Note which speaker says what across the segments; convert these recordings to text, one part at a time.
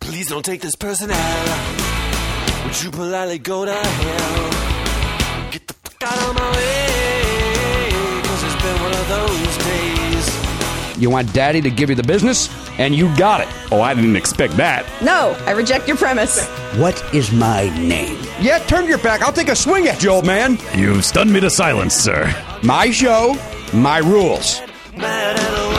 Speaker 1: Please don't take this person out. Would you politely go to hell? Get the fuck out of my way. Cause it's been one of those days.
Speaker 2: You want daddy to give you the business, and you got it.
Speaker 3: Oh, I didn't expect that.
Speaker 4: No, I reject your premise.
Speaker 5: What is my name?
Speaker 2: Yeah, turn your back. I'll take a swing at you, old man.
Speaker 3: You've stunned me to silence, sir.
Speaker 2: My show, my rules.
Speaker 1: Mad at the world.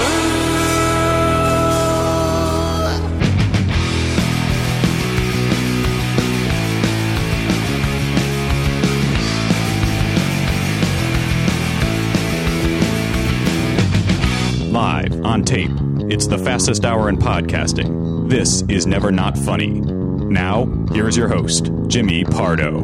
Speaker 3: Live, on tape. It's the fastest hour in podcasting. This is Never Not Funny. Now, here's your host, Jimmy Pardo.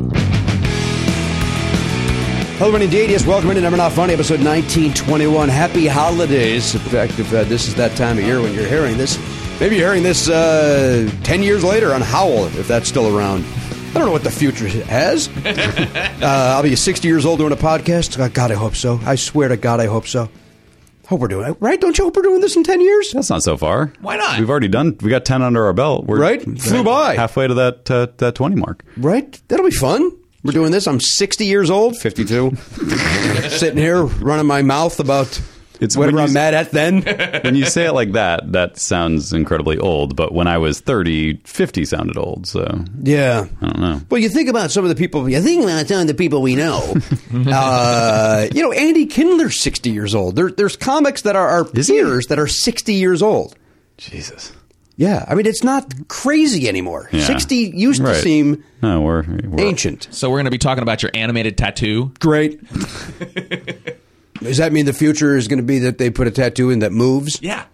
Speaker 2: Hello, everyone. Indeed, yes, welcome to Never Not Funny, episode 1921. Happy holidays. In fact, if uh, this is that time of year when you're hearing this, maybe you're hearing this uh, 10 years later on Howl, if that's still around. I don't know what the future has. uh, I'll be 60 years old doing a podcast. Oh, God, I hope so. I swear to God, I hope so. Hope we're doing it. Right? Don't you hope we're doing this in 10 years?
Speaker 3: That's not so far.
Speaker 6: Why not?
Speaker 3: We've already done. We got ten under our belt. We're
Speaker 2: Right? Flew by.
Speaker 3: halfway to that uh, that twenty mark.
Speaker 2: Right? That'll be fun. We're doing this. I'm 60 years old, 52, sitting here running my mouth about
Speaker 3: It's
Speaker 2: whatever
Speaker 3: when you
Speaker 2: I'm
Speaker 3: s-
Speaker 2: mad at then.
Speaker 3: when you say it like that, that sounds incredibly old. But when I was 30, 50 sounded old. So
Speaker 2: Yeah.
Speaker 3: I don't know.
Speaker 2: Well, you think about some of the people. You think about some of the people we know. uh, you know, Andy Kindler's sixty years old. There, there's comics that are our
Speaker 3: Is he?
Speaker 2: peers that are sixty years old.
Speaker 3: Jesus.
Speaker 2: Yeah, I mean, it's not crazy anymore. Sixty used to seem
Speaker 3: no, we're, we're
Speaker 2: ancient.
Speaker 6: So we're going to be talking about your animated tattoo.
Speaker 2: Great. Does that mean the future is going to be that they put a tattoo in that moves?
Speaker 6: Yeah.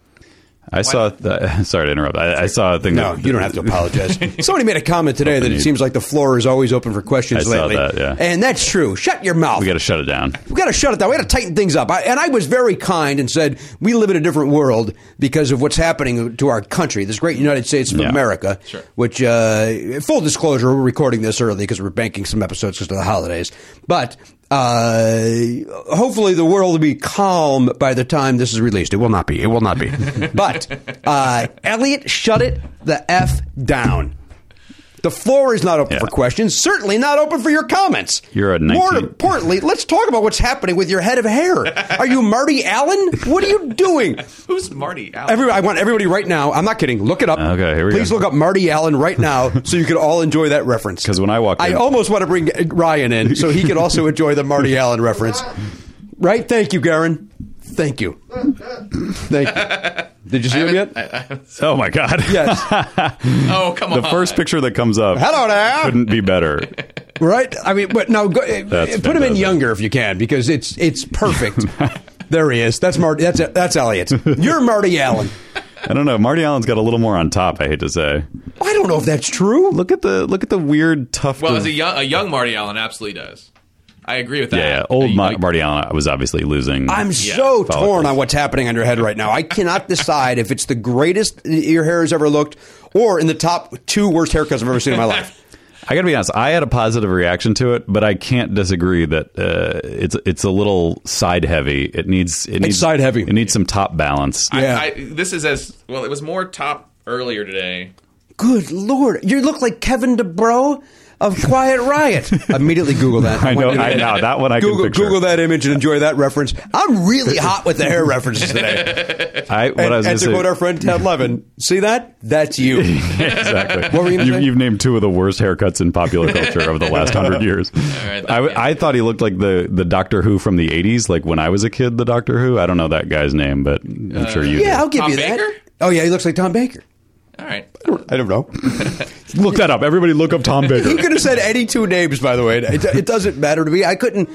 Speaker 3: I saw. Th- sorry to interrupt. I, I saw a thing.
Speaker 2: No,
Speaker 3: that,
Speaker 2: you don't have to apologize. Somebody made a comment today that it
Speaker 3: you-
Speaker 2: seems like the floor is always open for questions
Speaker 3: I saw
Speaker 2: lately.
Speaker 3: that, yeah.
Speaker 2: And that's true. Shut your mouth.
Speaker 3: We got to shut it down.
Speaker 2: we got to shut it down. We got to tighten things up. I, and I was very kind and said we live in a different world because of what's happening to our country, this great United States of
Speaker 3: Yeah.
Speaker 2: America. Which, uh, full disclosure, we're recording this early because we're banking some episodes because of the holidays. But uh, hopefully, the world will be calm by the time this is released. It will not be. It will not be. but uh, Elliot, shut it the f down. The floor is not open
Speaker 3: Yeah.
Speaker 2: for questions. Certainly not open for your comments.
Speaker 3: You're a
Speaker 2: More
Speaker 3: 19
Speaker 2: importantly, let's talk about what's happening with your head of hair. Are you Marty Allen? What are you doing?
Speaker 6: Who's Marty? Allen?
Speaker 2: Every, I want everybody right now. I'm not kidding. Look it up.
Speaker 3: Okay, here we
Speaker 2: Please
Speaker 3: go.
Speaker 2: look up Marty Allen right now, so you can all enjoy that reference.
Speaker 3: 'Cause when I walked
Speaker 2: I
Speaker 3: in-
Speaker 2: almost want to bring Ryan in so he can also enjoy the Marty Allen reference. Right? Thank you, Garen. Thank you. Thank you. Did you see him yet?
Speaker 3: Oh my god.
Speaker 2: yes.
Speaker 6: oh, come
Speaker 3: the
Speaker 6: on.
Speaker 3: first picture that comes up.
Speaker 2: Hello there.
Speaker 3: Couldn't be better.
Speaker 2: Right? I mean, but no, go, eh,
Speaker 3: That's
Speaker 2: put him in
Speaker 3: fantastic.
Speaker 2: younger if you can because it's it's perfect. there he is. That's Marty. That's that's Elliot. You're Marty Allen.
Speaker 3: I don't know. Marty Allen's got a little more on top. I hate to say.
Speaker 2: I don't know if that's true.
Speaker 3: Look at the look at the weird tough.
Speaker 6: Well, as a young, a young Marty Allen absolutely does. I agree with that.
Speaker 3: yeah, yeah, old
Speaker 6: You-
Speaker 3: Ma-
Speaker 6: like-
Speaker 3: Marty Allen was obviously losing.
Speaker 2: I'm so
Speaker 3: follicles.
Speaker 2: torn on what's happening on your head right now. I cannot decide if it's the greatest your hair has ever looked or in the top two worst haircuts I've ever seen in my life.
Speaker 3: I gotta be honest. I had a positive reaction to it, but I can't disagree that uh, it's it's a little side heavy. It needs it needs
Speaker 2: side heavy.
Speaker 3: It needs some top balance.
Speaker 6: I-
Speaker 2: Yeah.
Speaker 6: I, this is as well. It was more top earlier today.
Speaker 2: Good lord, you look like Kevin DeBro of Quiet Riot. Immediately Google that.
Speaker 3: I know.
Speaker 2: want you to-
Speaker 3: I know that one. I
Speaker 2: Google,
Speaker 3: can picture.
Speaker 2: Google that image and enjoy that reference. I'm really hot with the hair references today.
Speaker 3: I, what
Speaker 2: and,
Speaker 3: I was
Speaker 2: and to
Speaker 3: gonna
Speaker 2: quote
Speaker 3: say-
Speaker 2: our friend Ted Levin, see that? That's you.
Speaker 3: exactly.
Speaker 2: What were you gonna
Speaker 3: you,
Speaker 2: say?
Speaker 3: have named two of the worst haircuts in popular culture over the last hundred years.
Speaker 6: right,
Speaker 3: I,
Speaker 6: yeah.
Speaker 3: I thought he looked like the, the Doctor Who from the '80s, like when I was a kid. The Doctor Who. I don't know that guy's name, but I'm sure you.
Speaker 2: Yeah, I'll give
Speaker 6: Tom
Speaker 2: you
Speaker 6: Baker?
Speaker 2: that. Oh yeah, he looks like Tom Baker.
Speaker 6: All right.
Speaker 2: I don't know.
Speaker 3: do. look that up. Everybody, look up Tom
Speaker 2: you
Speaker 3: Baker.
Speaker 2: could have said any two names, by the way. It, it doesn't matter to me. I couldn't.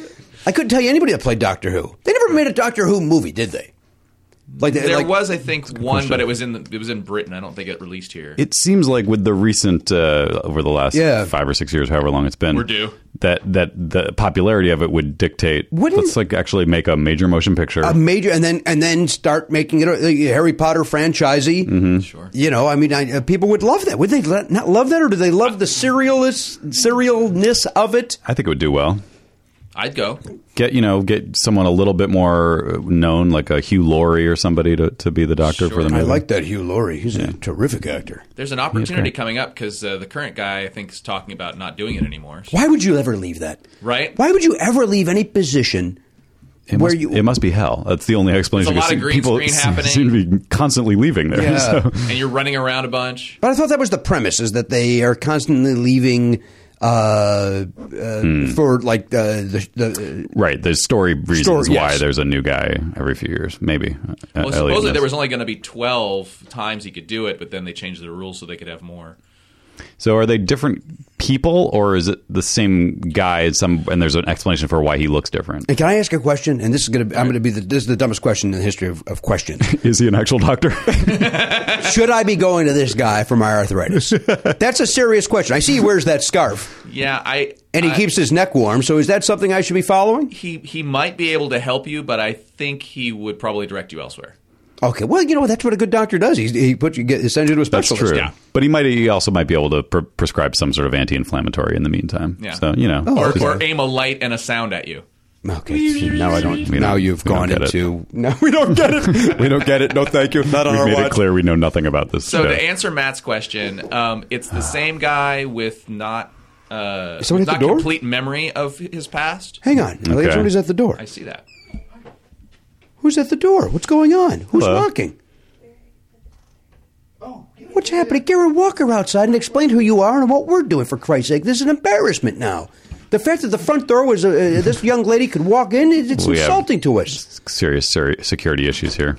Speaker 2: I couldn't tell you anybody that played Doctor Who. They never made a Doctor Who movie, did they? Like
Speaker 6: There
Speaker 2: like,
Speaker 6: was, I think, one, but it was in the, it was in Britain. I don't think it released here.
Speaker 3: it seems like with the recent uh, over the last
Speaker 2: Yeah.
Speaker 3: five or six years, however long it's been,
Speaker 6: We're due.
Speaker 3: That that the popularity of it would dictate.
Speaker 2: Wouldn't-
Speaker 3: let's like actually make a major motion picture.
Speaker 2: a major, and then and then start making it a, a Harry Potter franchisee.
Speaker 3: Mm-hmm.
Speaker 6: sure.
Speaker 2: You know, I mean, I, uh, people would love that. Would they le- not love that, or do they love the serialness serialness of it?
Speaker 3: I think it would do well.
Speaker 6: I'd go.
Speaker 3: Get you know, get someone a little bit more known, like a Hugh Laurie or somebody to, to be the doctor for the
Speaker 2: I
Speaker 3: movie.
Speaker 2: like that Hugh Laurie. He's a terrific actor.
Speaker 6: There's an opportunity coming up because uh, the current guy, I think, is talking about not doing it anymore.
Speaker 2: Why would you ever leave that?
Speaker 6: Right?
Speaker 2: Why would you ever leave any position
Speaker 3: it must,
Speaker 2: where you?
Speaker 3: it must be hell. That's the only explanation.
Speaker 6: There's a lot of
Speaker 3: because
Speaker 6: green
Speaker 3: people
Speaker 6: screen
Speaker 3: se-
Speaker 6: happening.
Speaker 3: seem to be constantly leaving there.
Speaker 2: Yeah.
Speaker 3: so-
Speaker 6: And you're running around a bunch.
Speaker 2: but I thought that was the premise: is that they are constantly leaving uh, uh,
Speaker 3: Hmm.
Speaker 2: for like uh, the the. the
Speaker 3: right. There's story reasons
Speaker 2: Story,
Speaker 3: why
Speaker 2: yes.
Speaker 3: there's a new guy every few years, maybe. uh,
Speaker 6: Well, supposedly there was only going to be 12 times he could do it, but then they changed the rules so they could have more.
Speaker 3: So are they different people, or is it the same guy? and Some and there's an explanation for why he looks different.
Speaker 2: and can I ask a question? And this is gonna be, I'm gonna be the, this is the dumbest question in the history of, of questions.
Speaker 3: Is he an actual doctor?
Speaker 2: Should I be going to this guy for my arthritis? That's a serious question. I see he wears that scarf
Speaker 6: Yeah, I.
Speaker 2: and he
Speaker 6: I-
Speaker 2: keeps his neck warm. So is that something I should be following?
Speaker 6: He, he might be able to help you, but I think he would probably direct you elsewhere.
Speaker 2: Okay. Well, you know that's what a good doctor does. He, he puts you get sends you to a
Speaker 3: That's
Speaker 2: specialist.
Speaker 3: true. But he might. He also might be able to pre- prescribe some sort of anti-inflammatory in the meantime.
Speaker 6: Yeah.
Speaker 3: So you know,
Speaker 2: Oh,
Speaker 6: Or,
Speaker 2: okay.
Speaker 6: or aim a light and a sound at you.
Speaker 2: Okay. see, Now I don't.
Speaker 3: We
Speaker 2: now
Speaker 3: don't-
Speaker 2: you've
Speaker 3: we don't
Speaker 2: gone
Speaker 3: get it.
Speaker 2: into. No, we don't get it. we don't get it. No, thank you. Not on
Speaker 3: we've
Speaker 2: our
Speaker 3: made
Speaker 2: watch.
Speaker 3: it clear we know nothing about this.
Speaker 6: So
Speaker 3: show.
Speaker 6: to answer Matt's question, um, it's the same guy with not uh,
Speaker 2: somebody at
Speaker 6: not
Speaker 2: the door?
Speaker 6: complete memory of his past.
Speaker 2: Hang on. I think
Speaker 3: Okay.
Speaker 2: somebody's at the door.
Speaker 6: I see that.
Speaker 2: Who's at the door? What's going on? Who's
Speaker 3: Hello.
Speaker 2: knocking? What's happening? Garrett Walker outside and explain who you are and what we're doing. For Christ's sake, this is an embarrassment now. The fact that the front door was uh, uh, this young lady could walk in, it- it's
Speaker 3: We have-
Speaker 2: insulting to us.
Speaker 3: serious seri- security issues here.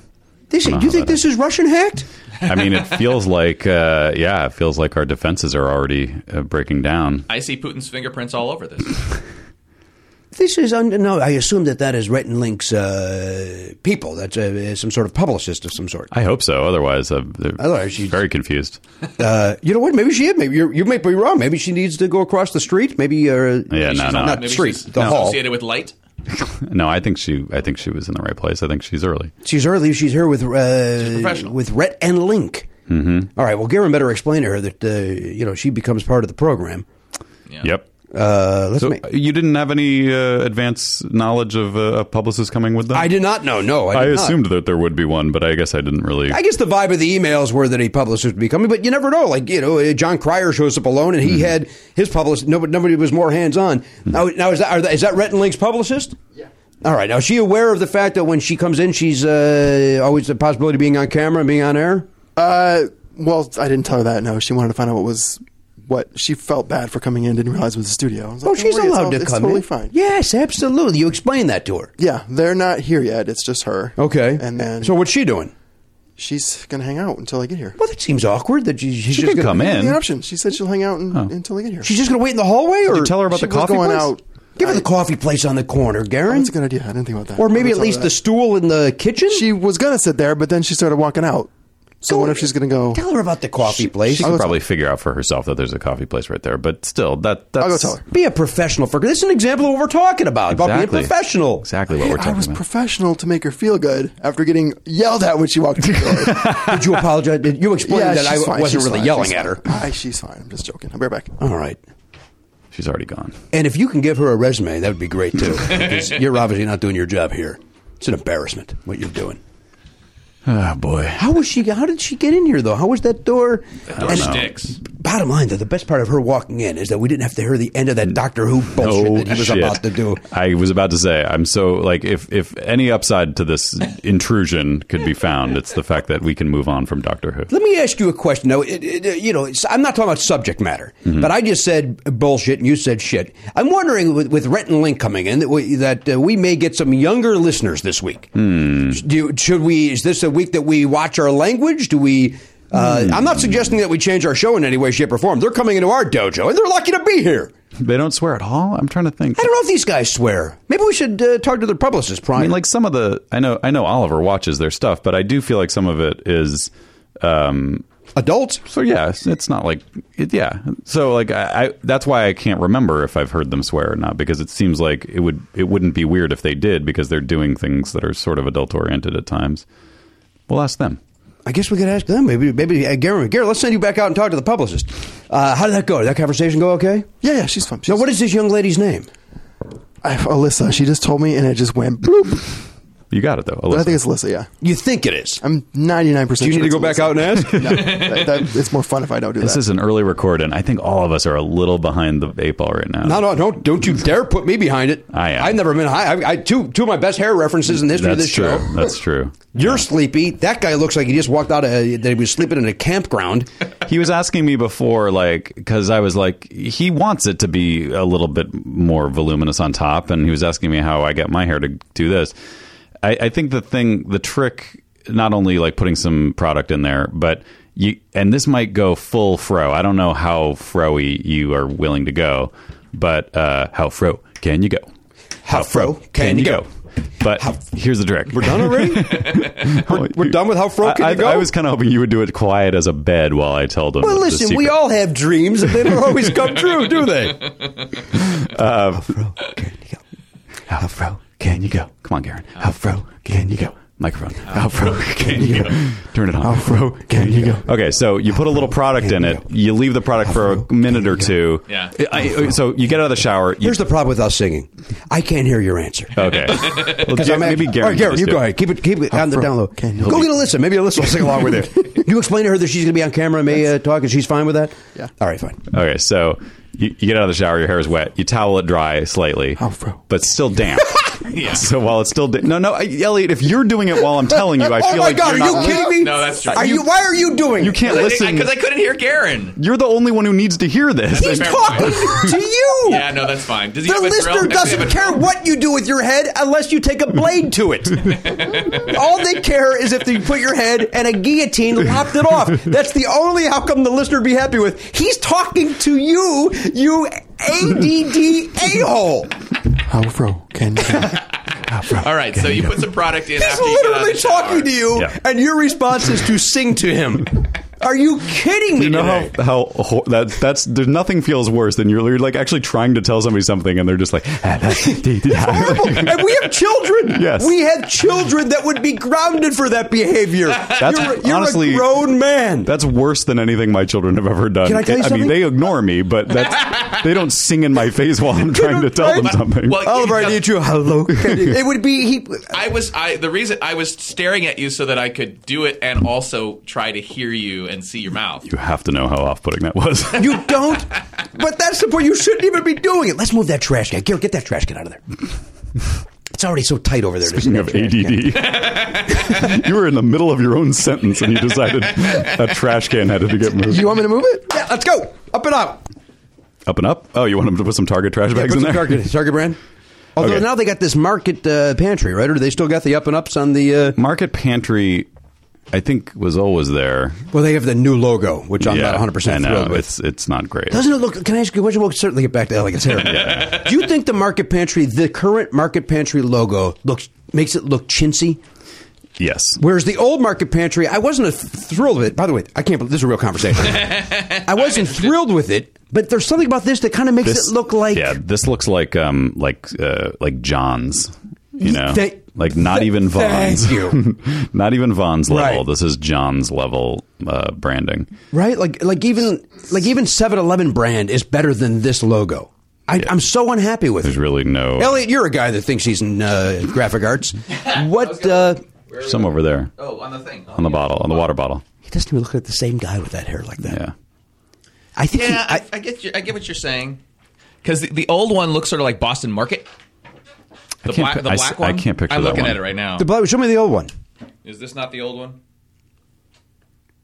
Speaker 2: They say,
Speaker 3: know
Speaker 2: "Do you
Speaker 3: how
Speaker 2: think
Speaker 3: that
Speaker 2: this is Russian hacked?"
Speaker 3: I mean, it feels like, uh, yeah, it feels like our defenses are already uh, breaking down.
Speaker 6: I see Putin's fingerprints all over this.
Speaker 2: This is un- no. I assume that that is Rhett and Link's uh, people. That's uh, some sort of publicist of some sort.
Speaker 3: I hope so. Otherwise, I'm
Speaker 2: Otherwise, you'd-
Speaker 3: very confused.
Speaker 2: Uh, you know what? Maybe she is. Maybe you're, you may be wrong. Maybe she needs to go across the street. Maybe uh,
Speaker 3: Yeah, no,
Speaker 6: she's
Speaker 3: no,
Speaker 2: not
Speaker 6: Maybe
Speaker 2: street,
Speaker 6: she's
Speaker 2: the hall.
Speaker 6: associated with light.
Speaker 3: no. I think she, I think she was in the right place. I think she's early.
Speaker 2: She's early. She's here with uh,
Speaker 6: professional.
Speaker 2: with Rhett and Link. Mm-hmm. right. Well, Garen better explain to her that uh, you know she becomes part of the program.
Speaker 6: Yeah.
Speaker 3: Yep.
Speaker 2: Uh, let's
Speaker 3: So
Speaker 2: make.
Speaker 3: you didn't have any uh, advance knowledge of uh, a publicist coming with them.
Speaker 2: I did not know. No, I,
Speaker 3: I
Speaker 2: did not.
Speaker 3: assumed that there would be one, but I guess I didn't really.
Speaker 2: I guess the vibe of the emails were that a publicist would be coming, but you never know. Like you know, uh, John Cryer shows up alone, and he had his publicist. Nobody, nobody was more hands on. Now, now is that, are that is that Rhett and Link's publicist? Yeah. All right. Now, is she aware of the fact that when she comes in, she's uh, always the possibility of being on camera and being on air?
Speaker 7: Uh, well, I didn't tell her that. No, she wanted to find out what was what she felt bad for coming in. Didn't realize it was a studio. I was
Speaker 2: Oh,
Speaker 7: like, "Don't
Speaker 2: she's
Speaker 7: worry, it's
Speaker 2: allowed
Speaker 7: all-
Speaker 2: to
Speaker 7: it's
Speaker 2: come
Speaker 7: totally
Speaker 2: in.
Speaker 7: fine.
Speaker 2: Yes, absolutely. You explain that to her.
Speaker 7: Yeah, they're not here yet. It's just her.
Speaker 2: Okay.
Speaker 7: and then
Speaker 2: so what's she doing?
Speaker 7: she's gonna hang out until I get here.
Speaker 2: Well, that seems awkward. That she, she's
Speaker 3: She
Speaker 2: just
Speaker 3: could
Speaker 2: gonna,
Speaker 3: come in.
Speaker 7: The option. She said she'll hang out and, until I get here.
Speaker 2: She's just going to wait in the hallway, or
Speaker 3: you tell her about
Speaker 7: She
Speaker 3: the
Speaker 7: was
Speaker 3: coffee
Speaker 7: going
Speaker 3: place?
Speaker 7: out.
Speaker 2: Give her the coffee place on the corner,
Speaker 7: Oh,
Speaker 2: Garen,
Speaker 7: That's a good idea. I didn't think about that.
Speaker 2: or
Speaker 7: I
Speaker 2: maybe
Speaker 7: never
Speaker 2: at
Speaker 7: thought
Speaker 2: least
Speaker 7: of
Speaker 2: the
Speaker 7: that.
Speaker 2: stool in the kitchen.
Speaker 7: she was gonna sit there, but then she started walking out. So I wonder if she's gonna go.
Speaker 2: Tell her about the coffee place.
Speaker 3: She could probably figure out for herself that there's a coffee place right there. But still, that that's,
Speaker 7: I'll go tell her.
Speaker 2: be a professional for this is an example of what we're talking about about
Speaker 3: Exactly.
Speaker 2: being professional
Speaker 3: Exactly what we're
Speaker 7: I
Speaker 3: talking
Speaker 7: was
Speaker 3: about.
Speaker 7: professional to make her feel good after getting yelled at when she walked through the door.
Speaker 2: did you apologize did you explain that i
Speaker 7: she's fine,
Speaker 2: wasn't
Speaker 7: she's
Speaker 2: really
Speaker 7: fine,
Speaker 2: yelling
Speaker 7: she's
Speaker 2: at her
Speaker 7: fine. Aye, she's fine. I'm just joking. I'll be right back.
Speaker 2: all right
Speaker 3: She's already gone.
Speaker 2: and if you can give her a resume that would be great too because you're obviously not doing your job here it's an embarrassment what you're doing
Speaker 3: Oh boy.
Speaker 2: how was she how did she get in here though how was that door
Speaker 6: Door
Speaker 2: And
Speaker 6: sticks.
Speaker 2: bottom line though the best part of her walking in is that we didn't have to hear the end of that doctor who bullshit
Speaker 3: Oh
Speaker 2: that he was
Speaker 3: shit.
Speaker 2: about to do
Speaker 3: I was about to say I'm so like if if any upside to this intrusion could be found, it's the fact that we can move on from Doctor Who.
Speaker 2: Let me ask you a question. Now, it, it, you know, it's, I'm not talking about subject matter,
Speaker 3: Mm-hmm.
Speaker 2: but I just said bullshit and you said shit. I'm wondering with, with Rhett and Link coming in that we, that uh, we may get some younger listeners this week.
Speaker 3: Hmm.
Speaker 2: Do you, should we? Is this a week that we watch our language? Do we? Uh,
Speaker 3: Hmm.
Speaker 2: I'm not suggesting that we change our show in any way, shape, or form. They're coming into our dojo and they're lucky to be here.
Speaker 3: They don't swear at all. I'm trying to think.
Speaker 2: I don't know if these guys swear. Maybe we should uh, talk to their publicist, Prime.
Speaker 3: I mean, like some of the I know I know Oliver watches their stuff, but I do feel like some of it is. Um,
Speaker 2: adults.
Speaker 3: so yeah, it's, it's not like it, yeah. So like I, I that's why I can't remember if I've heard them swear or not because it seems like it would it wouldn't be weird if they did because they're doing things that are sort of adult oriented at times. We'll ask them.
Speaker 2: I guess we could ask them. Maybe, maybe uh, Gary, Gary, let's send you back out and talk to the publicist. Uh, how did that go? Did that conversation go okay?
Speaker 7: Yeah, yeah, she's fine. She's
Speaker 2: Now, what is this young lady's name?
Speaker 7: I, Alyssa, she just told me, and it just went bloop.
Speaker 3: You got it though.
Speaker 7: But I
Speaker 3: Alyssa.
Speaker 7: think it's Alyssa. Yeah,
Speaker 2: You think it is.
Speaker 7: I'm 99. percent
Speaker 2: Do you need to go back out and ask?
Speaker 7: that, that, it's more fun if I don't do
Speaker 3: This
Speaker 7: that.
Speaker 3: is an early record, and I think all of us are a little behind the eight ball right now.
Speaker 2: No, no, don't don't you dare put me behind it.
Speaker 3: I am.
Speaker 2: I've never been high. I, I two two of my best hair references in the history
Speaker 3: That's
Speaker 2: of this
Speaker 3: true.
Speaker 2: show.
Speaker 3: That's true.
Speaker 2: You're sleepy. That guy looks like he just walked out of uh, that he was sleeping in a campground.
Speaker 3: He was asking me before, like, because I was like, he wants it to be a little bit more voluminous on top, and he was asking me how I got my hair to do this. I, I think the thing, the trick, not only like putting some product in there, but you, and this might go full fro. I don't know how froy you are willing to go, but uh, how fro can you go?
Speaker 2: How fro can you go?
Speaker 3: But here's the trick.
Speaker 2: We're done already. we're, we're done with how fro can
Speaker 3: I,
Speaker 2: you go.
Speaker 3: I, I was kind of hoping you would do it quiet as a bed while I tell them.
Speaker 2: well,
Speaker 3: the- the
Speaker 2: listen, we
Speaker 3: secret.
Speaker 2: all have dreams, and they don't always come true, do they?
Speaker 3: Um, How fro can you go? Come on, Garen. How fro can you go? Microphone. How fro can you go? Turn it on. How fro can you go? Okay, so you put a little product in it. You leave the product for a minute or two.
Speaker 6: Yeah.
Speaker 3: I, I- so you get out of the shower. You,
Speaker 2: Here's the problem with us singing. I can't hear your answer.
Speaker 3: okay. Well,
Speaker 2: Because
Speaker 3: Jer-
Speaker 2: I'm
Speaker 3: maybe
Speaker 2: actually-
Speaker 3: Garen.
Speaker 2: All right, Garrett,
Speaker 3: just
Speaker 2: you
Speaker 3: do
Speaker 2: go
Speaker 3: it.
Speaker 2: ahead. Keep it, keep it on the
Speaker 7: fro-
Speaker 2: download.
Speaker 7: can you-
Speaker 2: Go get Alyssa. Maybe Alyssa will sing along with you. You explain to her that she's going to be on camera and me uh, talking. She's fine with that.
Speaker 7: Yeah.
Speaker 2: All right, fine.
Speaker 3: Okay, so you, you get out of the shower, your hair is wet, you towel it dry slightly,
Speaker 7: fro.
Speaker 3: but still damp. yeah. So while it's still damp, no, no, I- Elliot, if you're doing it while I'm telling you, I
Speaker 2: oh
Speaker 3: feel
Speaker 2: my
Speaker 3: like
Speaker 2: God!
Speaker 3: you're
Speaker 2: Are you
Speaker 3: not
Speaker 2: kidding me?
Speaker 6: No, that's true.
Speaker 2: Are you? Why are you doing?
Speaker 3: You
Speaker 2: it?
Speaker 3: can't
Speaker 6: Because
Speaker 3: listen.
Speaker 6: I couldn't hear Garen.
Speaker 3: You're the only one who needs to hear this.
Speaker 2: He's
Speaker 6: Fair
Speaker 2: talking to you.
Speaker 6: Yeah, no, that's fine. Does he
Speaker 2: The
Speaker 6: have a drill?
Speaker 2: listener
Speaker 6: Does he have
Speaker 2: doesn't
Speaker 6: a
Speaker 2: care
Speaker 6: drill?
Speaker 2: what you do with your head unless you take a blade to it. All they care is if you put your head and a guillotine lopped it off. That's the only outcome the listener would be happy with. He's talking to you, you ADD a hole.
Speaker 7: How fro can you?
Speaker 6: All right, so you put some product in
Speaker 2: He's
Speaker 6: after you get out
Speaker 2: literally
Speaker 6: of the shower.
Speaker 2: talking to you,
Speaker 3: Yeah.
Speaker 2: and your response is to sing to him. Are you kidding me?
Speaker 3: You know
Speaker 2: today?
Speaker 3: how, how ho- that that's there's nothing feels worse than you're, you're like actually trying to tell somebody something and they're just like "Ah, that's- dee- dee-
Speaker 2: horrible.
Speaker 3: ah."
Speaker 2: and we have children.
Speaker 3: Yes.
Speaker 2: We have children that would be grounded for that behavior.
Speaker 3: That's
Speaker 2: you're, you're
Speaker 3: honestly-
Speaker 2: a grown man.
Speaker 3: that's worse than anything my children have ever done.
Speaker 2: Can I tell you
Speaker 3: mean
Speaker 2: something?
Speaker 3: they ignore me, but that's, they don't sing in my face while I'm trying to tell them
Speaker 2: Right?
Speaker 3: something. Oh,
Speaker 6: Well,
Speaker 2: Oliver, I
Speaker 6: Yeah.
Speaker 2: need you. Hello. Can you- It would be he
Speaker 6: I was I the reason I was staring at you so that I could do it and also try to hear you and see your mouth.
Speaker 3: you have to know how off-putting that was.
Speaker 2: you don't but that's the point. You shouldn't even be doing it. Let's move that trash can. Garrett, get that trash can out of there. It's already so tight over there. to
Speaker 3: Speaking
Speaker 2: see
Speaker 3: of
Speaker 2: that trash can.
Speaker 3: ADD, you were in the middle of your own sentence and you decided a trash can had to get moved.
Speaker 7: you want me to move it?
Speaker 2: Yeah, let's go. Up and out.
Speaker 3: up and up? Oh, you want them to put some Target trash
Speaker 2: Yeah,
Speaker 3: bags
Speaker 2: put
Speaker 3: in
Speaker 2: some
Speaker 3: there?
Speaker 2: Target, Target brand. Although
Speaker 3: Okay.
Speaker 2: now they got this market uh, pantry, right? Or do they still got the up and ups on the? Uh,
Speaker 3: Market Pantry, I think, was always there.
Speaker 2: well, they have the new logo, which I'm not 100
Speaker 3: I
Speaker 2: percent
Speaker 3: know.
Speaker 2: thrilled with.
Speaker 3: It's, it's not great.
Speaker 2: Doesn't it look? Can I ask you a question? We'll certainly get back to Elegance here. Do you think the Market Pantry, the current Market Pantry logo, looks makes it look chintzy?
Speaker 3: yes.
Speaker 2: Whereas the old Market Pantry, I wasn't a thrilled with it. By the way, I can't. believe This is a real conversation. I wasn't thrilled with it, but there's something about this that kind of makes it look like.
Speaker 3: yeah, this looks like um like uh like John's, you know,
Speaker 2: Thank-
Speaker 3: like not
Speaker 2: th-
Speaker 3: even
Speaker 2: thank
Speaker 3: Vaughn's,
Speaker 2: you.
Speaker 3: not even Vaughn's level.
Speaker 2: Right.
Speaker 3: This is John's level uh, branding.
Speaker 2: right? Like like even like even 7-Eleven brand is better than this logo. I, I'm so unhappy with
Speaker 3: There's
Speaker 2: it.
Speaker 3: really no
Speaker 2: Elliot, you're a guy that thinks he's in uh, graphic arts. What? Uh,
Speaker 3: there's some over there
Speaker 6: Oh, on the thing.
Speaker 3: on the bottle on the water bottle.
Speaker 2: he doesn't even look like the same guy with that hair like that.
Speaker 3: Yeah,
Speaker 2: I think. he-
Speaker 6: Yeah,
Speaker 2: I,
Speaker 6: I, I get you, I get what you're saying. Because the, the old one looks sort of like Boston Market. The,
Speaker 3: can't
Speaker 6: black,
Speaker 3: pi-
Speaker 6: the
Speaker 3: I
Speaker 6: black
Speaker 3: s- I
Speaker 6: one.
Speaker 3: can't picture
Speaker 6: I'm
Speaker 3: that
Speaker 6: looking
Speaker 3: one.
Speaker 6: at it right now.
Speaker 2: the blood. Show me the old one.
Speaker 6: Is this not the old one?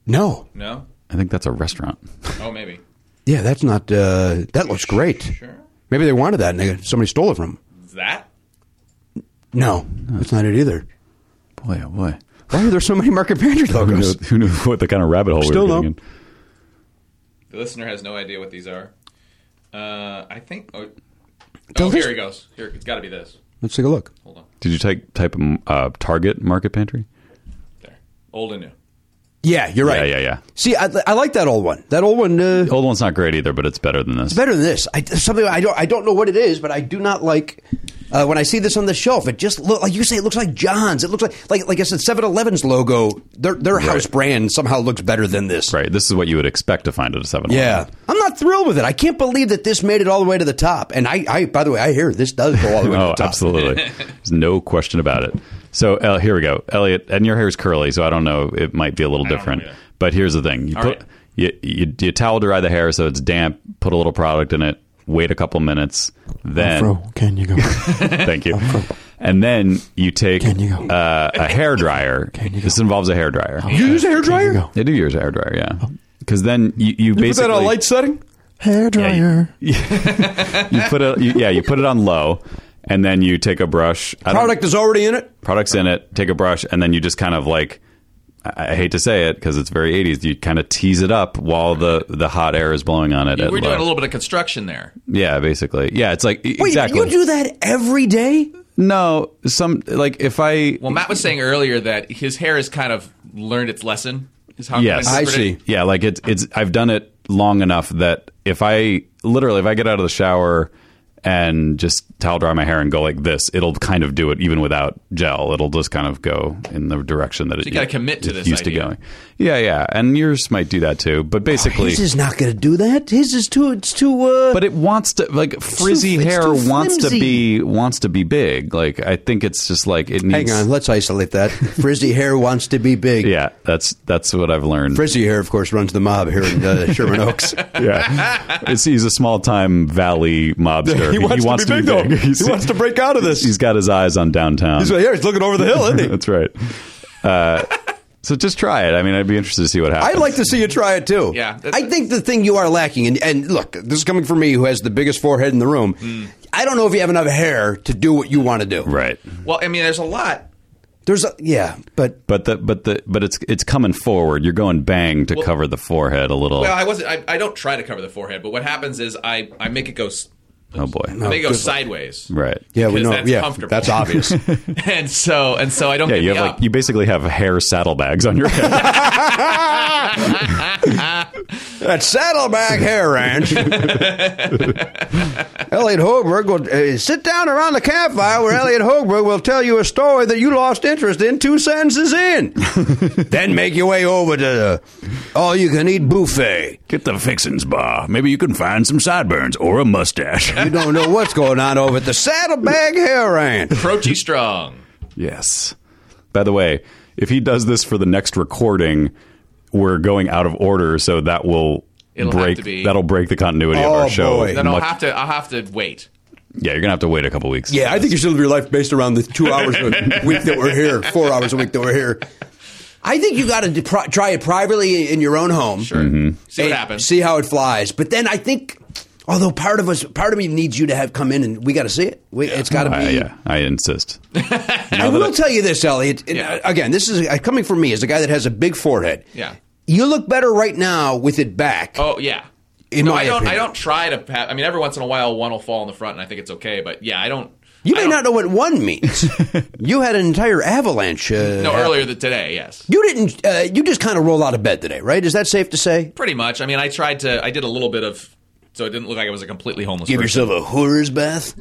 Speaker 2: No.
Speaker 6: No.
Speaker 3: I think that's a restaurant.
Speaker 6: Oh, maybe.
Speaker 2: Yeah, that's not. Uh, that looks great.
Speaker 6: Sure.
Speaker 2: Maybe they wanted that and they, somebody stole it from them.
Speaker 6: Is that?
Speaker 2: No, that's not it either. Oh,
Speaker 3: Boy, oh boy,
Speaker 2: Why are there so many Market Pantry
Speaker 3: who knew,
Speaker 2: logos?
Speaker 3: who knew what the kind of rabbit hole
Speaker 2: Still
Speaker 3: we were
Speaker 2: no.
Speaker 3: getting in?
Speaker 6: The listener has no idea what these are. Uh, I think. Oh, oh
Speaker 2: Don't
Speaker 6: here
Speaker 2: this-
Speaker 6: he goes. Here, it's got to be this.
Speaker 2: Let's take a look.
Speaker 6: Hold on.
Speaker 3: Did you type type um, uh, Target Market Pantry?
Speaker 6: There. Old and new.
Speaker 2: Yeah, you're right.
Speaker 3: Yeah, yeah, yeah.
Speaker 2: See, I, I like that old one. That old one. Uh,
Speaker 3: The old one's not great either, but it's better than this.
Speaker 2: better than this. I, something I don't I don't know what it is, but I do not like uh, when I see this on the shelf. It just look like you say it looks like John's. It looks like like like I said, 7-Eleven's logo. Their their house brand somehow looks better than this.
Speaker 3: Right. This is what you would expect to find at a 7
Speaker 2: Yeah, I'm not thrilled with it. I can't believe that this made it all the way to the top. And I, I by the way, I hear this does go all the way to
Speaker 3: Oh,
Speaker 2: the top.
Speaker 3: absolutely. There's no question about it. So uh, here we go, Elliot. And your hair's curly, so I don't know. It might be a little different.
Speaker 6: either.
Speaker 3: But here's the thing: you put
Speaker 6: right.
Speaker 3: you, you you towel dry the hair so it's damp. Put a little product in it. Wait a couple minutes. Then
Speaker 7: Fro, can you go?
Speaker 3: Thank you. And then you take
Speaker 7: Can you go?
Speaker 3: uh, a hair dryer. This involves a hair dryer.
Speaker 2: You use a hair dryer?
Speaker 7: go.
Speaker 3: They do use a hair dryer, yeah. Because then you, you
Speaker 2: Oh. Put that
Speaker 3: basically
Speaker 2: on a light setting.
Speaker 7: Hair dryer.
Speaker 3: you put it you, yeah you put it on low, and then you take a brush. I don't-
Speaker 2: Product is already in it.
Speaker 3: products in it. Take a brush, and then you just kind of like I I hate to say it because it's very 80s. You kind of tease it up while the the hot air is blowing on it. at
Speaker 6: We're
Speaker 3: low.
Speaker 6: doing a little bit of construction there.
Speaker 3: yeah, basically, yeah. It's like e,
Speaker 2: Wait,
Speaker 3: exactly.
Speaker 2: you do that every day?
Speaker 3: no, some like if I
Speaker 6: Well, Matt was saying earlier that his hair has kind of learned its lesson. Is how
Speaker 3: Yes.
Speaker 6: I
Speaker 2: I
Speaker 6: interpret it.
Speaker 2: see.
Speaker 3: Yeah, like it's it's I've done it long enough that if I literally if I get out of the shower and just towel dry my hair and go like this, it'll kind of do it even without gel. It'll just kind of go in the direction that it
Speaker 6: you gotta commit to
Speaker 3: it's
Speaker 6: this
Speaker 3: Used
Speaker 6: idea.
Speaker 3: to going. Yeah, yeah. And yours might do that too. But basically
Speaker 2: His is not going to do that. His is too. It's too. Uh,
Speaker 3: but it wants to like frizzy
Speaker 2: it's
Speaker 3: hair
Speaker 2: too
Speaker 3: wants to
Speaker 2: flimsy.
Speaker 3: be wants to be big. Like I think it's just like it needs
Speaker 2: Hang on, let's isolate that. Frizzy hair wants to be big.
Speaker 3: Yeah, that's that's what I've learned.
Speaker 2: Frizzy hair, of course, runs the mob here in uh, Sherman Oaks.
Speaker 3: yeah. It's, he's a small time valley mobster. He's-
Speaker 2: break out of this.
Speaker 3: he's got his eyes on downtown.
Speaker 2: here. He's looking over the hill, isn't
Speaker 3: That's right. Uh, so just try it. I mean, I'd be interested to see what happens.
Speaker 2: I'd like to see you try it too.
Speaker 6: Yeah.
Speaker 2: I think the thing you are lacking, and, and look, this is coming from me who has the biggest forehead in the room. I don't know if you have enough hair to do what you want to do.
Speaker 3: Right.
Speaker 6: Well, I mean, there's a lot.
Speaker 2: There's a, yeah, but
Speaker 3: But the but the but it's it's coming forward. You're going bang to cover the forehead a little.
Speaker 6: Well, I wasn't. I, I don't try to cover the forehead, but what happens is I I make it go. s-
Speaker 3: oh boy.
Speaker 6: I make it go sideways.
Speaker 3: Right.
Speaker 2: yeah, we
Speaker 6: Because
Speaker 2: know.
Speaker 6: that's
Speaker 2: yeah,
Speaker 6: comfortable.
Speaker 2: that's obvious.
Speaker 6: And so and so I don't.
Speaker 3: Yeah,
Speaker 6: get
Speaker 3: you
Speaker 6: the
Speaker 3: have
Speaker 6: up.
Speaker 3: like you basically have hair saddlebags on your head.
Speaker 2: That saddleback hair ranch. Elliot Hoagberg will uh, sit down around the campfire where Elliot Hoagberg will tell you a story that you lost interest in two sentences in. then make your way over to the all you can eat buffet.
Speaker 8: Get the fixins bar. Maybe you can find some sideburns or a mustache.
Speaker 2: You don't know what's going on over at the saddlebag hair ranch.
Speaker 6: Prochi strong.
Speaker 3: yes. By the way, if he does this for the next recording, we're going out of order, so that will
Speaker 6: It'll have
Speaker 3: break
Speaker 6: to be-
Speaker 3: that'll break the continuity of
Speaker 2: Oh,
Speaker 3: our show.
Speaker 2: boy.
Speaker 6: Then I'll
Speaker 3: much-
Speaker 6: have to I'll have to wait.
Speaker 3: yeah, you're gonna have to wait a couple weeks.
Speaker 2: Yeah, I think you should live your life based around the two hours a week that we're here, four hours a week that we're here. I think you got to depri- try it privately in your own home.
Speaker 6: Sure.
Speaker 3: Mm-hmm.
Speaker 6: See what
Speaker 2: and
Speaker 6: happens.
Speaker 2: See how it flies. But then I think, although part of us, part of me needs you to have come in and we got to see it. We, It's got to
Speaker 6: Oh,
Speaker 3: I,
Speaker 2: be.
Speaker 3: yeah, I insist.
Speaker 2: I will tell you this, Elliot. and,
Speaker 6: Yeah.
Speaker 2: uh, Again, this is uh, coming from me as a guy that has a big forehead.
Speaker 6: Yeah.
Speaker 2: You look better right now with it back.
Speaker 6: Oh yeah.
Speaker 2: In
Speaker 6: no,
Speaker 2: my
Speaker 6: I don't. I
Speaker 2: opinion.
Speaker 6: don't try to. Have, I mean, every once in a while, one will fall in the front, and I think it's okay. But yeah, I don't.
Speaker 2: you may
Speaker 6: I don't-
Speaker 2: not know what one means. you had an entire avalanche. Uh,
Speaker 6: No, earlier than today, yes.
Speaker 2: You didn't. Uh, you just kind of roll out of bed today, right? Is that safe to say?
Speaker 6: Pretty much. I mean, I tried to. I did a little bit of. So it didn't look like I was a completely homeless.
Speaker 2: Give
Speaker 6: person.
Speaker 2: yourself a horror's bath.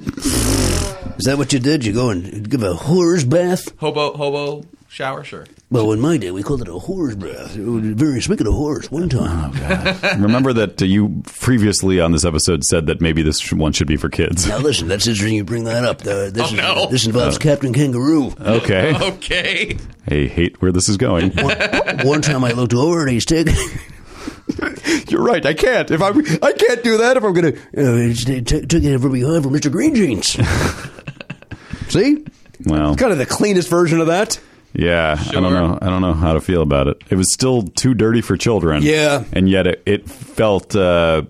Speaker 2: Is that what you did? You go and give a horror's bath.
Speaker 6: hobo hobo shower. Sure.
Speaker 2: Well, in my day, we called it a horse breath. It was very speaking of horse one time.
Speaker 3: Remember that uh, you previously on this episode said that maybe this sh- one should be for kids.
Speaker 2: Now, listen, that's interesting you bring that up. Uh, this,
Speaker 6: Oh,
Speaker 2: is-
Speaker 6: no.
Speaker 2: this involves Captain Kangaroo.
Speaker 3: Okay.
Speaker 6: Okay.
Speaker 3: I hate where this is going.
Speaker 2: one time I looked over and uh, he's taking.
Speaker 3: You're right. I can't. If I
Speaker 2: I can't do that if I'm going to. Took it from behind for Mr. Green Jeans. See?
Speaker 3: well,
Speaker 2: Kind of the cleanest version of that.
Speaker 3: yeah. I
Speaker 6: Sure.
Speaker 3: don't know. I don't know how to feel about it. It was still too dirty for children.
Speaker 2: Yeah.
Speaker 3: And yet it, it felt. Uh,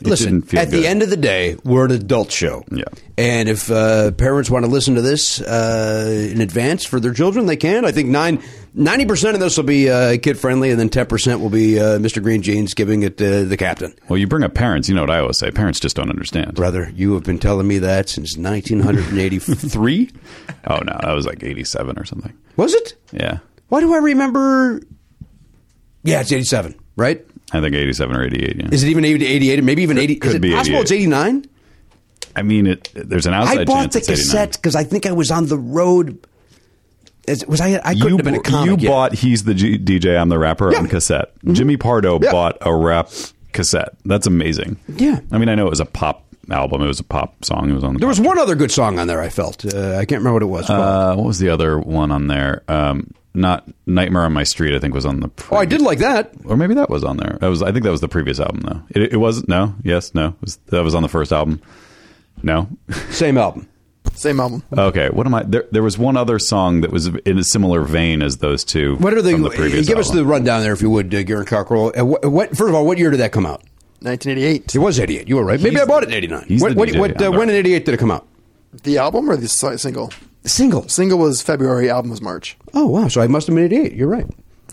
Speaker 3: it
Speaker 2: Listen,
Speaker 3: didn't feel
Speaker 2: at
Speaker 3: good.
Speaker 2: the end of the day, we're an adult show.
Speaker 3: Yeah.
Speaker 2: And if uh, parents want to listen to this uh, in advance for their children, they can. I think nine, 90% of this will be uh, kid friendly, and then 10% will be uh, Mr. Green Jeans giving it to the captain.
Speaker 3: well, you bring up parents. You know what I always say. Parents just don't understand.
Speaker 2: Brother, you have been telling me that since 1983.
Speaker 3: Three? Oh no, that was like eighty-seven or something.
Speaker 2: Was it?
Speaker 3: Yeah.
Speaker 2: Why do I remember Yeah, it's 87, right?
Speaker 3: I think 87 or 88. Yeah.
Speaker 2: Is it even 80 88? Maybe even 80.
Speaker 3: could
Speaker 2: is it
Speaker 3: be
Speaker 2: possible it's 89?
Speaker 3: I mean, it, there's an outside
Speaker 2: I bought
Speaker 3: chance
Speaker 2: the
Speaker 3: it's 89.
Speaker 2: cassette because I think I was on the road. As- Was I? I couldn't
Speaker 3: you
Speaker 2: have been a
Speaker 3: bo-
Speaker 2: comic.
Speaker 3: you
Speaker 2: yet.
Speaker 3: bought he's the G- DJ I'm the rapper on
Speaker 2: Yeah. Mm-hmm.
Speaker 3: cassette. Jimmy Pardo
Speaker 2: Yeah.
Speaker 3: bought a rap cassette. That's amazing.
Speaker 2: Yeah.
Speaker 3: I mean, I know it was a pop album. It was a pop song. It was on the
Speaker 2: There was one other good song on there. I felt uh, I can't remember what it was.
Speaker 3: Uh, what was the other one on there? Um, not Nightmare on My Street. I think was on the.
Speaker 2: oh, I did
Speaker 3: previous-
Speaker 2: like that.
Speaker 3: or maybe that was on there. That was I think that was the previous album though. It, it was no, yes, no. It was, that was on the first album. No.
Speaker 2: Same album.
Speaker 7: Same album.
Speaker 3: okay. What am I? There, there was one other song that was in a similar vein as those two.
Speaker 2: What are the?
Speaker 3: from the previous?
Speaker 2: give us the
Speaker 3: album.
Speaker 2: rundown there, if you would, uh, Garen Cockrell. Uh, what, what? First of all, what year did that come out?
Speaker 7: 1988.
Speaker 2: It was 88. You were right. Maybe
Speaker 3: He's-
Speaker 2: I bought it in 89.
Speaker 3: he's
Speaker 2: What,
Speaker 3: the
Speaker 2: what,
Speaker 3: DJ
Speaker 2: what,
Speaker 3: on
Speaker 2: uh,
Speaker 3: there.
Speaker 2: when in 88 did it come out?
Speaker 7: The album or the si- single?
Speaker 2: Singles.
Speaker 7: Single was February. Album was March.
Speaker 2: Oh, wow. So I must have been 88. You're right.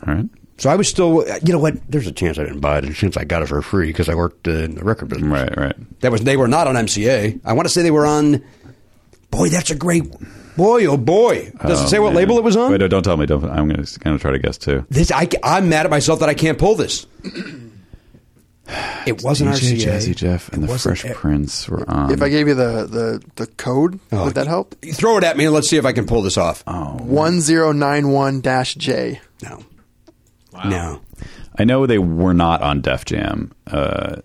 Speaker 3: All right.
Speaker 2: So I was still, you know what? There's a chance I didn't buy it. There's a chance I got it for free because I worked uh, in the record business.
Speaker 3: Right. Right.
Speaker 2: That was they were not on MCA. I want to say they were on. Boy, that's a great. Boy, oh boy! Does
Speaker 3: Oh,
Speaker 2: it say what
Speaker 3: man.
Speaker 2: label it was on?
Speaker 3: Wait, no, don't tell me. Don't. I'm going to kind of try to guess too.
Speaker 2: This I, am mad at myself that I can't pull this. It wasn't
Speaker 3: DJ
Speaker 2: RCA.
Speaker 3: Jazzy Jeff and
Speaker 2: It
Speaker 3: the
Speaker 2: wasn't
Speaker 3: Fresh
Speaker 2: it.
Speaker 3: Prince were on.
Speaker 7: if I gave you the the, the code,
Speaker 2: Oh,
Speaker 7: would that help?
Speaker 2: Throw it at me and let's see if I can pull this off.
Speaker 3: Oh.
Speaker 7: One zero nine one dash J.
Speaker 2: No. No.
Speaker 3: I know they were not on Def Jam, uh,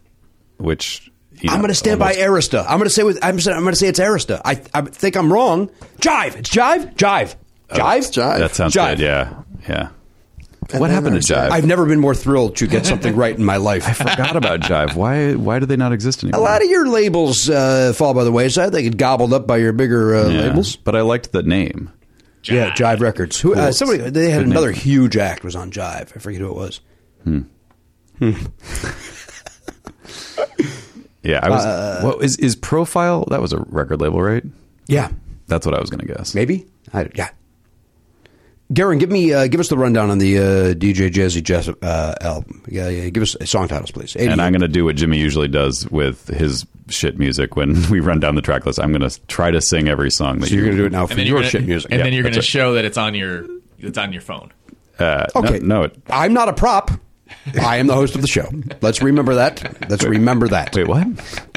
Speaker 3: which you know,
Speaker 2: I'm going to stand by
Speaker 3: almost-
Speaker 2: Arista. I'm going to say with, I'm, I'm going to say it's Arista. I, I think I'm wrong. Jive. It's Jive. Jive.
Speaker 3: Oh,
Speaker 2: Jive.
Speaker 7: Jive.
Speaker 3: That sounds
Speaker 2: Jive.
Speaker 3: good. Yeah, yeah.
Speaker 7: And
Speaker 3: what
Speaker 7: then
Speaker 3: happened to
Speaker 7: there's
Speaker 3: Jive?
Speaker 2: I've never been more thrilled to get something right in my life.
Speaker 3: I forgot about Jive. Why? Why do they not exist
Speaker 2: A
Speaker 3: anymore?
Speaker 2: lot of your labels uh, fall by the wayside. They get gobbled up by your bigger uh,
Speaker 3: Yeah.
Speaker 2: labels.
Speaker 3: but I liked the name.
Speaker 2: Yeah, Jive Records. Who, uh, somebody they had
Speaker 3: Good name.
Speaker 2: another huge act was on Jive. I forget who it was.
Speaker 3: Yeah, I was.
Speaker 2: Uh,
Speaker 3: what is is Profile? That was a record label, right?
Speaker 2: Yeah,
Speaker 3: That's what I was going to guess.
Speaker 2: maybe. I, yeah. Garen, give me uh, give us the rundown on the uh, DJ Jazzy Jazz uh, album. Yeah, yeah, give us uh, song titles, please.
Speaker 3: And I'm going to do what Jimmy usually does with his shit music when we run down the track list. I'm going to try to sing every song that
Speaker 2: So you're going to do it now for
Speaker 6: And then
Speaker 2: your
Speaker 6: you're gonna,
Speaker 2: shit music.
Speaker 6: And
Speaker 3: Yeah,
Speaker 6: then you're
Speaker 3: that's
Speaker 6: going to
Speaker 3: right.
Speaker 6: show that it's on your it's on your phone.
Speaker 3: no,
Speaker 2: okay,
Speaker 3: no, it-
Speaker 2: I'm not a prop. I am the host of the show. Let's remember that. Let's remember that.
Speaker 3: Wait, what?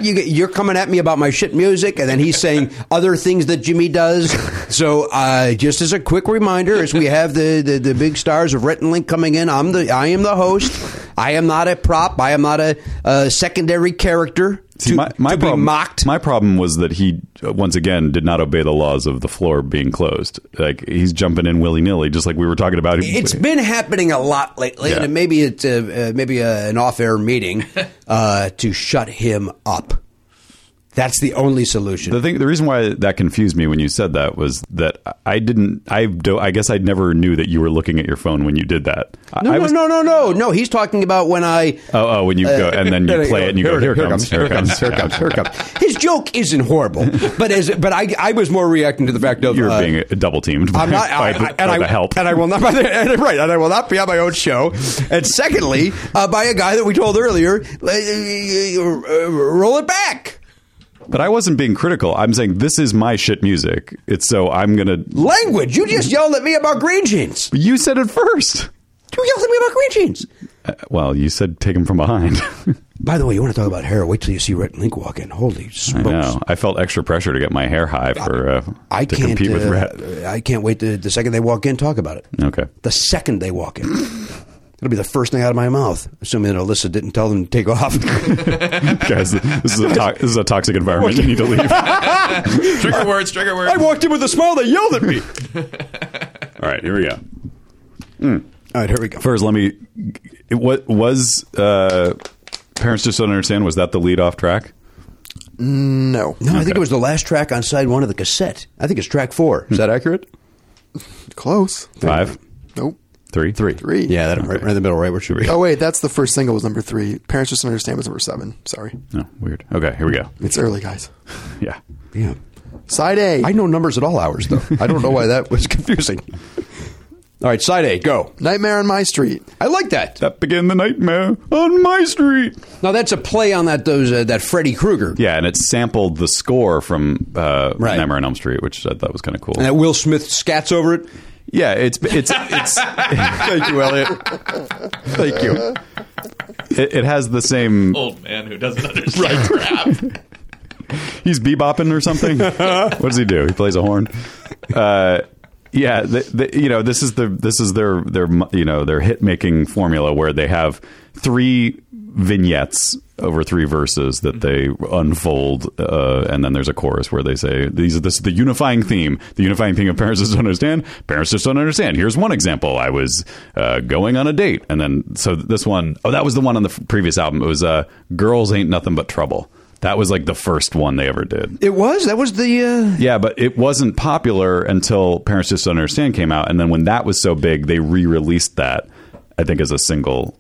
Speaker 2: you, you're coming at me about my shit music, and then he's saying other things that Jimmy does. So, uh, just as a quick reminder, as we have the, the, the big stars of Rhett and Link coming in, I'm the I am the host. I am not a prop. I am not a, uh secondary character
Speaker 3: See,
Speaker 2: to,
Speaker 3: my, my
Speaker 2: to
Speaker 3: problem,
Speaker 2: be mocked.
Speaker 3: My problem was that he uh, once again did not obey the laws of the floor being closed. Like he's jumping in willy nilly, just like we were talking about.
Speaker 2: it's been happening a lot lately,
Speaker 3: Yeah.
Speaker 2: and maybe it's uh, uh, maybe uh an off-air meeting uh, to shut him up. That's the only solution.
Speaker 3: The thing, the reason why that confused me when you said that was that I didn't. I do. I guess I never knew that you were looking at your phone when you did that. I-
Speaker 2: no,
Speaker 3: I
Speaker 2: no,
Speaker 3: was,
Speaker 2: no, no, no, no. He's talking about when I
Speaker 3: Oh, oh, when you go and then you play it and you go, here, it comes, here it comes,
Speaker 2: here it comes, here it comes. His joke isn't horrible, but as but I I was more reacting to the fact of
Speaker 3: You're
Speaker 2: uh,
Speaker 3: being double teamed. By,
Speaker 2: I'm not, I,
Speaker 3: by
Speaker 2: I,
Speaker 3: the,
Speaker 2: and
Speaker 3: by
Speaker 2: I
Speaker 3: the help.
Speaker 2: and I will not by the, and, right, and I will not be on my own show. And secondly, uh, by a guy that we told earlier, uh, uh, roll it back,
Speaker 3: but I wasn't being critical. I'm saying this is my shit music. It's so I'm gonna.
Speaker 2: language. You just yelled at me about green jeans.
Speaker 3: You said it first.
Speaker 2: You yelled at me about green jeans.
Speaker 3: Uh, Well, you said take him from behind.
Speaker 2: By the way, you want to talk about hair? Wait till you see Rhett and Link walk in. Holy
Speaker 3: I
Speaker 2: smokes!
Speaker 3: know. I felt extra pressure to get my hair high for uh,
Speaker 2: I
Speaker 3: to
Speaker 2: can't
Speaker 3: compete with
Speaker 2: uh,
Speaker 3: Rhett.
Speaker 2: I can't wait to, the second they walk in talk about it.
Speaker 3: Okay.
Speaker 2: The second they walk in, it'll be the first thing out of my mouth, assuming that Alyssa didn't tell them to take off.
Speaker 3: Guys, this is a to- this is a toxic environment. You need to leave.
Speaker 6: Trigger words, trigger words.
Speaker 2: I walked in with a smile. They yelled at me.
Speaker 3: All right, here we go.
Speaker 2: All right, here we go.
Speaker 3: First, let me. It, what was uh, parents just don't understand? Was that the lead off track?
Speaker 7: No,
Speaker 2: no, I think it was the last track on side one of the cassette. I think it's track four. Is that accurate?
Speaker 7: close.
Speaker 3: Five,
Speaker 7: Nope.
Speaker 3: three, three,
Speaker 7: Three.
Speaker 2: Yeah, that, right, right in the middle, right where it should be.
Speaker 7: Oh wait, that's the first single was number three. Parents just don't understand was number seven. Sorry,
Speaker 3: No, Oh, weird. Okay, here we go.
Speaker 7: it's early, guys.
Speaker 3: Yeah,
Speaker 2: Yeah.
Speaker 7: Side A.
Speaker 2: I know numbers at all hours, though. I don't know why that was confusing. All right, side A, go.
Speaker 7: Nightmare on My Street.
Speaker 2: I like that.
Speaker 3: that began the nightmare on my street.
Speaker 2: Now that's a play on that those uh, that Freddy Krueger.
Speaker 3: Yeah, and it sampled the score from uh,
Speaker 2: Right.
Speaker 3: Nightmare on Elm Street, which I thought was kind of cool.
Speaker 2: And that Will Smith scats over it.
Speaker 3: Yeah, it's it's it's. thank you, Elliot. Thank you. It, it has the same.
Speaker 6: Old man who doesn't understand rap.
Speaker 3: He's bebopping or something. what does he do? He plays a horn. Uh, yeah, the, the, you know this is the this is their their you know their hit making formula where they have three vignettes over three verses that they unfold, uh, and then there's a chorus where they say these are this is the unifying theme. The unifying thing of parents just don't understand. Parents just don't understand. Here's one example. I was uh, going on a date, and then so this one oh that was the one on the f- previous album. It was uh, "Girls Ain't Nothing But Trouble." That was like the first one they ever did.
Speaker 2: It was. That was the. Uh...
Speaker 3: Yeah, but it wasn't popular until Parents Just Don't Understand came out, and then when that was so big, they re-released that. I think as a single,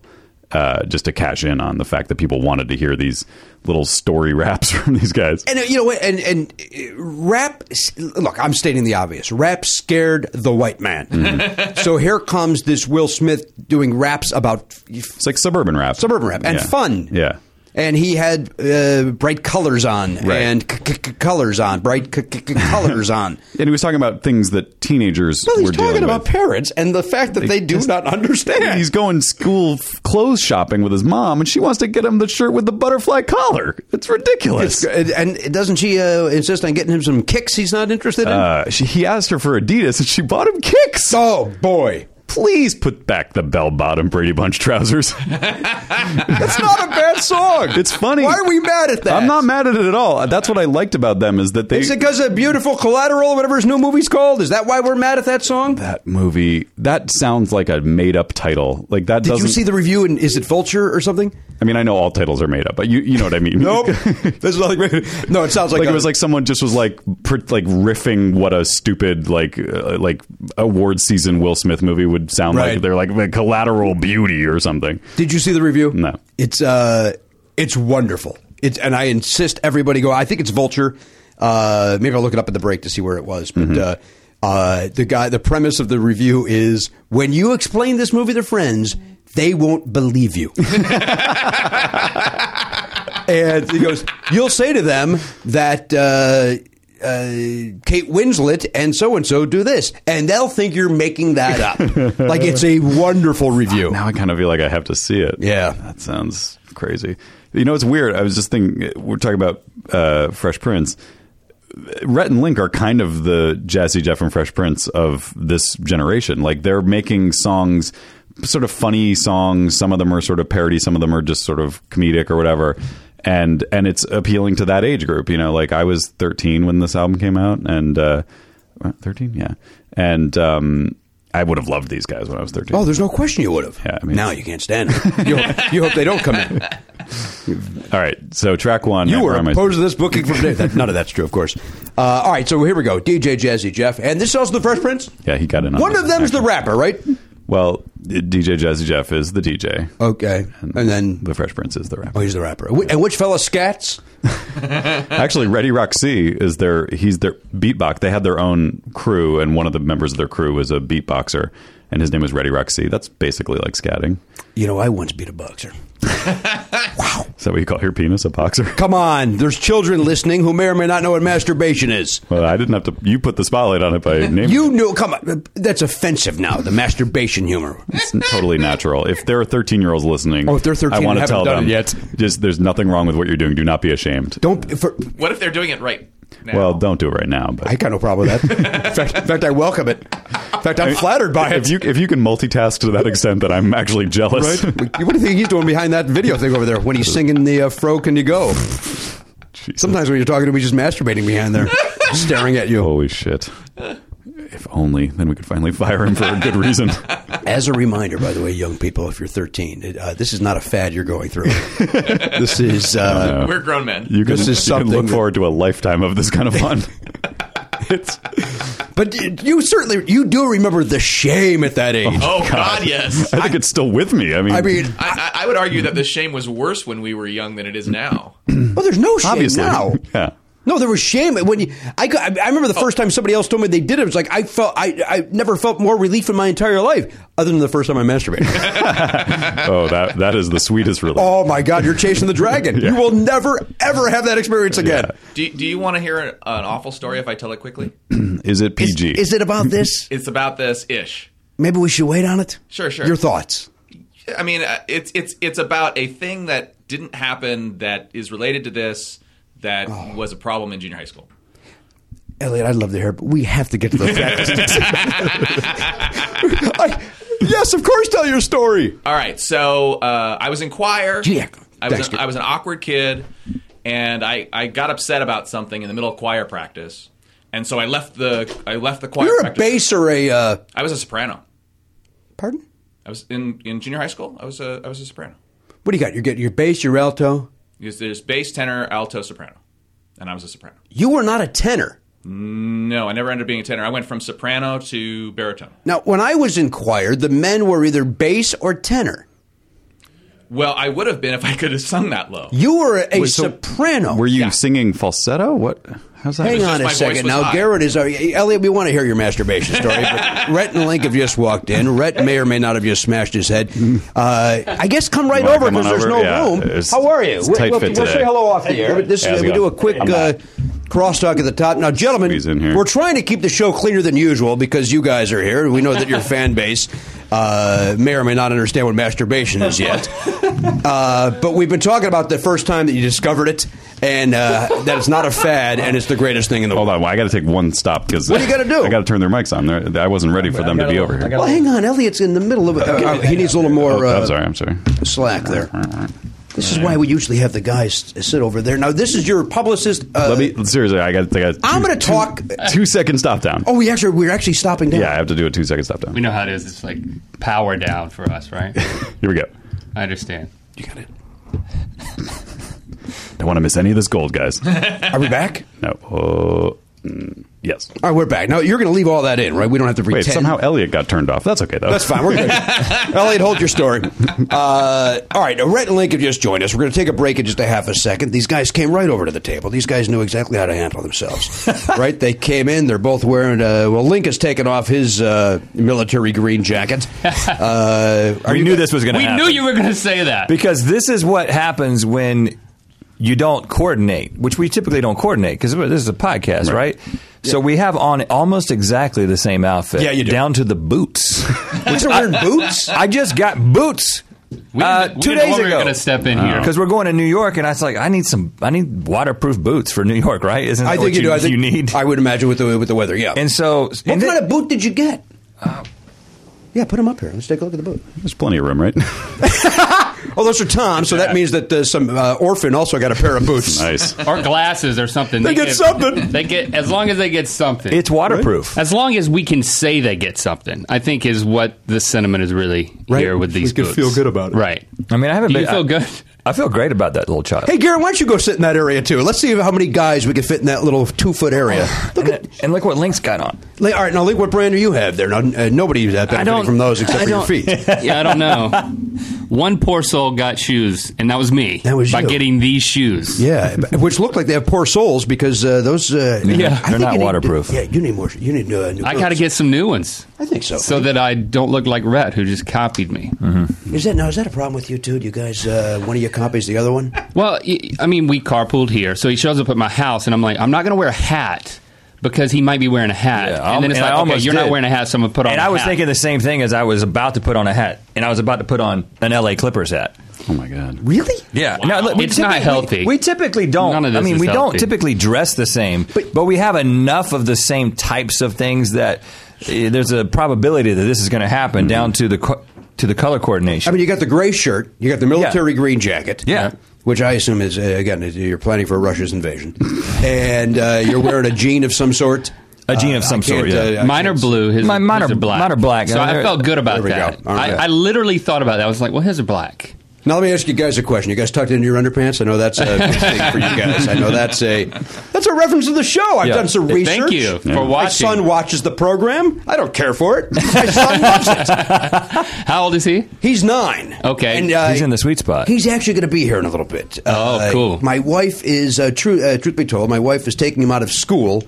Speaker 3: uh, just to cash in on the fact that people wanted to hear these little story raps from these guys.
Speaker 2: And uh, you know what? And and uh, rap. Look, I'm stating the obvious. Rap scared the white man. so here comes this Will Smith doing raps about f-
Speaker 3: It's like suburban rap,
Speaker 2: suburban rap and
Speaker 3: Yeah.
Speaker 2: fun.
Speaker 3: Yeah,
Speaker 2: And he had uh, bright colors on
Speaker 3: Right.
Speaker 2: and c- c- c- colors on bright c- c- c- colors on.
Speaker 3: and he was talking about things that teenagers
Speaker 2: Well, he's
Speaker 3: were
Speaker 2: talking
Speaker 3: dealing
Speaker 2: about
Speaker 3: with.
Speaker 2: parents and the fact that they, do
Speaker 3: just-
Speaker 2: not understand.
Speaker 3: He's going school f- clothes shopping with his mom, and she wants to get him the shirt with the butterfly collar. It's ridiculous.
Speaker 2: It's- and doesn't she uh, insist on getting him some kicks he's not interested in?
Speaker 3: uh, she, he asked her for Adidas, and she bought him kicks.
Speaker 2: oh boy,
Speaker 3: please put back the bell bottom Brady Bunch trousers.
Speaker 2: that's not a bad song.
Speaker 3: it's funny.
Speaker 2: Why are we mad at that?
Speaker 3: I'm not mad at it at all. That's what I liked about them is that they
Speaker 2: Is it because of beautiful collateral, whatever his new movie's called? Is that why we're mad at that song?
Speaker 3: that movie that sounds like a made up title. Like that
Speaker 2: Did
Speaker 3: doesn't
Speaker 2: you see the review? And is it Vulture or something?
Speaker 3: I mean I know all titles are made up, but you you know what I mean.
Speaker 2: There's nothing. No, it sounds like,
Speaker 3: Like,
Speaker 2: a-
Speaker 3: it was like someone just was like pr- like riffing what a stupid like uh, like award season Will Smith movie would sound
Speaker 2: Right.
Speaker 3: like. They're like the Collateral Beauty or something.
Speaker 2: Did you see the review?
Speaker 3: No.
Speaker 2: It's uh, it's wonderful. It's and I insist everybody go. I think it's Vulture. Uh, maybe I'll look it up at the break to see where it was.
Speaker 3: Mm-hmm.
Speaker 2: But uh, uh, the guy, the premise of the review is when you explain this movie to friends, they won't believe you. and he goes, you'll say to them that. Uh, uh, Kate Winslet and so and so do this, and they'll think you're making that up. like it's a wonderful review.
Speaker 3: Now I kind of feel like I have to see it.
Speaker 2: Yeah.
Speaker 3: that sounds crazy. You know, it's weird. I was just thinking we're talking about uh, Fresh Prince. Rhett and Link are kind of the Jazzy Jeff and Fresh Prince of this generation. Like they're making songs, sort of funny songs. Some of them are sort of parody. Some of them are just sort of comedic or whatever. And and it's appealing to that age group. You know, like I was 13 when this album came out, and uh, 13, yeah. And um, I would have loved these guys when I was 13.
Speaker 2: Oh, there's no question you would have.
Speaker 3: Yeah, I mean-
Speaker 2: now you can't stand it. You hope, you hope they don't come in.
Speaker 3: All right, so track one. I
Speaker 2: You were
Speaker 3: promise-
Speaker 2: opposed to this booking from day. That, none of that's true, of course. Uh, all right, so here we go. DJ Jazzy Jeff, and this is also the Fresh Prince.
Speaker 3: Yeah, he got in. on
Speaker 2: One
Speaker 3: this
Speaker 2: of them's the
Speaker 3: actually.
Speaker 2: rapper, right?
Speaker 3: Well, DJ Jazzy Jeff is the DJ,
Speaker 2: Okay, and, then
Speaker 3: the Fresh Prince is the rapper.
Speaker 2: oh, he's the rapper. Wh- And which fella scats?
Speaker 3: Actually, Ready Roxy is their he's their beatbox. They had their own crew, and one of the members of their crew was a beatboxer, and his name was Ready Roxy. That's basically like scatting.
Speaker 2: You know, I once beat a boxer.
Speaker 3: Is that what you call your penis a boxer?
Speaker 2: Come on, there's children listening who may or may not know what masturbation is.
Speaker 3: Well, I didn't have to. You put the spotlight on it by name.
Speaker 2: You knew. Come on, that's offensive now. The masturbation humor.
Speaker 3: It's totally natural. If there are 13 year olds listening,
Speaker 2: Oh, if they're 13
Speaker 3: I want
Speaker 2: and
Speaker 3: to
Speaker 2: haven't
Speaker 3: tell
Speaker 2: done
Speaker 3: them
Speaker 2: it yet.
Speaker 3: Just there's nothing wrong with what you're doing. Do not be ashamed.
Speaker 2: Don't. For,
Speaker 6: What if they're doing it right now?
Speaker 3: Well, don't do it right now. But
Speaker 2: I got no problem with that. In fact, in fact, I welcome it. In fact, I'm flattered by it.
Speaker 3: if you if you can multitask to that extent, that I'm actually jealous.
Speaker 2: What do you think he's doing behind that video thing over there when he's singing the uh, Fro Can You Go? Sometimes when you're talking to me, he's just masturbating behind there, staring at you.
Speaker 3: Holy shit! If only then we could finally fire him for a good reason.
Speaker 2: As a reminder, by the way, young people, if you're 13, it, uh, this is not a fad you're going through. this is uh,
Speaker 6: We're grown men.
Speaker 3: You can,
Speaker 2: This is
Speaker 3: you can
Speaker 2: something
Speaker 3: look
Speaker 2: that-
Speaker 3: forward to a lifetime of this kind of fun. it's
Speaker 2: but you certainly you do remember the shame at that age.
Speaker 6: oh God, yes.
Speaker 3: I think it's still with me. I mean,
Speaker 2: I mean,
Speaker 6: I, I, I would argue that the shame was worse when we were young than it is now.
Speaker 2: well, there's no shame
Speaker 3: obviously,
Speaker 2: now.
Speaker 3: yeah. Oh.
Speaker 2: No, there was shame when you, I, go- I I remember the first time somebody else told me they did it. It was like I felt I I never felt more relief in my entire life, other than the first time I masturbated.
Speaker 3: Oh, that that is the sweetest relief.
Speaker 2: oh my God, you're chasing the dragon! You will never ever have that experience again.
Speaker 6: Do, do you want to hear an, an awful story if I tell it quickly?
Speaker 3: Is it PG?
Speaker 5: Is it about this?
Speaker 6: It's about this ish.
Speaker 5: Maybe we should wait on it.
Speaker 6: Sure, sure.
Speaker 2: Your thoughts?
Speaker 6: I mean, uh, it's it's it's about a thing that didn't happen that is related to this that
Speaker 2: Oh.
Speaker 6: was a problem in junior high school.
Speaker 5: Elliot, I'd love to hear, but we have to get to the fact.
Speaker 2: I, yes, of course, tell your story.
Speaker 6: All right, so uh, I was in choir.
Speaker 5: Jack
Speaker 6: I was
Speaker 2: Dexter.
Speaker 6: an, I was an awkward kid, and I, I got upset about something in the middle of choir practice, and so I left the I left the choir.
Speaker 2: You're a
Speaker 6: practice.
Speaker 2: bass or a uh,
Speaker 6: I was a soprano.
Speaker 2: pardon?
Speaker 6: I was in, in junior high school. I was a I was a soprano.
Speaker 2: What do you got? You get your bass, your alto.
Speaker 6: There's, there's bass, tenor, alto, soprano, and I was a soprano.
Speaker 2: You were not a tenor.
Speaker 6: No, I never ended up being a tenor. I went from soprano to baritone.
Speaker 2: Now, when I was in choir, the men were either bass or tenor.
Speaker 6: Well, I would have been if I could have sung that low.
Speaker 2: You were a
Speaker 3: Wait, so
Speaker 2: soprano.
Speaker 3: Were you singing falsetto? What? How's that?
Speaker 2: Hang on
Speaker 6: my
Speaker 2: a
Speaker 6: voice
Speaker 2: second.
Speaker 6: was
Speaker 2: Now,
Speaker 6: high.
Speaker 2: Garrett is our, Elliot. We want to hear your masturbation story. But Rhett and Link have just walked in. Rhett may or may not have just smashed his head. Uh, I guess come right
Speaker 3: You wanna
Speaker 2: over
Speaker 3: come on
Speaker 2: because there's
Speaker 3: over?
Speaker 2: no
Speaker 3: Yeah,
Speaker 2: room.
Speaker 3: it's-
Speaker 2: How are you?
Speaker 3: it's a tight
Speaker 2: we'll,
Speaker 3: fit
Speaker 2: we'll
Speaker 3: today.
Speaker 2: say hello off the air. But this
Speaker 3: How's
Speaker 2: is,
Speaker 3: it
Speaker 2: we do a
Speaker 3: going?
Speaker 2: quick uh, crosstalk at the top. Now, gentlemen,
Speaker 3: Squeeze in here.
Speaker 2: we're trying to keep the show cleaner than usual because you guys are here. We know that your fan base. Uh, may or may not understand what masturbation is yet, uh, but we've been talking about the first time that you discovered it, and uh, that it's not a fad, and it's the greatest thing in the world.
Speaker 3: Hold on, well, I got to take one stop because
Speaker 2: What do you gotta do?
Speaker 3: I got to turn their mics on. They're- I wasn't ready for them to be over here.
Speaker 2: Well, hang on. Elliot's in the middle of it. Uh, he needs a little more
Speaker 3: Oh,
Speaker 2: uh,
Speaker 3: I'm sorry. I'm sorry.
Speaker 2: slack there. This is why we usually have the guys sit over there. Now, this is your publicist. Uh,
Speaker 3: Let me seriously. I got. I got
Speaker 2: I'm
Speaker 3: two-
Speaker 2: gonna
Speaker 3: two-
Speaker 2: talk-
Speaker 3: two second stop down.
Speaker 2: Oh, we actually we're actually stopping down.
Speaker 3: yeah, I have to do a two second stop down.
Speaker 9: We know how it is. It's like power down for us, right?
Speaker 3: Here we go.
Speaker 9: I understand.
Speaker 2: You got it.
Speaker 3: Don't want to miss any of this gold, guys.
Speaker 2: Are we back?
Speaker 3: no. Oh, mm, yes.
Speaker 2: All right, we're back. Now you're going to leave all that in, right? We don't have to
Speaker 3: Wait,
Speaker 2: pretend.
Speaker 3: somehow Elliot got turned off. That's okay though.
Speaker 2: That's fine. We're good. Elliot, hold your story. Uh, all right, now, Rhett and Link have just joined us. We're going to take a break in just a half a second. These guys came right over to the table. These guys knew exactly how to handle themselves, right? They came in. They're both wearing. Uh, well, Link has taken off his uh, military green jacket. Uh, are
Speaker 10: we
Speaker 2: you
Speaker 10: knew this was going to
Speaker 9: We
Speaker 10: happen.
Speaker 9: knew you were going to say that.
Speaker 10: because this is what happens when you don't coordinate, which we typically don't coordinate because this is a podcast, right? So we have on almost exactly the same outfit,
Speaker 2: Yeah, you do.
Speaker 10: down to the boots.
Speaker 2: These are wearing boots.
Speaker 10: I just got boots
Speaker 9: we
Speaker 10: uh,
Speaker 9: didn't- we
Speaker 10: two
Speaker 9: didn't know
Speaker 10: days
Speaker 9: we were
Speaker 10: ago. Oh.
Speaker 9: gonna step in here.
Speaker 10: because we're going to New York, and I was like, I need some, I need waterproof boots for New York, right? Isn't that
Speaker 2: I
Speaker 10: what
Speaker 2: think you, do. I think
Speaker 10: you need?
Speaker 2: I would imagine with the with the weather. Yeah.
Speaker 10: and so,
Speaker 2: what kind
Speaker 10: and then-
Speaker 2: of boot did you get? Uh, yeah, put them up here. Let's take a look at the boot.
Speaker 3: There's plenty of room, right?
Speaker 2: Oh, those are Tom's, so that means that uh, some uh, orphan also got a pair of boots.
Speaker 3: nice.
Speaker 9: or glasses or something.
Speaker 2: They get something.
Speaker 9: They get as long as they get something.
Speaker 10: it's waterproof.
Speaker 9: as long as we can say they get something. I think is what the sentiment is really here with these.
Speaker 2: can
Speaker 9: boots.
Speaker 2: feel good about it.
Speaker 9: right?
Speaker 10: I mean, I haven't
Speaker 9: Do you
Speaker 10: been-
Speaker 9: feel
Speaker 10: I-
Speaker 9: good?
Speaker 10: I feel great about that little child.
Speaker 2: Hey, Garrett, why don't you go sit in that area too? Let's see how many guys we can fit in that little two foot area. Look at.
Speaker 10: and look what Link's got on.
Speaker 2: All right, now Link, what brand do you have there? Now, uh, nobody that benefiting
Speaker 9: don't-
Speaker 2: from those except
Speaker 9: I
Speaker 2: for your
Speaker 9: don't-
Speaker 2: feet.
Speaker 9: Yeah, I don't know. One poor soul got shoes, and that was me.
Speaker 2: That was
Speaker 9: by
Speaker 2: you.
Speaker 9: getting these shoes.
Speaker 2: Yeah, but- which look like they have poor soles because uh, those. Uh,
Speaker 10: Yeah,
Speaker 2: I
Speaker 10: they're
Speaker 2: think you
Speaker 10: not
Speaker 2: need to-
Speaker 10: waterproof.
Speaker 2: yeah, you need more. You need uh, new.
Speaker 9: I got to
Speaker 2: boots.
Speaker 9: get some new ones.
Speaker 2: I think so.
Speaker 9: So that I don't look like Rhett, who just copied me.
Speaker 2: Is that now? Is that a problem with you two? Do you guys? Uh, one of you copies the other one.
Speaker 9: Well, y- I mean, we carpooled here, so he shows up at my house, and I'm like, I'm not going to wear a hat because he might be wearing a hat.
Speaker 10: Yeah,
Speaker 9: and then it's
Speaker 10: I
Speaker 9: like, okay,
Speaker 10: almost
Speaker 9: you're
Speaker 10: did.
Speaker 9: not wearing a hat, so I'm going to put on.
Speaker 10: And
Speaker 9: a
Speaker 10: I was
Speaker 9: hat.
Speaker 10: thinking the same thing as I was about to put on a hat, and I was about to put on an LA Clippers hat.
Speaker 3: Oh my god.
Speaker 2: Really?
Speaker 10: Yeah,
Speaker 9: Wow. It's not
Speaker 10: typically-
Speaker 9: healthy.
Speaker 10: We typically don't.
Speaker 9: None of this
Speaker 10: I mean,
Speaker 9: is
Speaker 10: we don't
Speaker 9: healthy.
Speaker 10: typically dress the same, but, we have enough of the same types of things that uh, there's a probability that this is going to happen down to the co- to the color coordination.
Speaker 2: I mean, you got the gray shirt, you got the military green jacket.
Speaker 10: Yeah.
Speaker 2: Which I assume is, uh, again, is- you're planning for Russia's invasion. and uh, you're wearing a jean of some sort. Uh,
Speaker 10: A jean of
Speaker 2: I
Speaker 10: some sort,
Speaker 2: can't,
Speaker 10: yeah.
Speaker 2: I
Speaker 9: Mine are
Speaker 2: can't-
Speaker 9: blue. His,
Speaker 10: My- mine
Speaker 9: his
Speaker 10: are-
Speaker 9: black.
Speaker 10: mine are black.
Speaker 9: So
Speaker 10: Uh,
Speaker 9: I felt good about
Speaker 2: there we
Speaker 9: that.
Speaker 2: go. All right.
Speaker 9: I, I literally thought about that. I was like, well, his are black.
Speaker 2: Now let me ask you guys a question. You guys tucked in your underpants. I know that's a big thing for you guys. I know that's a that's a reference to the show. I've
Speaker 10: Yeah.
Speaker 2: done some
Speaker 9: Thank
Speaker 2: research.
Speaker 9: you for
Speaker 2: My
Speaker 9: watching.
Speaker 2: son watches the program. I don't care for it. My son loves it.
Speaker 9: How old is he?
Speaker 2: He's nine. uh,
Speaker 9: Okay.
Speaker 10: He's in the sweet spot.
Speaker 2: He's actually going to be here in a little bit. Uh,
Speaker 9: Oh, cool.
Speaker 2: My wife is, uh, true, uh, truth be told, my wife is taking him out of school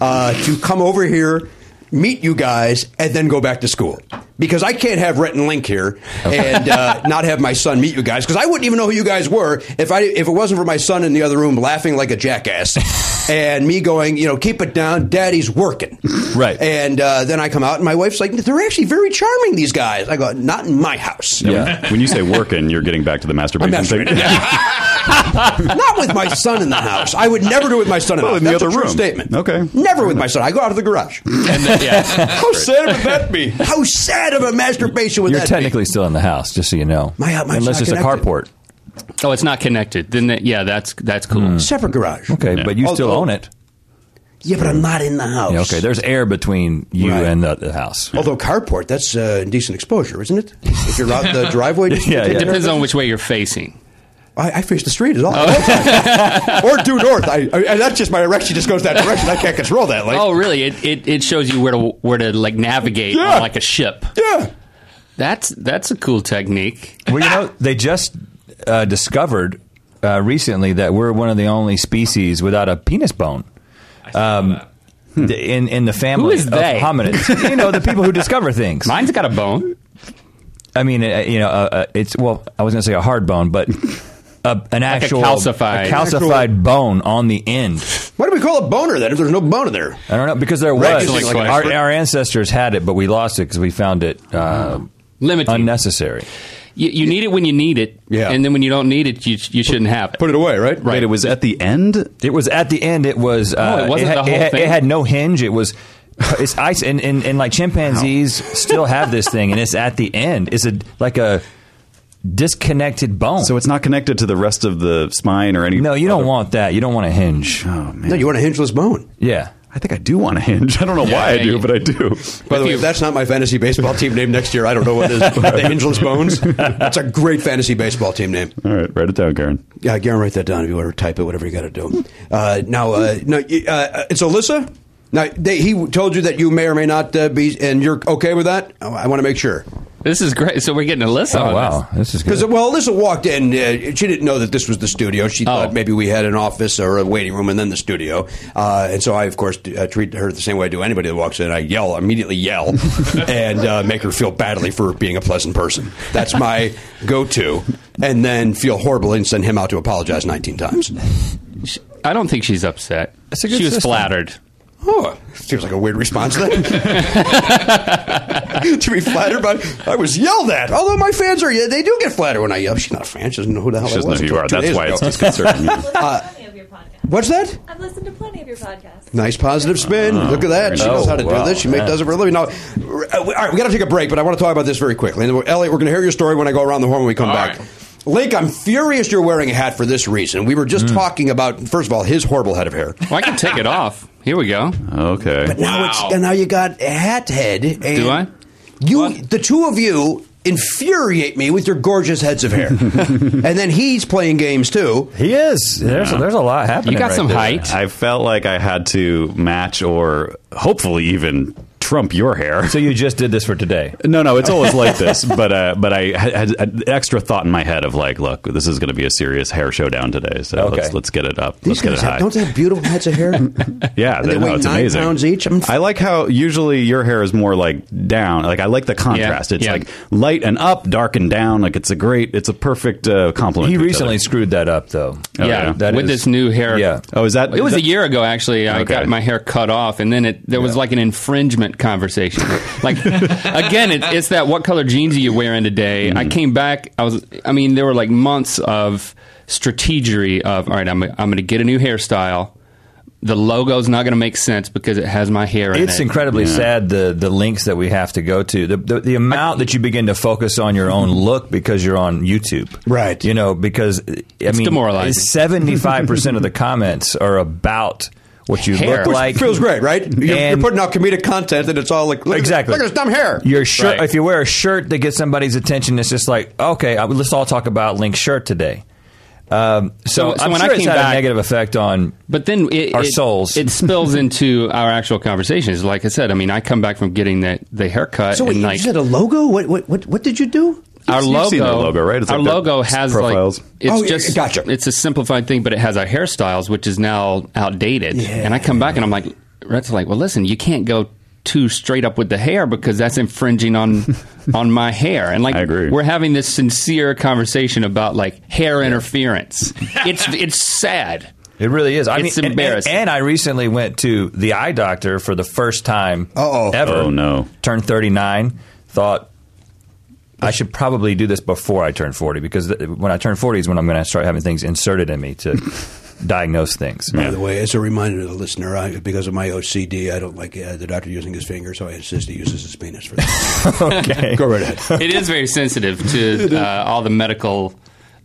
Speaker 2: uh, to come over here, meet you guys, and then go back to school. Because I can't have Rhett and Link here and uh, not have my son meet you guys. Because I wouldn't even know who you guys were if I if it wasn't for my son in the other room laughing like a jackass and me going, you know, keep it down, Daddy's working.
Speaker 10: Right.
Speaker 2: And uh, then I come out and my wife's like, they're actually very charming. These guys. I go, not in my house.
Speaker 3: Yeah. when you say working, you're getting back to the masturbation
Speaker 2: I'm
Speaker 3: thing.
Speaker 2: masturbating. Not with my son in the house. I would never do it with my son in the house.
Speaker 3: Well, in the
Speaker 2: That's a
Speaker 3: other
Speaker 2: true
Speaker 3: room.
Speaker 2: Statement.
Speaker 3: Okay.
Speaker 2: Never with my son. I go out of the garage. How sad would that be? How sad of a masturbation would
Speaker 10: You're
Speaker 2: that
Speaker 10: technically still in the house, just so you know.
Speaker 2: My- my-
Speaker 10: Unless it's a
Speaker 2: connected.
Speaker 10: carport.
Speaker 9: Oh, it's not connected. Then that, yeah, that's that's cool.
Speaker 2: be? Separate garage.
Speaker 10: Okay,
Speaker 3: Yeah.
Speaker 10: but you
Speaker 2: Oh,
Speaker 10: still
Speaker 2: oh.
Speaker 10: own it.
Speaker 2: Yeah, but I'm not in the house.
Speaker 10: Yeah, okay, there's air between you
Speaker 2: Right.
Speaker 10: and the, the house.
Speaker 2: Although carport, that's uh, decent exposure, isn't it? If you're out the driveway,
Speaker 10: Yeah,
Speaker 9: It
Speaker 10: yeah.
Speaker 9: depends on which way you're facing.
Speaker 2: I, I face the street is all.
Speaker 9: Oh.
Speaker 2: or due north. I, I, that's just my erection just goes that direction. I can't control that. Like,
Speaker 9: Oh, really? It, it, it shows you where to where to like navigate
Speaker 2: Yeah.
Speaker 9: on like a ship.
Speaker 2: yeah.
Speaker 9: That's that's a cool technique.
Speaker 10: Well, you know, they just uh, discovered uh, recently that we're one of the only species without a penis bone. Um, th- in in the family
Speaker 9: Hmm. is
Speaker 10: of
Speaker 9: they?
Speaker 10: hominids, you know the people who discover things.
Speaker 9: Mine's got a bone.
Speaker 10: I mean, uh, you know, uh, uh, it's well, I was going to say a hard bone, but a, an actual
Speaker 9: calcified-
Speaker 10: a calcified bone on the end.
Speaker 2: Why do we call a boner then if there's no boner there?
Speaker 10: I don't know because there
Speaker 2: Right,
Speaker 10: was
Speaker 2: it's like-
Speaker 10: our, our ancestors had it, but we lost it because we found it uh,
Speaker 9: Limited.
Speaker 10: unnecessary.
Speaker 9: you, you need it when you need it.
Speaker 2: Yeah.
Speaker 9: And then when you don't need it, you you shouldn't have it.
Speaker 2: Put it away, right?
Speaker 3: Wait, it was at the end?
Speaker 10: It was at the end. It was. Uh,
Speaker 9: it wasn't
Speaker 10: had,
Speaker 9: the whole
Speaker 10: it had,
Speaker 9: thing?
Speaker 10: it had no hinge. It was. It's ice, and, and, and like chimpanzees still have this thing, and it's at the end. It's a like a disconnected
Speaker 2: Oh.
Speaker 10: bone.
Speaker 3: So it's not connected to the rest of the spine or any.
Speaker 10: no, you don't want that. You don't want a hinge.
Speaker 3: Oh man,
Speaker 2: No, you want a hingeless bone.
Speaker 10: Yeah,
Speaker 3: I think I do want a hinge. I don't know why I
Speaker 9: yeah,
Speaker 3: do,
Speaker 9: you-
Speaker 3: but I do.
Speaker 2: By the way,
Speaker 9: you-
Speaker 2: if that's not my fantasy baseball team name next year, I don't know what it is. the Angelus Bones. That's a great fantasy baseball team name.
Speaker 3: All right, write it down, Karen.
Speaker 2: Yeah, Garen, write that down if you want to type it, whatever you got to do. Uh, now, uh, now you- uh, uh, it's Alyssa. Now, they, he told you that you may or may not uh, be, and you're okay with that? Oh, I want to make sure.
Speaker 9: This is great. So we're getting a list.
Speaker 10: Oh
Speaker 9: on
Speaker 10: wow,
Speaker 9: this.
Speaker 10: this is
Speaker 2: Because,
Speaker 10: good.
Speaker 2: well, Alyssa walked in. Uh, she didn't know that this was the studio.
Speaker 3: Oh.
Speaker 2: She thought maybe we had an office or a waiting room and then the studio. Uh, and so I, of course, uh, treat her the same way I do anybody that walks in. I yell, immediately yell, and uh, make her feel badly for being a pleasant person. That's my go to. And then feel horrible and send him out to apologize 19 times.
Speaker 9: I don't think she's upset.
Speaker 10: That's a good
Speaker 9: she was
Speaker 10: system.
Speaker 9: flattered.
Speaker 2: Oh, seems like a weird response to that. to be flattered, but I was yelled at. Although my fans are, yeah, they do get flattered when I yell. She's not a fan. She doesn't know who the hell
Speaker 3: She
Speaker 2: I
Speaker 3: doesn't know
Speaker 2: was.
Speaker 3: who you
Speaker 2: until
Speaker 3: are.
Speaker 2: two
Speaker 3: That's
Speaker 2: days
Speaker 3: why it's
Speaker 2: ago.
Speaker 3: disconcerting. Yeah.
Speaker 11: plenty of your podcast.
Speaker 2: What's that?
Speaker 11: I've listened to plenty of your podcast.
Speaker 2: Nice positive spin. Look at that. She
Speaker 10: very
Speaker 2: knows how to
Speaker 10: nice.
Speaker 2: do this. She make,
Speaker 10: Wow.
Speaker 2: does it for a living. Now, r- uh, we- all right, we got to take a break, but I want to talk about this very quickly. And then, we're- Elliot, we're going to hear your story when I go around the horn when we come
Speaker 6: All
Speaker 2: back.
Speaker 6: right.
Speaker 2: Link, I'm furious you're wearing a hat for this reason. We were just talking about, first of all, his horrible head of hair.
Speaker 9: Well, I can take it off. Here we go.
Speaker 3: Okay.
Speaker 2: Now it's
Speaker 6: Wow.
Speaker 2: and now you got hat head. And
Speaker 9: Do I?
Speaker 2: You, the two of you, infuriate me with your gorgeous heads of hair. and then he's playing games too.
Speaker 10: he is. There's there's a lot happening.
Speaker 9: You got
Speaker 10: right
Speaker 9: some
Speaker 10: there.
Speaker 9: height.
Speaker 3: I felt like I had to match or hopefully even trump your hair.
Speaker 10: So you just did this for today.
Speaker 3: No, no, it's always like this, but uh, but I had, had an extra thought in my head of like, look, this is going to be a serious hair showdown today, so
Speaker 10: Okay.
Speaker 3: let's let's get it up,
Speaker 2: These
Speaker 3: let's
Speaker 2: guys
Speaker 3: get it high.
Speaker 2: have, don't they have beautiful heads of hair?
Speaker 3: yeah,
Speaker 2: and they
Speaker 3: no,
Speaker 2: weigh
Speaker 3: it's
Speaker 2: nine
Speaker 3: amazing.
Speaker 2: pounds each? I'm-
Speaker 3: I like how usually your hair is more like down. Like I like the contrast. It's
Speaker 9: yeah.
Speaker 3: like light and up, dark and down. Like it's a great, it's a perfect uh, complement.
Speaker 10: He
Speaker 3: to each
Speaker 10: recently
Speaker 3: other.
Speaker 10: screwed that up though.
Speaker 3: Oh,
Speaker 9: yeah,
Speaker 3: yeah.
Speaker 10: That
Speaker 9: with
Speaker 10: is-
Speaker 9: this new hair.
Speaker 10: Yeah.
Speaker 3: Oh, is that
Speaker 9: Uh, It was
Speaker 3: that-
Speaker 9: a year ago, actually. I
Speaker 3: Okay.
Speaker 9: got my hair cut off, and then it there was like an infringement conversation. like again, it, it's that what color jeans are you wearing today? I came back. I was. I mean, there were like months of strategery of all right. I'm I'm going to get a new hairstyle. The logo's not going to make sense because it has my hair in it.
Speaker 10: It's incredibly sad the the links that we have to go to. The the, the amount that you begin to focus on your own look because you're on YouTube,
Speaker 2: Right.
Speaker 10: You know because I mean,
Speaker 9: demoralizing.
Speaker 10: seventy five percent of the comments are about what you
Speaker 2: Hair.
Speaker 10: look
Speaker 2: Which
Speaker 10: like.
Speaker 2: feels great, right? You're- you're
Speaker 10: putting
Speaker 2: out comedic content, and it's all like look at-
Speaker 10: exactly.
Speaker 2: look at his dumb hair.
Speaker 10: Your shirt.
Speaker 2: Right.
Speaker 10: If you wear a shirt that gets somebody's attention, it's just like okay, I- let's all talk about Link's shirt today. Um, so,
Speaker 9: So- so
Speaker 10: I'm
Speaker 9: when I
Speaker 10: sure it's
Speaker 9: came
Speaker 10: had
Speaker 9: back-
Speaker 10: a negative effect on.
Speaker 9: But then it,
Speaker 10: Our
Speaker 9: it-
Speaker 10: souls.
Speaker 9: It spills into our actual conversations. Like I said, I mean, I come back from getting the, the haircut.
Speaker 5: So wait,
Speaker 9: and
Speaker 5: you
Speaker 9: like,
Speaker 5: said a logo? What, what, what, what did you do?
Speaker 9: our
Speaker 3: You've
Speaker 9: logo,
Speaker 3: seen their logo, right? It's
Speaker 9: our
Speaker 3: like their
Speaker 9: logo has
Speaker 3: profiles.
Speaker 9: like it's
Speaker 5: Oh, yeah,
Speaker 9: just gotcha. It's a simplified thing, but it has our hairstyles, which is now outdated. And I come back and I'm like, Rhett's like, well, listen, you can't go too straight up with the hair because that's infringing on on my hair. And like, I agree. we're having this sincere conversation about like hair interference. it's it's sad.
Speaker 10: It really is. I
Speaker 9: It's
Speaker 10: mean, and- and-
Speaker 9: embarrassing.
Speaker 10: And, I recently went to the eye doctor for the first time ever.
Speaker 3: Oh, no.
Speaker 10: Turned 39. Thought I should probably do this before I turn 40 because th- when I turn 40 is when I'm going to start having things inserted in me to diagnose things.
Speaker 2: By the way, as a reminder to the listener, I, because of my OCD, I don't like uh, the doctor using his finger, so I insist he uses his penis for that.
Speaker 10: okay,
Speaker 2: go right ahead.
Speaker 9: it is very sensitive to uh, all the medical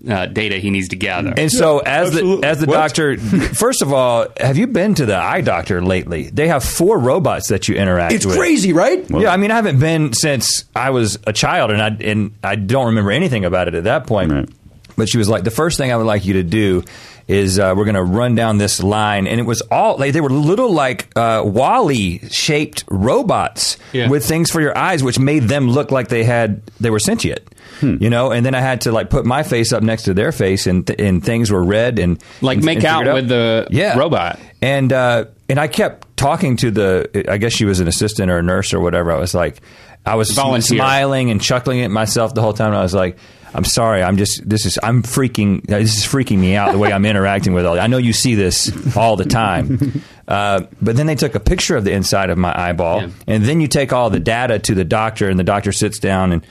Speaker 9: uh, data he needs to gather.
Speaker 10: And so, as the as the doctor, first of all, have you been to the eye doctor lately? They have four robots that you interact
Speaker 2: It's
Speaker 10: with.
Speaker 2: crazy, right?
Speaker 10: yeah, I mean, I haven't been since I was a child, and I and I don't remember anything about it at that point. But she was like, the first thing I would like you to do is uh, we're going to run down this line, and it was all like they were little like uh, Wally shaped robots
Speaker 9: Yeah.
Speaker 10: with things for your eyes, which made them look like they had they were sentient, you know. And then I had to like put my face up next to their face, and th- and things were red and
Speaker 9: Like
Speaker 10: and-
Speaker 9: make
Speaker 10: and
Speaker 9: out
Speaker 10: figured
Speaker 9: with the
Speaker 10: yeah.
Speaker 9: robot.
Speaker 10: And uh, and I kept talking to the. I guess she was an assistant or a nurse or whatever. I was like, I was
Speaker 9: Volunteer.
Speaker 10: smiling and chuckling at myself the whole time. And I was like, I'm sorry. I'm just. This is. I'm freaking. This is freaking me out the way I'm interacting with all. I know you see this all the time. Uh, but then they took a picture of the inside of my eyeball, and then you take all the data to the doctor, and the doctor sits down and.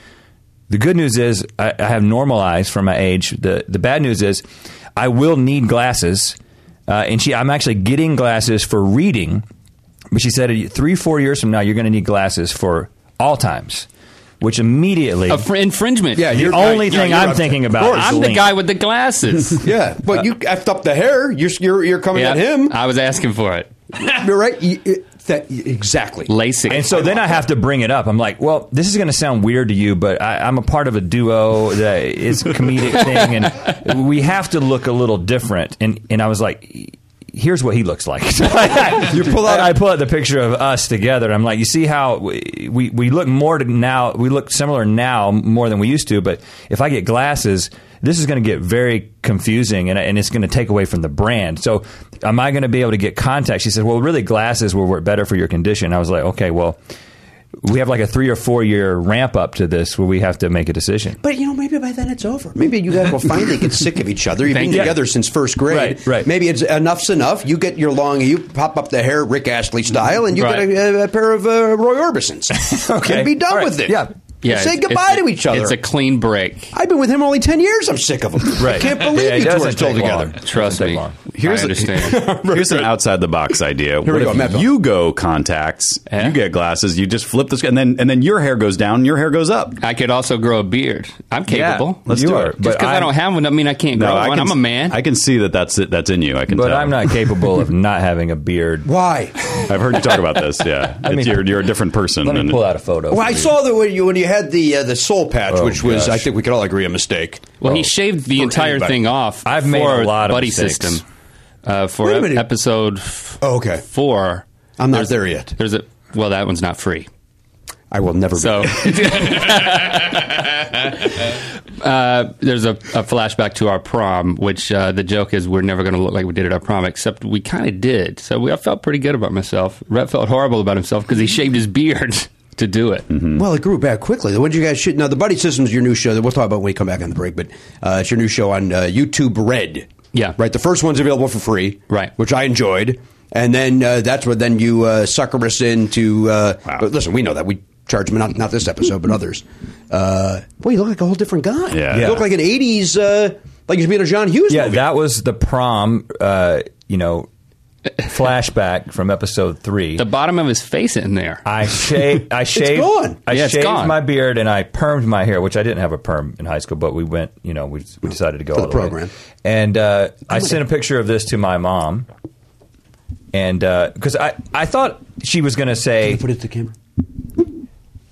Speaker 10: The good news is I, I have normal eyes for my age. The the bad news is I will need glasses, uh, and she I'm actually getting glasses for reading. But she said three four years from now you're going to need glasses for all times, which immediately
Speaker 9: A fr- infringement.
Speaker 10: The you're- only yeah, thing you're I'm up- thinking about of course. is
Speaker 9: I'm
Speaker 10: the
Speaker 9: the
Speaker 10: link.
Speaker 9: guy with the glasses.
Speaker 2: yeah, but you
Speaker 10: Uh,
Speaker 2: effed up the hair. You're you're, you're coming
Speaker 9: Yeah,
Speaker 2: at him.
Speaker 9: I was asking for it.
Speaker 2: You're right. You- it- that- exactly.
Speaker 9: LASIK.
Speaker 10: And so then I have to bring it up. I'm like, well, this is going to sound weird to you, but I, I'm a part of a duo that is a comedic thing, and we have to look a little different. And and I was like, here's what he looks like. you pull out. I pull out the picture of us together. And I'm like, you see how we, we we look more to now. We look similar now more than we used to. But if I get glasses. This is going to get very confusing and, and it's going to take away from the brand. So, am I going to be able to get contacts? She said, Well, really, glasses will work better for your condition. I was like, Okay, well, we have like a three or four year ramp up to this where we have to make a decision.
Speaker 2: But you know, maybe by then it's over. Maybe you guys will finally get sick of each other. You've been
Speaker 10: Thank you.
Speaker 2: together since first grade.
Speaker 10: Right, right.
Speaker 2: Maybe it's enough's enough. You get your long, you pop up the hair Rick Astley style, and you
Speaker 9: Right.
Speaker 2: get a, a pair of uh, Roy Orbisons.
Speaker 10: Okay.
Speaker 2: And be done
Speaker 10: All right.
Speaker 2: with it.
Speaker 10: Yeah.
Speaker 9: Yeah,
Speaker 2: Say
Speaker 9: it's-
Speaker 2: goodbye
Speaker 9: it's a-
Speaker 2: to each other.
Speaker 9: It's a clean break.
Speaker 2: I've been with him only 10 years. I'm sick of him. I
Speaker 10: Right.
Speaker 2: can't believe
Speaker 10: Yeah, it
Speaker 2: you two are
Speaker 10: doesn't
Speaker 2: still
Speaker 10: take
Speaker 2: together.
Speaker 10: long.
Speaker 9: Trust
Speaker 10: Doesn't take
Speaker 9: me.
Speaker 10: long.
Speaker 3: Here's,
Speaker 9: I understand.
Speaker 3: a, here's an outside the box idea.
Speaker 2: Here we
Speaker 3: what
Speaker 2: go,
Speaker 3: if
Speaker 2: Matt Bell.
Speaker 3: you go contacts,
Speaker 9: Yeah.
Speaker 3: you get glasses, you just flip this, and then and then your hair goes down, and your hair goes up.
Speaker 9: I could also grow a beard. I'm capable.
Speaker 3: let's
Speaker 10: You
Speaker 3: do
Speaker 10: are,
Speaker 3: it.
Speaker 10: but
Speaker 9: Just because I
Speaker 10: I'm-
Speaker 9: don't have one, I mean I can't grow
Speaker 3: I
Speaker 9: one.
Speaker 3: can,
Speaker 9: I'm a man.
Speaker 3: I can see that that's it, that's in you. I can.
Speaker 10: But
Speaker 3: tell.
Speaker 10: I'm not capable of not having a beard.
Speaker 2: Why?
Speaker 3: I've heard you talk about this. Yeah,
Speaker 10: Let me-
Speaker 3: It's- you're, you're a different person.
Speaker 10: Let me
Speaker 3: and-
Speaker 10: pull out a photo.
Speaker 2: Well,
Speaker 10: for
Speaker 2: I
Speaker 10: you.
Speaker 2: saw that when you, when you had the uh, the soul patch,
Speaker 10: Oh,
Speaker 2: which was,
Speaker 10: gosh.
Speaker 2: I think we could all agree, a mistake.
Speaker 9: well, he shaved the
Speaker 2: for
Speaker 9: entire
Speaker 2: anybody.
Speaker 9: thing off.
Speaker 10: I've made
Speaker 9: for
Speaker 10: a lot of
Speaker 9: buddy
Speaker 10: mistakes.
Speaker 9: system uh, for
Speaker 2: Wait a
Speaker 9: ep-
Speaker 2: minute.
Speaker 9: episode. f-
Speaker 2: Oh, okay.
Speaker 9: Four.
Speaker 2: I'm not
Speaker 9: There's-
Speaker 2: there yet.
Speaker 9: There's a well, that one's not free.
Speaker 2: I will never
Speaker 9: So
Speaker 2: be.
Speaker 9: uh, there's a, a flashback to our prom, which uh, the joke is we're never going to look like we did at our prom, except we kind of did. So we, I felt pretty good about myself. Rhett felt horrible about himself because he shaved his beard to do it.
Speaker 10: Mm-hmm.
Speaker 2: Well, it grew back quickly. When did you guys shoot? Now, the Buddy System's your new show that we'll talk about when we come back on the break, but uh, it's your new show on uh, YouTube Red.
Speaker 9: Yeah.
Speaker 2: Right? The first one's available for free.
Speaker 9: Right.
Speaker 2: Which I enjoyed. And then uh, that's what then you uh, sucker us into. Uh, but Listen, we know that. We charge them, not, not this episode, but others. Uh, boy, you look like a whole different guy.
Speaker 3: Yeah.
Speaker 2: You
Speaker 3: Yeah.
Speaker 2: look like an 80s, uh, like you should be in a John Hughes
Speaker 10: Yeah,
Speaker 2: movie.
Speaker 10: that was the prom. Uh, you know, flashback from episode three.
Speaker 9: The bottom of his face in there.
Speaker 10: I shaved. I shaved.
Speaker 2: gone.
Speaker 10: I
Speaker 9: Yeah, it's
Speaker 10: shaved
Speaker 9: gone.
Speaker 10: my beard and I permed my hair, which I didn't have a perm in high school, but we went. You know, we, we decided to go
Speaker 2: For
Speaker 10: all
Speaker 2: the
Speaker 10: way.
Speaker 2: program.
Speaker 10: And uh, I sent a picture of this to my mom, and because I I thought she was going to say
Speaker 2: put it to the camera.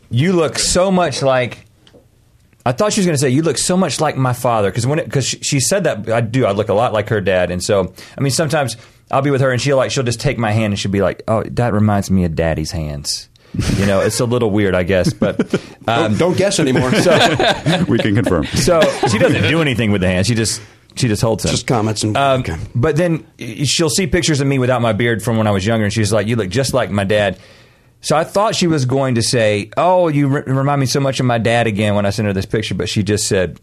Speaker 10: You look so much like. I thought she was going to say you look so much like my father because when because she, she said that I do I look a lot like her dad and so I mean sometimes I'll be with her and she'll like she'll just take my hand and she'll be like oh that reminds me of daddy's hands you know it's a little weird I guess but um,
Speaker 2: don't, don't guess anymore
Speaker 10: so
Speaker 3: we can confirm.
Speaker 10: so she doesn't do anything with the hand. She just she just holds them.
Speaker 2: Just comments and
Speaker 10: Um, But then she'll see pictures of me without my beard from when I was younger, and she's like, "You look just like my dad." So I thought she was going to say, "Oh, you re- remind me so much of my dad again" when I sent her this picture, but she just said,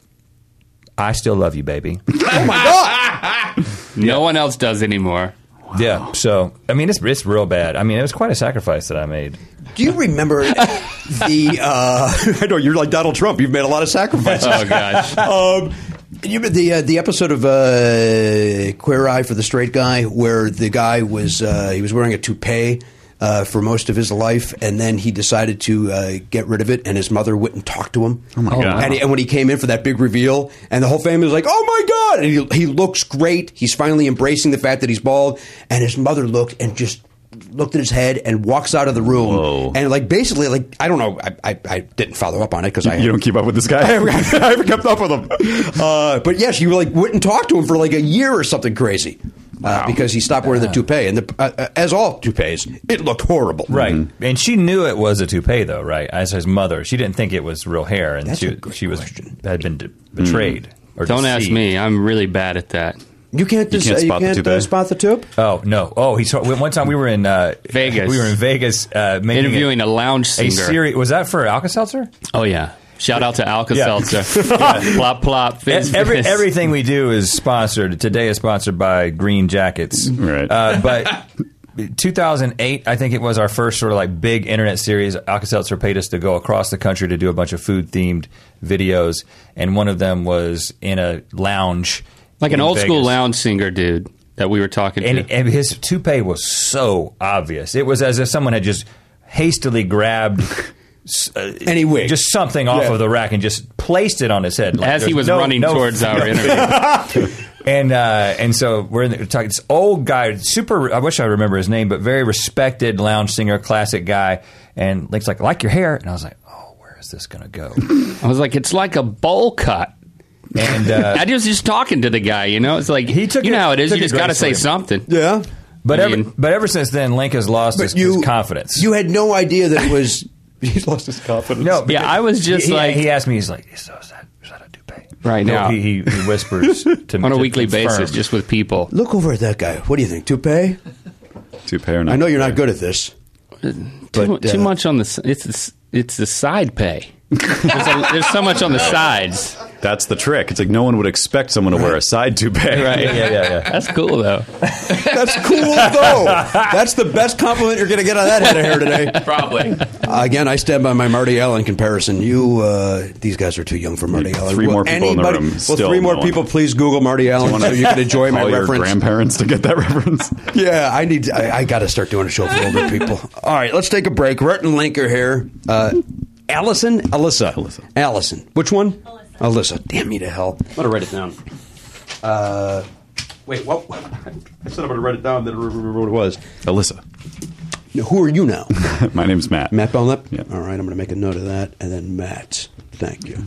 Speaker 10: "I still love you, baby."
Speaker 2: oh my god!
Speaker 9: No one else does anymore.
Speaker 10: Yeah. So I mean, it's it's real bad. I mean, it was quite a sacrifice that I made.
Speaker 2: Do you remember the? Uh, I know you're like Donald Trump. You've made a lot of sacrifices.
Speaker 9: Oh gosh.
Speaker 2: um, you remember the uh, the episode of uh, Queer Eye for the Straight Guy where the guy was uh, he was wearing a toupee. Uh, for most of his life, and then he decided to uh, get rid of it, and his mother wouldn't talk to him. Oh my
Speaker 3: God.
Speaker 2: And, he- and when he came in for that big reveal, and the whole family was like, "Oh my god!" and he, he looks great. He's finally embracing the fact that he's bald, and his mother looked and just looked at his head and walks out of the room,
Speaker 3: Whoa.
Speaker 2: and like basically, like I don't know, I I, I didn't follow up on it because I
Speaker 3: You don't keep up with this guy.
Speaker 2: I haven't, I haven't kept up with him. Uh, but yes, you like wouldn't talk to him for like a year or something crazy uh, because he stopped wearing the toupee. And the, uh, uh, as all toupees, it looked horrible.
Speaker 10: Right. And she knew it was a toupee, though, right? As his mother, she didn't think it was real hair, and
Speaker 2: That's
Speaker 10: she
Speaker 2: a good
Speaker 10: she was
Speaker 2: question.
Speaker 10: had been de- betrayed. Or
Speaker 9: Don't ask
Speaker 10: deceived.
Speaker 9: me. I'm really bad at that.
Speaker 2: You can't, dis- Mm-hmm. you
Speaker 3: can't
Speaker 2: can't,
Speaker 3: spot the
Speaker 2: uh,
Speaker 3: toupee.
Speaker 2: spot the tube.
Speaker 10: Oh no! Oh, he saw one time we were in uh,
Speaker 9: Vegas.
Speaker 10: We were in Vegas uh, making
Speaker 9: Interviewing a lounge
Speaker 10: a
Speaker 9: singer.
Speaker 10: series. Was that for Alka Seltzer? E-,
Speaker 9: Oh yeah. Shout out to Alka Seltzer. plop plop. Fizz,
Speaker 10: Every,
Speaker 9: fizz.
Speaker 10: everything we do is sponsored. Today is sponsored by Green Jackets.
Speaker 3: Right.
Speaker 10: Uh, but 2008, I think it was our first sort of like big internet series. Alka Seltzer paid us to go across the country to do a bunch of food themed videos, and one of them was in a lounge,
Speaker 9: like an
Speaker 10: in
Speaker 9: old school
Speaker 10: Vegas.
Speaker 9: lounge singer dude that we were talking to.
Speaker 10: And, and his toupee was so obvious. It was as if someone had just hastily grabbed s- uh,
Speaker 2: Any wig.
Speaker 10: just something off
Speaker 2: Yeah.
Speaker 10: of the rack, and just placed it on his head like
Speaker 9: as he
Speaker 10: there's
Speaker 9: was
Speaker 10: no-
Speaker 9: running
Speaker 10: no-
Speaker 9: towards our interview.
Speaker 10: And uh, and so we're in the, we're talking. This old guy, super. I wish I remember his name, but very respected lounge singer, classic guy. And Link's like, like your hair, and I was like, oh, where is this gonna go?
Speaker 9: I was like, it's like a bowl cut.
Speaker 10: And uh,
Speaker 9: I was just talking to the guy, you know. It's like
Speaker 10: He took
Speaker 9: you know
Speaker 10: it-
Speaker 9: how it is.
Speaker 10: took
Speaker 9: You
Speaker 10: it
Speaker 9: just got to say
Speaker 10: gracefully.
Speaker 9: something.
Speaker 2: Yeah,
Speaker 10: but
Speaker 9: I
Speaker 10: ever,
Speaker 9: mean-
Speaker 10: but ever since then, Link has lost his, his confidence.
Speaker 2: You had no idea that it was. He's lost his confidence.
Speaker 10: No,
Speaker 9: Yeah,
Speaker 10: because
Speaker 9: I was just
Speaker 10: he, he-
Speaker 9: like-
Speaker 10: he asked me. He's like, so is that is that a toupee?
Speaker 9: Right
Speaker 10: No,
Speaker 9: now.
Speaker 10: he, he, he whispers to me
Speaker 9: on a
Speaker 10: to
Speaker 9: weekly
Speaker 10: confirm.
Speaker 9: basis, just with people.
Speaker 2: Look over at that guy. What do you think? Toupee?
Speaker 3: Toupee or not.
Speaker 2: I know you're not good at this.
Speaker 9: Too,
Speaker 2: But,
Speaker 9: mu- too
Speaker 2: uh,
Speaker 9: much on the s- it's the s- it's the side pay. there's, a, there's so much on the sides.
Speaker 3: That's the trick. It's like no one would expect someone to wear a side toupee.
Speaker 9: Right.
Speaker 10: Yeah, yeah, yeah.
Speaker 9: That's cool though.
Speaker 2: That's cool, though. That's the best compliment you're going to get on that head of hair today.
Speaker 6: Probably.
Speaker 2: Uh, again, I stand by my Marty Allen comparison. You, uh, these guys are too young for Marty Allen.
Speaker 3: Three
Speaker 2: Will
Speaker 3: more people in the room,
Speaker 2: Well,
Speaker 3: still
Speaker 2: three more
Speaker 3: no one.
Speaker 2: people. Please Google Marty Allen so you can enjoy my
Speaker 3: All your
Speaker 2: reference.
Speaker 3: grandparents to get that reference.
Speaker 2: yeah, I need. I, I got to start doing a show for older people. All right, let's take a break. Rhett and Link are here. Uh, Allison, Alyssa,
Speaker 3: Alyssa.
Speaker 2: Allison. Which one?
Speaker 11: Alyssa.
Speaker 2: Alyssa. Damn me to hell.
Speaker 5: I'm gonna write it down.
Speaker 2: Uh, wait, what? I said I'm going to write it down. Then remember what it was.
Speaker 3: Alyssa,
Speaker 2: Who are you now?
Speaker 3: my name's Matt.
Speaker 2: Matt Belknap?
Speaker 3: Yeah.
Speaker 2: All right, I'm going to make a note of that. And then Matt, thank you.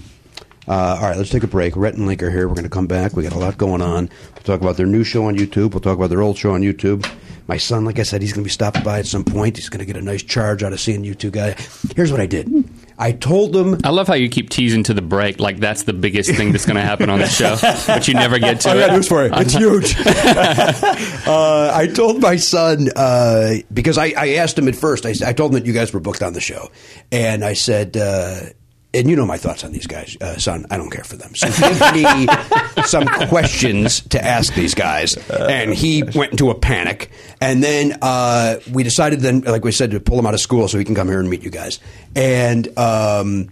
Speaker 2: Uh, all right, let's take a break. Rhett and Link are here. We're going to come back. We got a lot going on. We'll talk about their new show on YouTube. We'll talk about their old show on YouTube. My son, like I said, he's going to be stopping by at some point. He's going to get a nice charge out of seeing you two guys. Here's what I did I told them
Speaker 9: I love how you keep teasing to the break, like that's the biggest thing that's going to happen on the show, but you never get to
Speaker 10: Oh,
Speaker 2: I
Speaker 9: it.
Speaker 2: got news for you. It's huge. uh, I told my son uh, because I, I asked him at first. I, I told him that you guys were booked on the show, and I said. Uh, and you know my thoughts on these guys, uh, son. I don't care for them. So give me some questions to ask these guys. And he went into a panic. And then uh, we decided, then, like we said, to pull him out of school so he can come here and meet you guys. And um,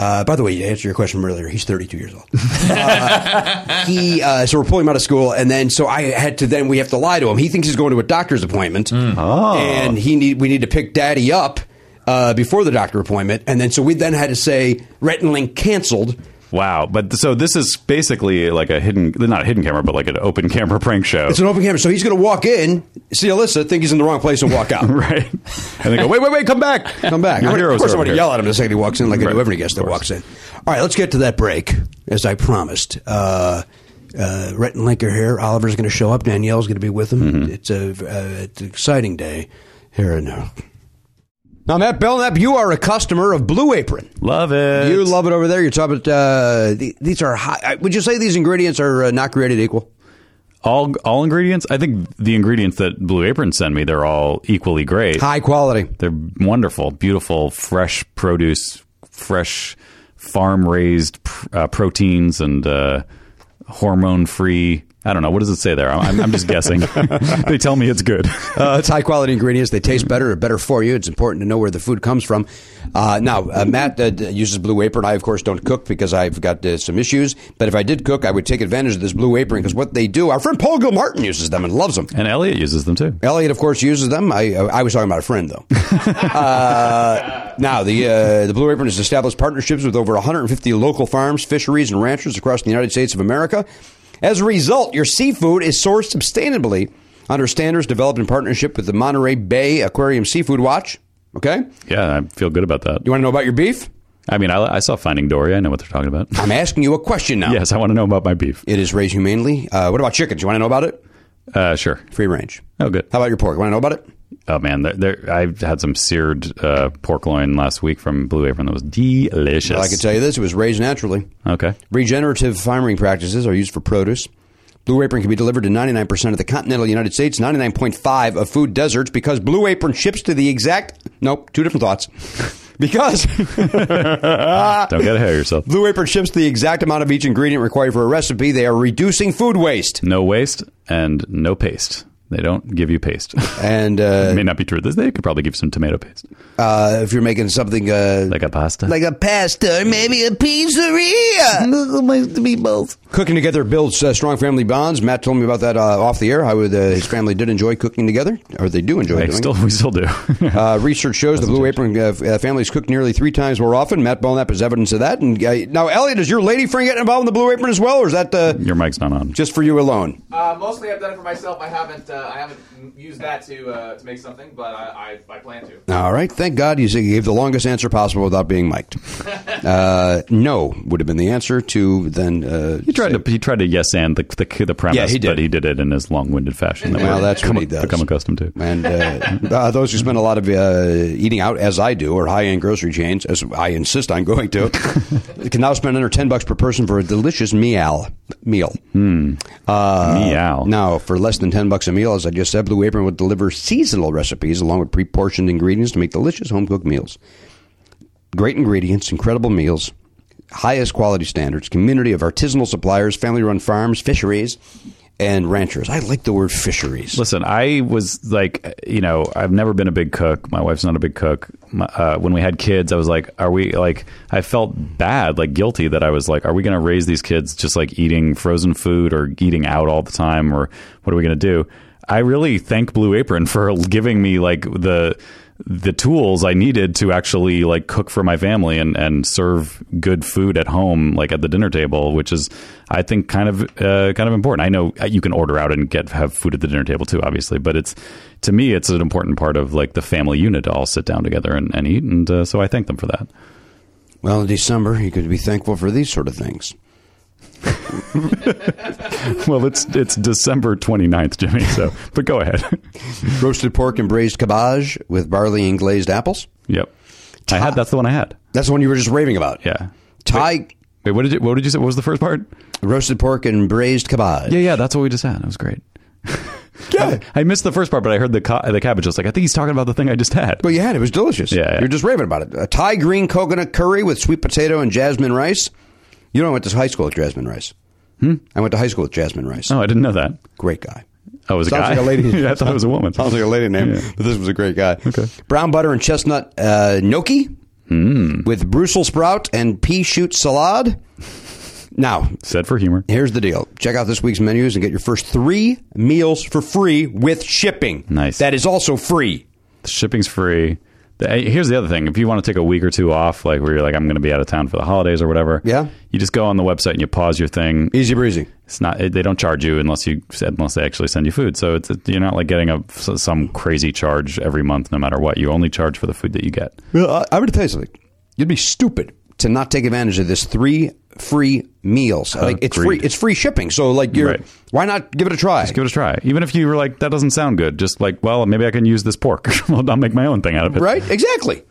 Speaker 2: uh, by the way, to answer your question from earlier, he's 32 years old. Uh, he uh, so we're pulling him out of school, and then so I had to then we have to lie to him. He thinks he's going to a doctor's appointment, and he need we need to pick Daddy up uh, before the doctor appointment, and then so we then had to say Rhett and Link canceled.
Speaker 3: Wow, but so this is basically like a hidden, not a hidden camera, but like an open camera prank show.
Speaker 2: It's an open camera, so he's going to walk in, see Alyssa, think he's in the wrong place, and walk out.
Speaker 3: right. And they go, wait, wait, wait, come back.
Speaker 2: Come back.
Speaker 3: Your
Speaker 2: I'm gonna-
Speaker 3: heroes
Speaker 2: of course,
Speaker 3: are
Speaker 2: I'm going
Speaker 3: over
Speaker 2: to
Speaker 3: here.
Speaker 2: yell at him the second he walks in, like I do
Speaker 3: Right,
Speaker 2: every guest that walks in. All right, let's get to that break, as I promised. Uh, uh, Rhett and Link are here. Oliver's going to show up. Danielle's going to be with him. It's, a, uh, it's an exciting day here uh, and now. Now, Matt Belknap, you are a customer of Blue Apron.
Speaker 3: Love it.
Speaker 2: You love it over there. You're talking about uh, the- these are high. Would you say these ingredients are uh, not created equal?
Speaker 3: all all ingredients. I think the ingredients that Blue Apron send me, they're all equally great.
Speaker 2: High quality.
Speaker 3: They're wonderful, beautiful, fresh produce, fresh farm raised pr- uh, proteins and uh, hormone free. I don't know. What does it say there? I'm, I'm just guessing. they tell me it's good.
Speaker 2: Uh, it's high quality ingredients. They taste better or better for you. It's important to know where the food comes from. Uh, now, uh, Matt uh, d- uses Blue Apron. I, of course, don't cook because I've got uh, some issues. But if I did cook, I would take advantage of this Blue Apron because what they do, our friend Paul Gilmartin uses them and loves them.
Speaker 3: And Elliot uses them too.
Speaker 2: Elliot, of course, uses them. I, uh, I was talking about a friend, though. uh, now, the, uh, the Blue Apron has established partnerships with over 150 local farms, fisheries, and ranchers across the United States of America. As a result, your seafood is sourced sustainably under standards developed in partnership with the Monterey Bay Aquarium Seafood Watch. Okay?
Speaker 3: Yeah, I feel good about that.
Speaker 2: You want to know about your beef?
Speaker 3: I mean, I, I saw Finding Dory. I know what they're talking about.
Speaker 2: I'm asking you a question now.
Speaker 3: yes, I want to know about my beef.
Speaker 2: It is raised humanely. Uh, what about chickens? You want to know about it?
Speaker 3: Uh, sure.
Speaker 2: Free range.
Speaker 3: Oh, good.
Speaker 2: How about your pork? You want to know about it?
Speaker 3: Oh man, there, there, I had some seared uh, pork loin last week from Blue Apron that was delicious.
Speaker 2: Well, I can tell you this it was raised naturally.
Speaker 3: Okay.
Speaker 2: Regenerative farming practices are used for produce. Blue Apron can be delivered to 99% of the continental United States, 99.5 of food deserts because Blue Apron ships to the exact Nope, two different thoughts. Because
Speaker 3: Don't get ahead of yourself.
Speaker 2: Blue Apron ships the exact amount of each ingredient required for a recipe, they are reducing food waste.
Speaker 3: No waste and no paste. They don't give you paste.
Speaker 2: And
Speaker 3: it may
Speaker 2: uh,
Speaker 3: not be true. They could probably give some tomato paste,
Speaker 2: uh, if you're making something uh,
Speaker 3: like a pasta.
Speaker 2: like uh, a pasta or maybe a pizzeria. Cooking together builds uh, strong family bonds. Matt told me about that uh, off the air. How uh, his family did enjoy cooking together, or they do enjoy
Speaker 3: I
Speaker 2: doing.
Speaker 3: still,
Speaker 2: it.
Speaker 3: we still do.
Speaker 2: Uh, research shows the Blue Apron uh, f- uh, families cook nearly three times more often. Matt Belknap is evidence of that. And uh, now, Elliot, is your lady friend getting involved in the Blue Apron as well, or is that uh,
Speaker 3: Your mic's not on.
Speaker 2: just for you alone?
Speaker 6: Uh, mostly, I've done it for myself. I haven't. Uh, I haven't used that to uh, to make something, but I, I, I plan to.
Speaker 2: All right. Thank God you gave the longest answer possible without being mic'd. Uh, no would have been the answer to then. Uh,
Speaker 3: He tried to he tried to yes and the the, the premise,
Speaker 2: Yeah, he did.
Speaker 3: but he did it in his long winded fashion. That
Speaker 2: Well,
Speaker 3: we've
Speaker 2: that's what
Speaker 3: come,
Speaker 2: he does.
Speaker 3: Become accustomed to.
Speaker 2: And uh, uh, those who spend a lot of uh, eating out, as I do, or high-end grocery chains, as I insist on going to, can now spend under ten bucks per person for a delicious meal. Meal. Uh,
Speaker 3: Meow.
Speaker 2: Now, for less than ten bucks a meal, as I just said, Blue Apron will deliver seasonal recipes along with pre-portioned ingredients to make delicious home-cooked meals. Great ingredients, incredible meals, highest quality standards, community of artisanal suppliers, family-run farms, fisheries, and ranchers. I like the word fisheries.
Speaker 3: Listen, I was like, you know, I've never been a big cook. My wife's not a big cook. My, uh, when we had kids, I was like, are we like? I felt bad, like guilty, that I was like, are we going to raise these kids just like eating frozen food or eating out all the time, or what are we going to do? I really thank Blue Apron for giving me like the the tools I needed to actually like cook for my family and and serve good food at home, like at the dinner table, which is I think kind of uh, kind of important. I know you can order out and get have food at the dinner table too, obviously, but it's to me it's an important part of like the family unit to all sit down together and, and eat, and uh, so I thank them for that.
Speaker 2: Well, in December, you could be thankful for these sort of things.
Speaker 3: Well, it's it's December 29th, Jimmy. So, but go ahead.
Speaker 2: Roasted pork and braised cabbage with barley and glazed apples.
Speaker 3: yep, I had that's the one I had.
Speaker 2: That's the one you were just raving about.
Speaker 3: Yeah.
Speaker 2: Thai
Speaker 3: Wait, what did you what did you say? What was the first part?
Speaker 2: roasted pork and braised cabbage.
Speaker 3: Yeah, yeah, that's what we just had. That was great. Yeah, I, I missed the first part, but I heard the ca- the cabbage. I was like, I think he's talking about the thing I just had.
Speaker 2: But you had it. It was delicious.
Speaker 3: Yeah, yeah.
Speaker 2: You're just raving about it. A Thai green coconut curry with sweet potato and jasmine rice. You know, I went to high school with jasmine rice. Hmm? I went to high school with jasmine rice.
Speaker 3: oh, I didn't know that.
Speaker 2: Great guy.
Speaker 3: Oh, it was
Speaker 2: Sounds
Speaker 3: a guy.
Speaker 2: like a lady.
Speaker 3: yeah, I thought it was a woman.
Speaker 2: Sounds like a lady name,
Speaker 3: Yeah.
Speaker 2: but this was a great guy.
Speaker 3: Okay.
Speaker 2: Brown butter and chestnut uh, gnocchi
Speaker 3: Hmm.
Speaker 2: with Brussels sprout and pea shoot salad. Now,
Speaker 3: Said for humor.
Speaker 2: Here's the deal. Check out this week's menus and get your first three meals for free with shipping.
Speaker 3: Nice.
Speaker 2: That is also free.
Speaker 3: The shipping's free. Hey, Here's the other thing. If you want to take a week or two off, like where you're like, I'm going to be out of town for the holidays or whatever, yeah, you just go on the website and you pause your thing.
Speaker 2: Easy breezy.
Speaker 3: It's not. It, they don't charge you unless you unless they actually send you food. So it's you're not like getting a some crazy charge every month, no matter what. You only charge for the food that you get.
Speaker 2: Well, I, I would tell you something. You'd be stupid to not take advantage of this three free meals. Like it's free.
Speaker 3: Agreed.
Speaker 2: It's free shipping. So like you're
Speaker 3: Right.
Speaker 2: why not give it a try?
Speaker 3: Just give it a try. Even if you were like, that doesn't sound good. Just like, well, maybe I can use this pork. well, I'll make my own thing out of it.
Speaker 2: Right? Exactly.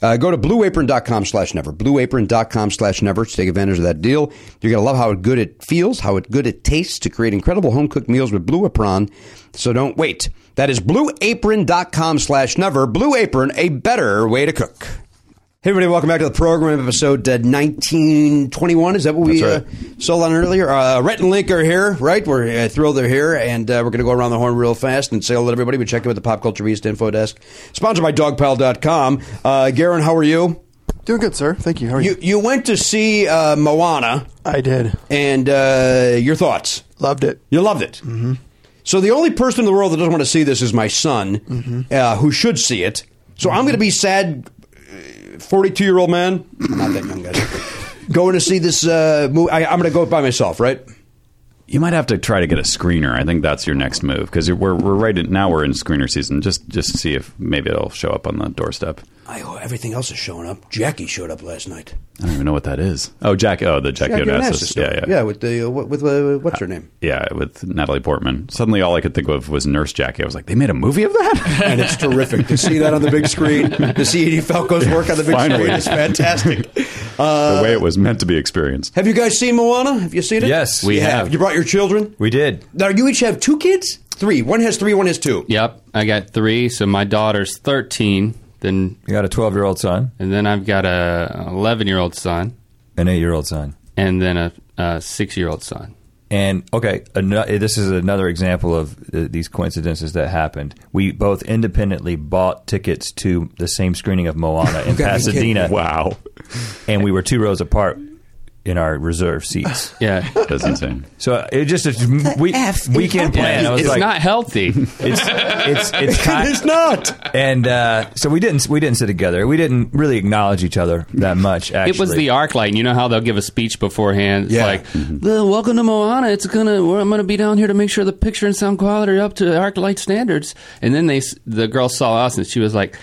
Speaker 2: Uh, go to blueapron.com slash never. Blueapron.com slash never to take advantage of that deal. You're going to love how good it feels, how it good it tastes to create incredible home cooked meals with Blue Apron. So don't wait. That is blueapron.com slash never. Blue Apron, a better way to cook. Hey, everybody, welcome back to the program, episode uh, 1921. Is that what we uh, sold on earlier? Uh, Rhett and Link are here, right? We're uh, thrilled they're here, and uh, we're going to go around the horn real fast and say hello to everybody. We check in with the Pop Culture East info desk, sponsored by dogpal.com. Uh, Garen, how are you?
Speaker 7: Doing good, sir. Thank you. How are you?
Speaker 2: You, you went to see uh, Moana.
Speaker 7: I did.
Speaker 2: And uh, your thoughts?
Speaker 7: Loved it.
Speaker 2: You loved it. Mm-hmm. So the only person in the world that doesn't want to see this is my son, uh, who should see it. So I'm going to be sad, uh, forty-two-year-old man. I'm not that young, guys. going to see this uh, movie. I, I'm going to go by myself, right?
Speaker 3: You might have to try to get a screener. I think that's your next move because we're we're right in, now. We're in screener season. Just just see if maybe it'll show up on the doorstep.
Speaker 2: I, oh, everything else is showing up. Jackie showed up last night.
Speaker 3: I don't even know what that is. Oh, Jack. Oh, the Jack
Speaker 2: Jackie
Speaker 3: Onassis.
Speaker 2: Onassis.
Speaker 3: Yeah, yeah,
Speaker 2: yeah. With the uh, what- with uh, what's her name?
Speaker 3: yeah. With Natalie Portman. Suddenly, all I could think of was Nurse Jackie. I was like, they made a movie of that.
Speaker 2: and it's terrific to see that on the big screen. To see Edie Falco's work on the big
Speaker 3: Finally.
Speaker 2: screen is fantastic.
Speaker 3: the way it was meant to be experienced.
Speaker 2: Have you guys seen Moana? Have you seen it?
Speaker 10: Yes, we
Speaker 2: You
Speaker 10: have.
Speaker 2: You brought your children.
Speaker 10: We did.
Speaker 2: Now you each have two kids. Three. One has three. One has two.
Speaker 9: Yep, I got three. So my daughter's thirteen. Then
Speaker 10: you got a twelve-year-old son,
Speaker 9: and then I've got a eleven-year-old son,
Speaker 10: an eight-year-old son,
Speaker 9: and then a, a six-year-old son.
Speaker 10: And okay, ano- this is another example of uh, these coincidences that happened. We both independently bought tickets to the same screening of Moana in
Speaker 2: You gotta be kidding
Speaker 10: Pasadena.
Speaker 2: me.
Speaker 3: Wow.
Speaker 10: And we were two rows apart in our reserve seats.
Speaker 9: Yeah,
Speaker 3: That's insane.
Speaker 10: So it just a we,
Speaker 2: F is
Speaker 10: weekend plan. I was
Speaker 9: it's
Speaker 10: like,
Speaker 9: not healthy.
Speaker 10: it's it's it's kind-
Speaker 2: It's not.
Speaker 10: and uh, so we didn't we didn't sit together. We didn't really acknowledge each other that much. Actually,
Speaker 9: It was the arc light. You know how they'll give a speech beforehand. It's
Speaker 2: Yeah.
Speaker 9: like,
Speaker 10: Mm-hmm.
Speaker 9: "The- "Welcome to Moana. It's gonna. we're- I'm gonna be down here to make sure the picture and sound quality are up to arc light standards." And then they, s- the girl saw us, and she was like,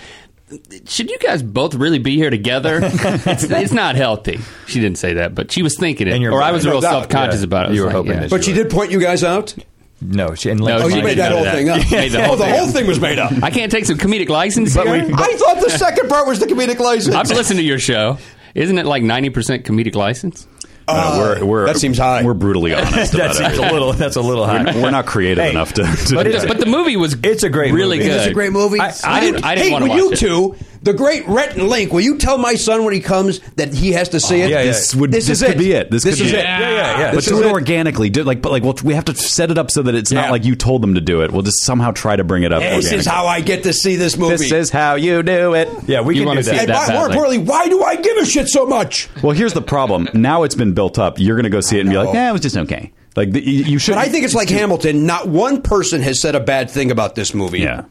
Speaker 9: "Should you guys both really be here together? it's, it's not healthy." She didn't say that, but she was thinking
Speaker 10: And
Speaker 9: it,
Speaker 10: you're
Speaker 9: or I
Speaker 10: right.
Speaker 9: was
Speaker 10: No
Speaker 9: real
Speaker 10: doubt.
Speaker 9: self conscious
Speaker 10: Yeah.
Speaker 9: about it. I was
Speaker 10: You were
Speaker 9: like,
Speaker 10: hoping
Speaker 9: yeah.
Speaker 10: that
Speaker 2: But she did point you guys out.
Speaker 10: no. She, and Lynn-
Speaker 9: No,
Speaker 2: Oh,
Speaker 9: she
Speaker 2: you
Speaker 9: did
Speaker 2: made that
Speaker 9: do
Speaker 2: whole
Speaker 9: that.
Speaker 2: thing up.
Speaker 9: Yeah, the
Speaker 2: oh,
Speaker 9: whole
Speaker 2: the
Speaker 9: thing.
Speaker 2: whole thing was made up.
Speaker 9: I can't take some comedic license here.
Speaker 2: I thought the second part was the comedic license.
Speaker 9: I've listened to your show. Isn't it like ninety percent comedic license?
Speaker 3: Uh, we're, we're,
Speaker 2: that seems high.
Speaker 3: We're brutally honest.
Speaker 10: that
Speaker 3: about
Speaker 10: seems a
Speaker 3: everything.
Speaker 10: little that's a little high.
Speaker 3: We're not creative enough to. to
Speaker 10: but it's-
Speaker 9: But the movie was
Speaker 10: It's a great
Speaker 9: really
Speaker 10: movie.
Speaker 9: good.
Speaker 10: It is
Speaker 2: It's a great movie.
Speaker 9: I, I didn't. I didn't
Speaker 2: hey,
Speaker 9: want to
Speaker 2: will
Speaker 9: watch
Speaker 2: you
Speaker 9: it.
Speaker 2: two, the great Rhett and Link, will you tell my son when he comes that he has to
Speaker 9: Oh,
Speaker 2: see it?
Speaker 10: yeah, yeah.
Speaker 3: this would
Speaker 2: This
Speaker 3: this,
Speaker 2: is
Speaker 3: could
Speaker 2: it.
Speaker 3: be it. This,
Speaker 2: This
Speaker 3: could
Speaker 2: is
Speaker 3: be
Speaker 2: it.
Speaker 10: Yeah, yeah, yeah.
Speaker 3: But
Speaker 10: This
Speaker 3: do
Speaker 10: is
Speaker 3: it
Speaker 10: it.
Speaker 3: organically. Do, like, but like, well, we have to set it up so that it's
Speaker 2: Yeah.
Speaker 3: not like you told them to do it. We'll just somehow try to bring it up.
Speaker 2: This is
Speaker 3: organically.
Speaker 2: how I get to see this movie.
Speaker 3: This is how you do it.
Speaker 10: yeah, we
Speaker 9: You
Speaker 10: can
Speaker 9: wanna see
Speaker 10: do that.
Speaker 2: and
Speaker 9: that
Speaker 2: why- more
Speaker 9: badly.
Speaker 2: importantly, why do I give a shit so much?
Speaker 3: Well, here's the problem. Now it's been built up. You're going to go see it and be like, "Yeah, it was just okay." Like the, you you should.
Speaker 2: But I think it's like Hamilton. Not one person has said a bad thing about this movie.
Speaker 3: Yeah.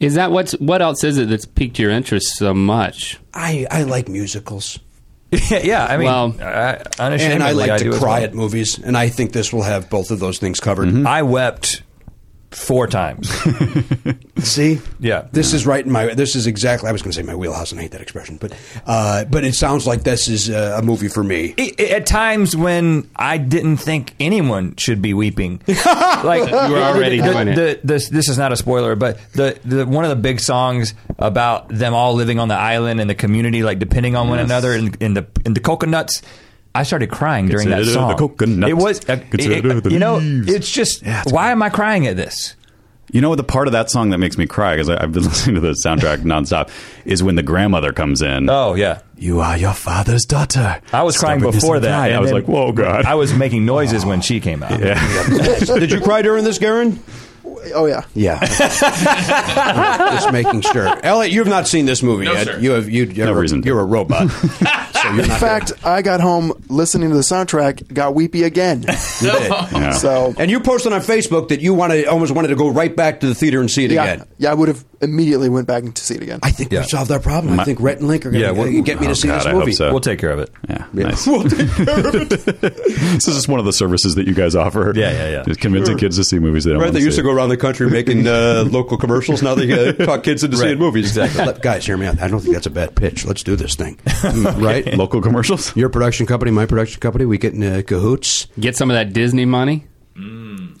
Speaker 9: Is that what's what else is it that's piqued your interest so much?
Speaker 2: I, I like musicals.
Speaker 10: yeah, I mean,
Speaker 9: Well-
Speaker 10: I, unashamedly,
Speaker 2: And I like
Speaker 10: do
Speaker 2: to
Speaker 10: as
Speaker 2: cry
Speaker 10: well.
Speaker 2: at movies, and I think this will have both of those things covered.
Speaker 3: Mm-hmm.
Speaker 10: I wept four times.
Speaker 2: See,
Speaker 10: Yeah.
Speaker 2: this is right in my. This is exactly. I was going to say my wheelhouse, and I hate that expression, but uh, but it sounds like this is uh, a movie for me.
Speaker 10: I- I- at times when I didn't think anyone should be weeping, like
Speaker 9: You were already
Speaker 10: the,
Speaker 9: doing it.
Speaker 10: the- this, this is not a spoiler, but the, the one of the big songs about them all living on the island and the community, like depending on one another, and, and the and the coconuts. I started crying during that
Speaker 3: Consider the
Speaker 10: song.
Speaker 3: coconuts.
Speaker 10: It was, uh, it-
Speaker 3: Consider
Speaker 10: it-
Speaker 3: the
Speaker 10: you know,
Speaker 3: leaves.
Speaker 10: it's just
Speaker 3: Yeah, it's
Speaker 10: why am I crying at this?
Speaker 3: You know what? The part of that song that makes me cry because I've been listening to the soundtrack nonstop is when the grandmother comes in.
Speaker 10: Oh yeah,
Speaker 3: You are your father's daughter.
Speaker 10: I was crying
Speaker 3: Stubbornness
Speaker 10: before
Speaker 3: and
Speaker 10: that.
Speaker 3: pride.
Speaker 10: and
Speaker 3: I was
Speaker 10: then
Speaker 3: like, "Whoa, God!"
Speaker 10: I was making noises when she came out.
Speaker 2: Did you cry during this, Garen?
Speaker 7: Oh yeah.
Speaker 2: Yeah, just making sure. Elliot, you have not seen this movie
Speaker 6: No,
Speaker 2: yet.
Speaker 6: sir.
Speaker 2: You have you. You're,
Speaker 3: reason to.
Speaker 2: You're a robot. so you're
Speaker 7: In
Speaker 2: not
Speaker 7: fact, I got home listening to the soundtrack, got weepy again.
Speaker 3: Yeah.
Speaker 7: So
Speaker 2: And you posted on Facebook that you wanted almost wanted to go right back to the theater and see it
Speaker 7: yeah,
Speaker 2: again.
Speaker 7: yeah, I would have immediately went back to see it again.
Speaker 2: I think we solved our problem. I
Speaker 3: My-
Speaker 2: think Rhett and Link are going
Speaker 3: Yeah,
Speaker 2: to
Speaker 3: we're-
Speaker 2: get me to
Speaker 3: oh,
Speaker 2: see
Speaker 3: God,
Speaker 2: this
Speaker 3: I hope
Speaker 2: movie.
Speaker 3: so.
Speaker 10: We'll take care of it.
Speaker 3: Yeah, nice. this is just one of the services that you guys offer.
Speaker 10: Yeah, yeah, yeah.
Speaker 3: Just convincing kids to see movies they don't
Speaker 2: Right,
Speaker 3: want
Speaker 2: they
Speaker 3: see.
Speaker 2: used to go around the country making uh, local commercials. Now they uh, talk kids into seeing movies.
Speaker 10: exactly.
Speaker 2: Let- guys, hear me out. I don't think that's a bad pitch. Let's do this thing, Mm, right?
Speaker 3: Local commercials.
Speaker 2: Your production company, my production company, we get in uh, cahoots.
Speaker 9: Get some of that Disney money.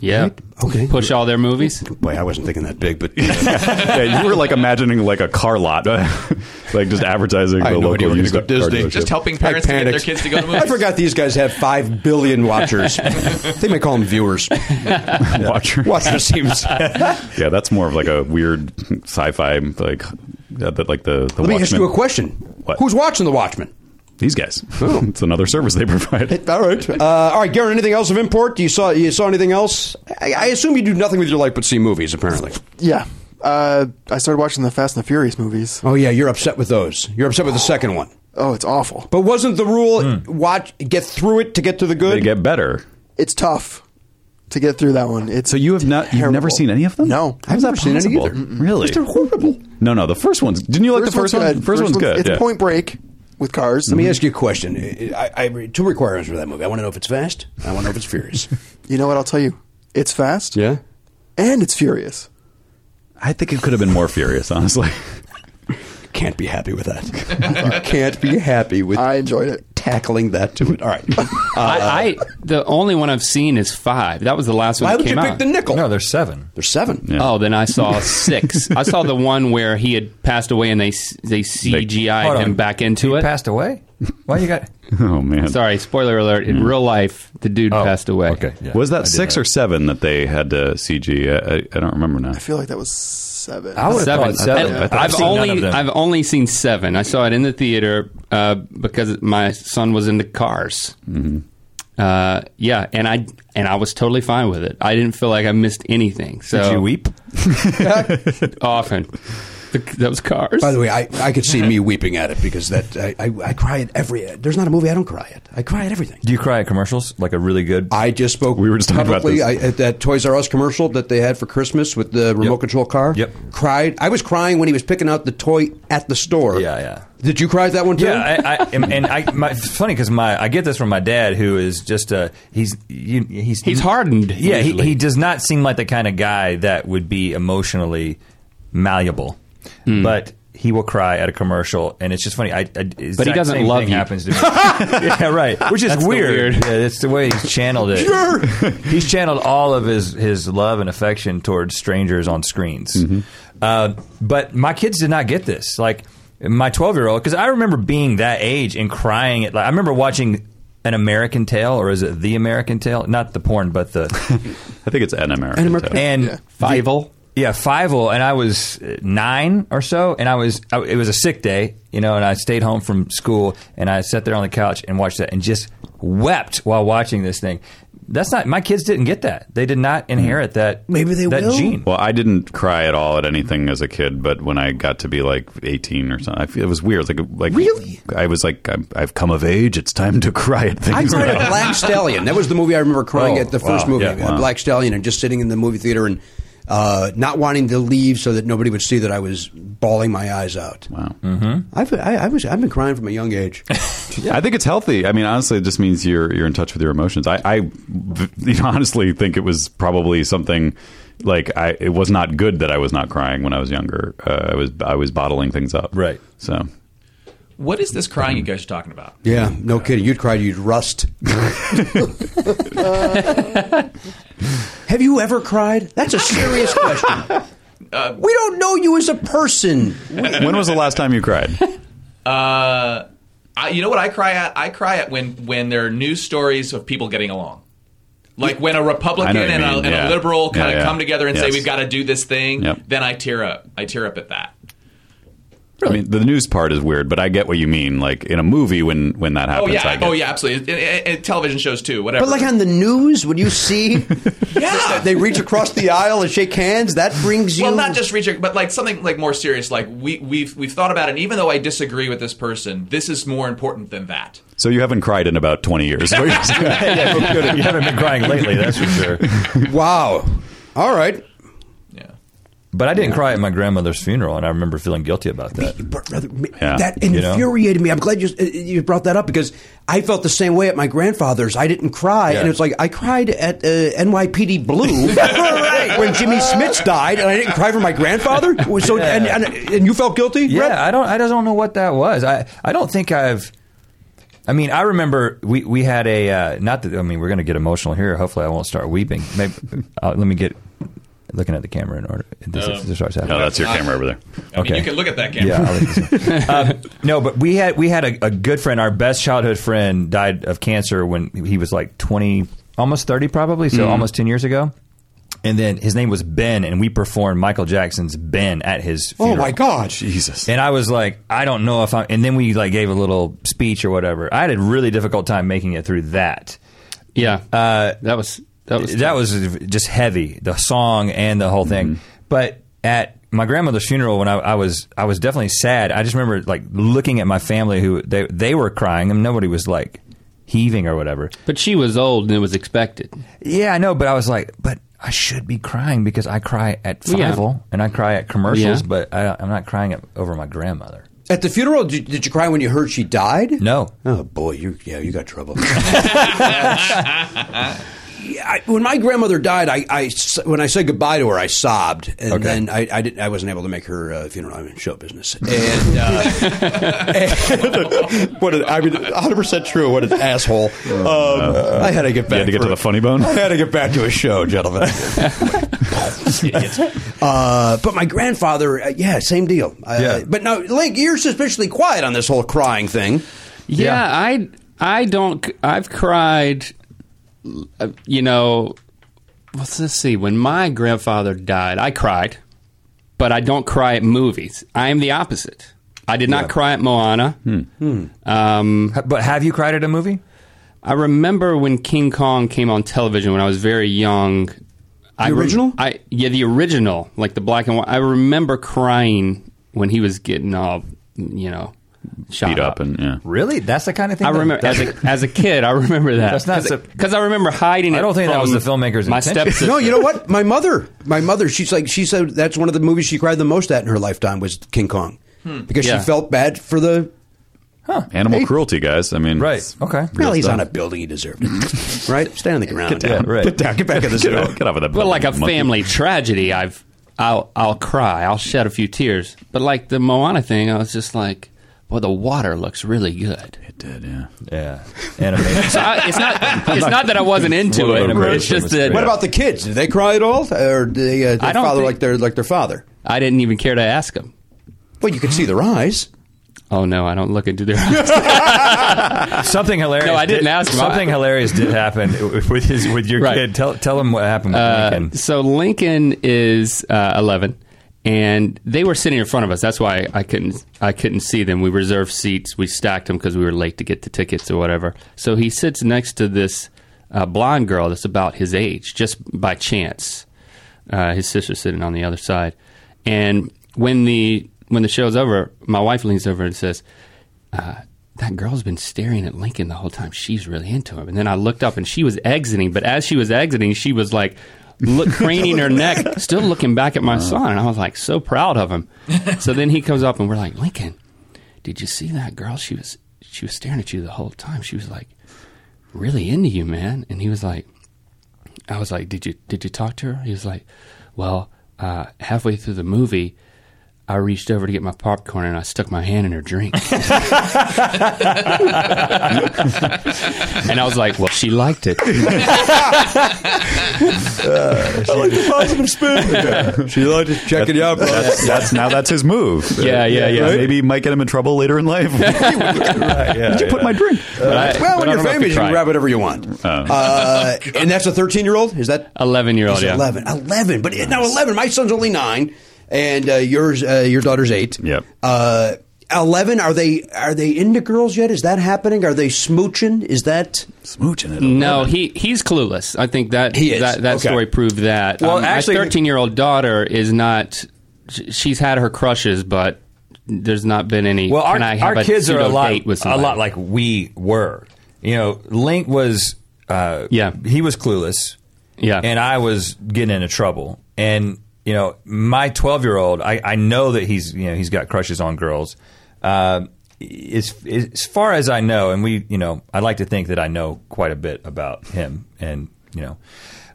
Speaker 9: Yeah.
Speaker 2: Okay.
Speaker 9: Push all their movies.
Speaker 2: Boy, I wasn't thinking that big, but
Speaker 3: yeah, you were like imagining like a car lot, like just advertising
Speaker 2: I
Speaker 3: the
Speaker 2: had no idea
Speaker 3: local
Speaker 2: we're going to
Speaker 3: used
Speaker 2: go
Speaker 3: car
Speaker 2: Disney.
Speaker 3: dealership.
Speaker 6: Just helping parents to get their kids to go to movies.
Speaker 2: I forgot these guys have five billion watchers. they may call them viewers.
Speaker 3: Watchers.
Speaker 2: Watchers seems. Let
Speaker 3: yeah, that's more of like a weird sci-fi like uh, that like the the
Speaker 2: me
Speaker 3: Watchmen.
Speaker 2: ask you a question.
Speaker 3: What?
Speaker 2: Who's watching the Watchmen?
Speaker 3: These guys. it's another service they provide.
Speaker 2: All right, uh, all right, Garen. Anything else of import? You saw you saw anything else? I, I assume you do nothing with your life but see movies. Apparently.
Speaker 7: Yeah. Uh, I started watching the Fast and the Furious movies.
Speaker 2: Oh yeah, you're upset with those. You're upset with the second one.
Speaker 7: Oh, it's awful.
Speaker 2: But wasn't the rule watch get through it to get to the
Speaker 3: Hmm. They
Speaker 2: good?
Speaker 3: get better.
Speaker 7: It's tough to get through that one. It's
Speaker 3: So you have not you've
Speaker 7: terrible.
Speaker 3: never seen any of them?
Speaker 7: No,
Speaker 3: How's that
Speaker 2: seen any
Speaker 3: possible?
Speaker 2: either. Mm-mm.
Speaker 3: Really?
Speaker 2: They're horrible.
Speaker 3: No, no. The first one's didn't you like the first one?
Speaker 7: one's
Speaker 3: First, one's, good.
Speaker 7: It's
Speaker 3: yeah.
Speaker 7: Point Break with cars.
Speaker 2: Let me
Speaker 3: Mm-hmm.
Speaker 2: ask you a question. I, I, two requirements for that movie. I want to know if it's fast. I want to know if it's furious.
Speaker 7: You know what? I'll tell you. It's fast. and it's furious.
Speaker 3: I think it could have been more furious, honestly.
Speaker 2: can't be happy with that. you can't be happy with
Speaker 7: I enjoyed it.
Speaker 2: tackling that to it. All right.
Speaker 9: I, I the only one I've seen is five. That was the last one
Speaker 2: Why
Speaker 9: that
Speaker 2: would you
Speaker 9: came
Speaker 2: pick
Speaker 9: out.
Speaker 2: the nickel?
Speaker 10: No, there's seven.
Speaker 2: There's seven.
Speaker 3: Yeah.
Speaker 9: Oh, then I saw six. I saw the one where he had passed away and they they CGI'd
Speaker 10: Hold
Speaker 9: him
Speaker 10: on.
Speaker 9: back into
Speaker 10: He
Speaker 9: it.
Speaker 10: passed away. Why you got?
Speaker 3: Oh man.
Speaker 9: Sorry, spoiler alert.
Speaker 2: Hmm.
Speaker 9: In real life, the dude
Speaker 2: Oh,
Speaker 9: passed away.
Speaker 10: Okay. yeah.
Speaker 3: Was
Speaker 10: I
Speaker 3: that
Speaker 10: did
Speaker 3: six or seven that they had to CG? I, I, I don't remember now.
Speaker 7: I feel like that was seven.
Speaker 10: I would
Speaker 9: Seven.
Speaker 10: have thought Oh, seven.
Speaker 9: I,
Speaker 10: I've
Speaker 9: have
Speaker 10: seen
Speaker 9: only
Speaker 10: none of them.
Speaker 9: I've only seen seven. I saw it in the theater uh, because my son was into cars.
Speaker 10: Mm-hmm.
Speaker 9: Uh, yeah, and I and I was totally fine with it. I didn't feel like I missed anything. So
Speaker 10: Did you weep?
Speaker 9: often? The, that was cars.
Speaker 2: By the way, I, I could see me weeping at it because that I, I, I cry at every. There's not a movie I don't cry at. I cry at everything.
Speaker 10: Do you cry at commercials? Like a really good.
Speaker 2: I just spoke.
Speaker 3: We were just talking about
Speaker 2: publicly
Speaker 3: this.
Speaker 2: I, at that Toys R Us commercial that they had for Christmas with the remote control car.
Speaker 10: Yep.
Speaker 2: Cried. I was crying when he was picking out the toy at the store.
Speaker 10: Yeah, yeah.
Speaker 2: Did you cry at that one too?
Speaker 10: Yeah, I, I, and, and I, my, it's funny because my I get this from my dad, who is just a he's you, he's
Speaker 9: He's hardened,
Speaker 10: Yeah, he,
Speaker 9: usually.
Speaker 10: he does not seem like the kind of guy that would be emotionally malleable,
Speaker 9: Hmm.
Speaker 10: but. He will cry at a commercial, and it's just funny. I, I but
Speaker 9: doesn't love you.
Speaker 10: Happens to me. yeah, right. Which is
Speaker 9: That's the
Speaker 10: weird.
Speaker 9: weird.
Speaker 10: Yeah, that's the way he's channeled it. he's channeled all of his his love and affection towards strangers on screens.
Speaker 9: Mm-hmm.
Speaker 10: Uh, but my kids did not get this. Like my twelve year old, because I remember being that age and crying. At, like, I remember watching an American Tale, or is it the American Tale? Not the porn, but the
Speaker 3: I think it's an American. Tale.
Speaker 10: and
Speaker 9: Fievel.
Speaker 10: yeah, Fievel, and I was uh, nine or so, and I was I, it was a sick day, you know, and I stayed home from school, and I sat there on the couch and watched that, and just wept while watching this thing. That's not my kids didn't get that; they did not inherit that.
Speaker 2: Maybe they
Speaker 10: that
Speaker 2: will.
Speaker 10: gene.
Speaker 3: Well, I didn't cry at all at anything as a kid, but when I got to be like eighteen or something, I feel, it was weird. Like, like really, I was like, I'm, I've come of age. It's time to cry at things.
Speaker 2: I cried
Speaker 3: now.
Speaker 2: at Black Stallion. That was the movie I remember crying
Speaker 10: Oh,
Speaker 2: at the first
Speaker 10: wow.
Speaker 2: movie,
Speaker 10: Yeah,
Speaker 2: uh,
Speaker 3: wow.
Speaker 2: Black Stallion, and just sitting in the movie theater and uh, not wanting to leave so that nobody would see that I was bawling my eyes out.
Speaker 3: Wow.
Speaker 2: I've, I, I was, I've been crying from a young age.
Speaker 3: I think it's healthy. I mean, honestly, it just means you're you're in touch with your emotions. I, I you know, honestly think it was probably something like I it was not good that I was not crying when I was younger. Uh, I was I was bottling things up.
Speaker 10: Right.
Speaker 3: So
Speaker 6: What is this crying you guys are talking about?
Speaker 2: yeah, no kidding. You'd cry, you'd rust. Have you ever cried? That's a serious question. we don't know you as a person.
Speaker 3: when was the last time you cried?
Speaker 6: Uh, I, you know what I cry at? I cry at when when there are news stories of people getting along. Like when a Republican
Speaker 3: I know what you
Speaker 6: and, a,
Speaker 3: mean,
Speaker 6: and
Speaker 3: yeah.
Speaker 6: a liberal
Speaker 3: Yeah,
Speaker 6: kind of
Speaker 3: yeah.
Speaker 6: come together and say
Speaker 3: Yes.
Speaker 6: we've got to do this thing,
Speaker 3: Yep.
Speaker 6: then I tear up. I tear up at that.
Speaker 3: I mean, the news part is weird, but I get what you mean. Like in a movie, when when that
Speaker 6: Oh
Speaker 3: happens, I
Speaker 6: yeah,
Speaker 3: get
Speaker 6: oh yeah, absolutely. And- and- and television shows too, whatever.
Speaker 2: But like on the news, when you see
Speaker 6: yeah,
Speaker 2: they reach across the aisle and shake hands, that brings you.
Speaker 6: Well, not just reject, but like something like more serious. Like we we've we've thought about it. And even though I disagree with this person, this is more important than that.
Speaker 3: So you haven't cried in about twenty years.
Speaker 10: yeah, no kidding. You haven't been crying lately, that's for sure.
Speaker 2: Wow. All right.
Speaker 6: Yeah.
Speaker 10: But I didn't cry at my grandmother's funeral, and I remember feeling guilty about that.
Speaker 2: Brother, me-
Speaker 10: Yeah.
Speaker 2: That
Speaker 10: You know?
Speaker 2: infuriated me. I'm glad you uh, you brought that up because I felt the same way at my grandfather's. I didn't cry, and it's like I cried at uh, NYPD Blue when Jimmy Smits died, and I didn't cry for my grandfather. So and, and and you felt guilty.
Speaker 10: Yeah, I don't. I just don't know what that was. I I don't think I've. I mean, I remember we, we had a uh, not that I mean we're going to get emotional here. Hopefully, I won't start weeping. Maybe uh, let me get looking at the camera in order. This,
Speaker 6: Uh,
Speaker 10: this starts happening.
Speaker 3: no, Oh, that's your camera over there.
Speaker 6: I mean, you can look at that camera.
Speaker 10: Yeah, I'll leave this one. Um, no, but we had we had a, a good friend. Our best childhood friend died of cancer when he was like twenty, almost thirty, probably. So
Speaker 9: Mhm.
Speaker 6: Mm.
Speaker 10: almost ten years ago. And then his name was Ben, and we performed Michael Jackson's Ben at his.
Speaker 2: Oh,
Speaker 10: Funeral.
Speaker 2: my God.
Speaker 10: Jesus! And I was like, I don't know if I'm. And then we like gave a little speech or whatever. I had a really difficult time making it through that.
Speaker 9: Yeah,
Speaker 10: uh,
Speaker 9: that was that was
Speaker 10: that was just heavy. The song and the whole thing.
Speaker 9: Mm-hmm.
Speaker 10: But at my grandmother's funeral, when I, I was I was definitely sad. I just remember like looking at my family who they they were crying and nobody was like heaving or whatever.
Speaker 9: But she was old and it was expected.
Speaker 10: Yeah, I know. But I was like, but I should be crying because I cry at
Speaker 9: Yeah.
Speaker 10: Fivel and I cry at commercials,
Speaker 9: Yeah.
Speaker 10: but I, I'm not crying at, over my grandmother.
Speaker 2: At the funeral, did, did you cry when you heard she died?
Speaker 10: No.
Speaker 2: Oh boy, you yeah, you got trouble. Yeah, I, when my grandmother died, I, I s- when I said goodbye to her, I sobbed, and
Speaker 10: Okay.
Speaker 2: then I I, didn't, I wasn't able to make her uh, funeral. I'm in show business, and, uh, and- what an, I mean, 100 percent true. What an asshole! Um, I had to get
Speaker 3: You
Speaker 2: back
Speaker 3: had to get
Speaker 2: for-
Speaker 3: to the funny bone?
Speaker 2: I had to get back to a show, gentlemen. uh, but my grandfather, uh, yeah, same deal. Uh,
Speaker 10: Yeah.
Speaker 2: But now, Link, you're suspiciously quiet on this whole crying thing.
Speaker 9: Yeah, I I don't. c- I've cried. uh, You know, let's, let's see. When my grandfather died, I cried, but I don't cry at movies. I am the opposite. I did not cry at Moana. Um,
Speaker 10: but have you cried at a movie?
Speaker 9: I remember when King Kong came on television when I was very young. The
Speaker 2: original?
Speaker 9: I yeah, the original, like the black and white. I remember crying when he was getting all you know shot
Speaker 3: Beat up and yeah.
Speaker 10: Really? That's the kind of thing.
Speaker 9: I
Speaker 10: that-
Speaker 9: remember as a, as a kid. I remember that.
Speaker 10: That's not so-
Speaker 9: because I remember hiding.
Speaker 10: I
Speaker 9: it
Speaker 10: don't think that
Speaker 9: from
Speaker 10: was the filmmaker's
Speaker 9: My
Speaker 10: intention.
Speaker 9: stepsister.
Speaker 2: No, you know what? My mother, my mother, she's like, she said that's one of the movies she cried the most at in her lifetime was King Kong because
Speaker 9: Hmm. Yeah.
Speaker 2: she felt bad for the.
Speaker 3: Animal cruelty, guys. I mean,
Speaker 10: Right.
Speaker 3: it's
Speaker 10: Okay.
Speaker 3: real
Speaker 2: Well, he's
Speaker 3: stuff.
Speaker 2: on a building. He deserved it, right? Stand on the ground.
Speaker 3: Get down.
Speaker 10: Yeah, right.
Speaker 2: Get down. Get back in the
Speaker 3: Get,
Speaker 2: snow.
Speaker 3: out, get off of that.
Speaker 9: But like a
Speaker 3: monkey.
Speaker 9: family tragedy, I've I'll I'll cry. I'll shed a few tears. But like the Moana thing, I was just like, well, the water looks really good.
Speaker 3: It did, yeah.
Speaker 10: Yeah. Animated.
Speaker 9: So I, it's not it's not that I wasn't into
Speaker 10: Well,
Speaker 9: it.
Speaker 10: the
Speaker 9: It's just
Speaker 10: animation was
Speaker 9: that
Speaker 2: What about the kids? Did they cry at all, or did they, uh, did
Speaker 9: I don't
Speaker 2: father
Speaker 9: think-
Speaker 2: like their like their father?
Speaker 9: I didn't even care to ask him.
Speaker 2: Well, you could see their eyes.
Speaker 9: Oh no, I don't look into their eyes.
Speaker 10: Something hilarious.
Speaker 9: No, I didn't
Speaker 10: did,
Speaker 9: ask him.
Speaker 10: Something hilarious did happen with his with your
Speaker 9: Right.
Speaker 10: kid. Tell tell him what happened with Lincoln.
Speaker 9: Uh, so Lincoln is uh, eleven, and they were sitting in front of us. That's why I couldn't I couldn't see them. We reserved seats. We stacked them because we were late to get the tickets or whatever. So he sits next to this uh, blonde girl that's about his age, just by chance. Uh, his sister's sitting on the other side, and when the when the show's over, my wife leans over and says, uh, that girl's been staring at Lincoln the whole time. She's really into him. And then I looked up and she was exiting, but as she was exiting, she was like, look, craning her neck, still looking back at my son. And I was like, so proud of him. so then he comes up and we're like, Lincoln, did you see that girl? She was, she was staring at you the whole time. She was like, really into you, man. And he was like, I was like, did you, did you talk to her? He was like, well, uh, halfway through the movie, I reached over to get my popcorn and I stuck my hand in her drink. And I was like, well, she liked it.
Speaker 2: She liked it. Check it out, bro.
Speaker 3: That's, that's now that's his move.
Speaker 9: Yeah, yeah, yeah.
Speaker 3: Maybe he might get him in trouble later in life. Did you put my drink?
Speaker 9: But I-
Speaker 2: Uh, Well,
Speaker 9: but
Speaker 2: when
Speaker 9: I
Speaker 2: you're
Speaker 9: don't know if Oh.
Speaker 2: famous, you
Speaker 9: tried.
Speaker 2: can grab whatever you want. Uh, and that's a 13 year old? Is that
Speaker 9: 11 year old,
Speaker 2: He's
Speaker 9: yeah.
Speaker 2: 11. 11. But now 11. My son's only nine, and uh, yours, uh, your daughter's eight.
Speaker 3: Yep.
Speaker 2: Uh, 11. Are they are they into girls yet? Is that happening? Are they smooching? Is that
Speaker 3: Smooching it.
Speaker 9: No, he he's clueless. I think that
Speaker 2: He is.
Speaker 9: that, that
Speaker 2: Okay.
Speaker 9: story proved that. Um,
Speaker 10: Well, actually-
Speaker 9: my 13 year old daughter is not. sh- She's had her crushes, but there's not been any.
Speaker 10: Well, our,
Speaker 9: can I have
Speaker 10: our
Speaker 9: a
Speaker 10: kids are a
Speaker 9: pseudo
Speaker 10: lot
Speaker 9: date with
Speaker 10: a
Speaker 9: somebody?
Speaker 10: lot like we were. You know, Link was uh,
Speaker 9: Yeah.
Speaker 10: he was clueless.
Speaker 9: Yeah.
Speaker 10: and I was getting into trouble, and you know, my 12 year old, I, I know that he's, you know, he's got crushes on girls. Uh, as, as far as I know, and we, you know, I like to think that I know quite a bit about him and, you know,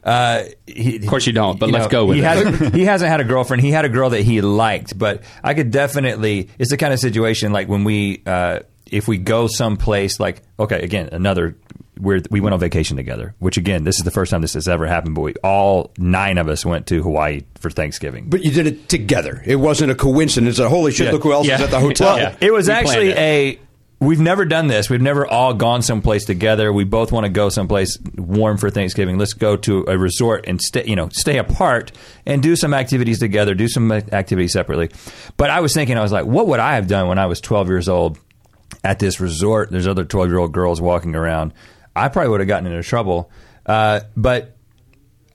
Speaker 10: uh, he, of
Speaker 9: course you don't, but let's go with
Speaker 10: he
Speaker 9: it.
Speaker 10: Hasn't, he hasn't had a girlfriend. He had a girl that he liked, but I could definitely. It's the kind of situation like when we, uh, if we go someplace, like okay, again, another we're, we went on vacation together, which again, this is the first time this has ever happened, but we all nine of us went to Hawaii for Thanksgiving.
Speaker 2: But you did it together. It wasn't a coincidence. A holy shit!
Speaker 10: Yeah.
Speaker 2: Look who else is
Speaker 10: Yeah.
Speaker 2: at the hotel.
Speaker 10: Well, It was
Speaker 2: We planned
Speaker 10: actually
Speaker 2: it.
Speaker 10: a. We've never done this. We've never all gone someplace together. We both want to go someplace warm for Thanksgiving. Let's go to a resort and stay, you know, stay apart and do some activities together, do some activities separately. But I was thinking, I was like, what would I have done when I was 12 years old at this resort? There's other 12 year old girls walking around. I probably would have gotten into trouble. Uh, but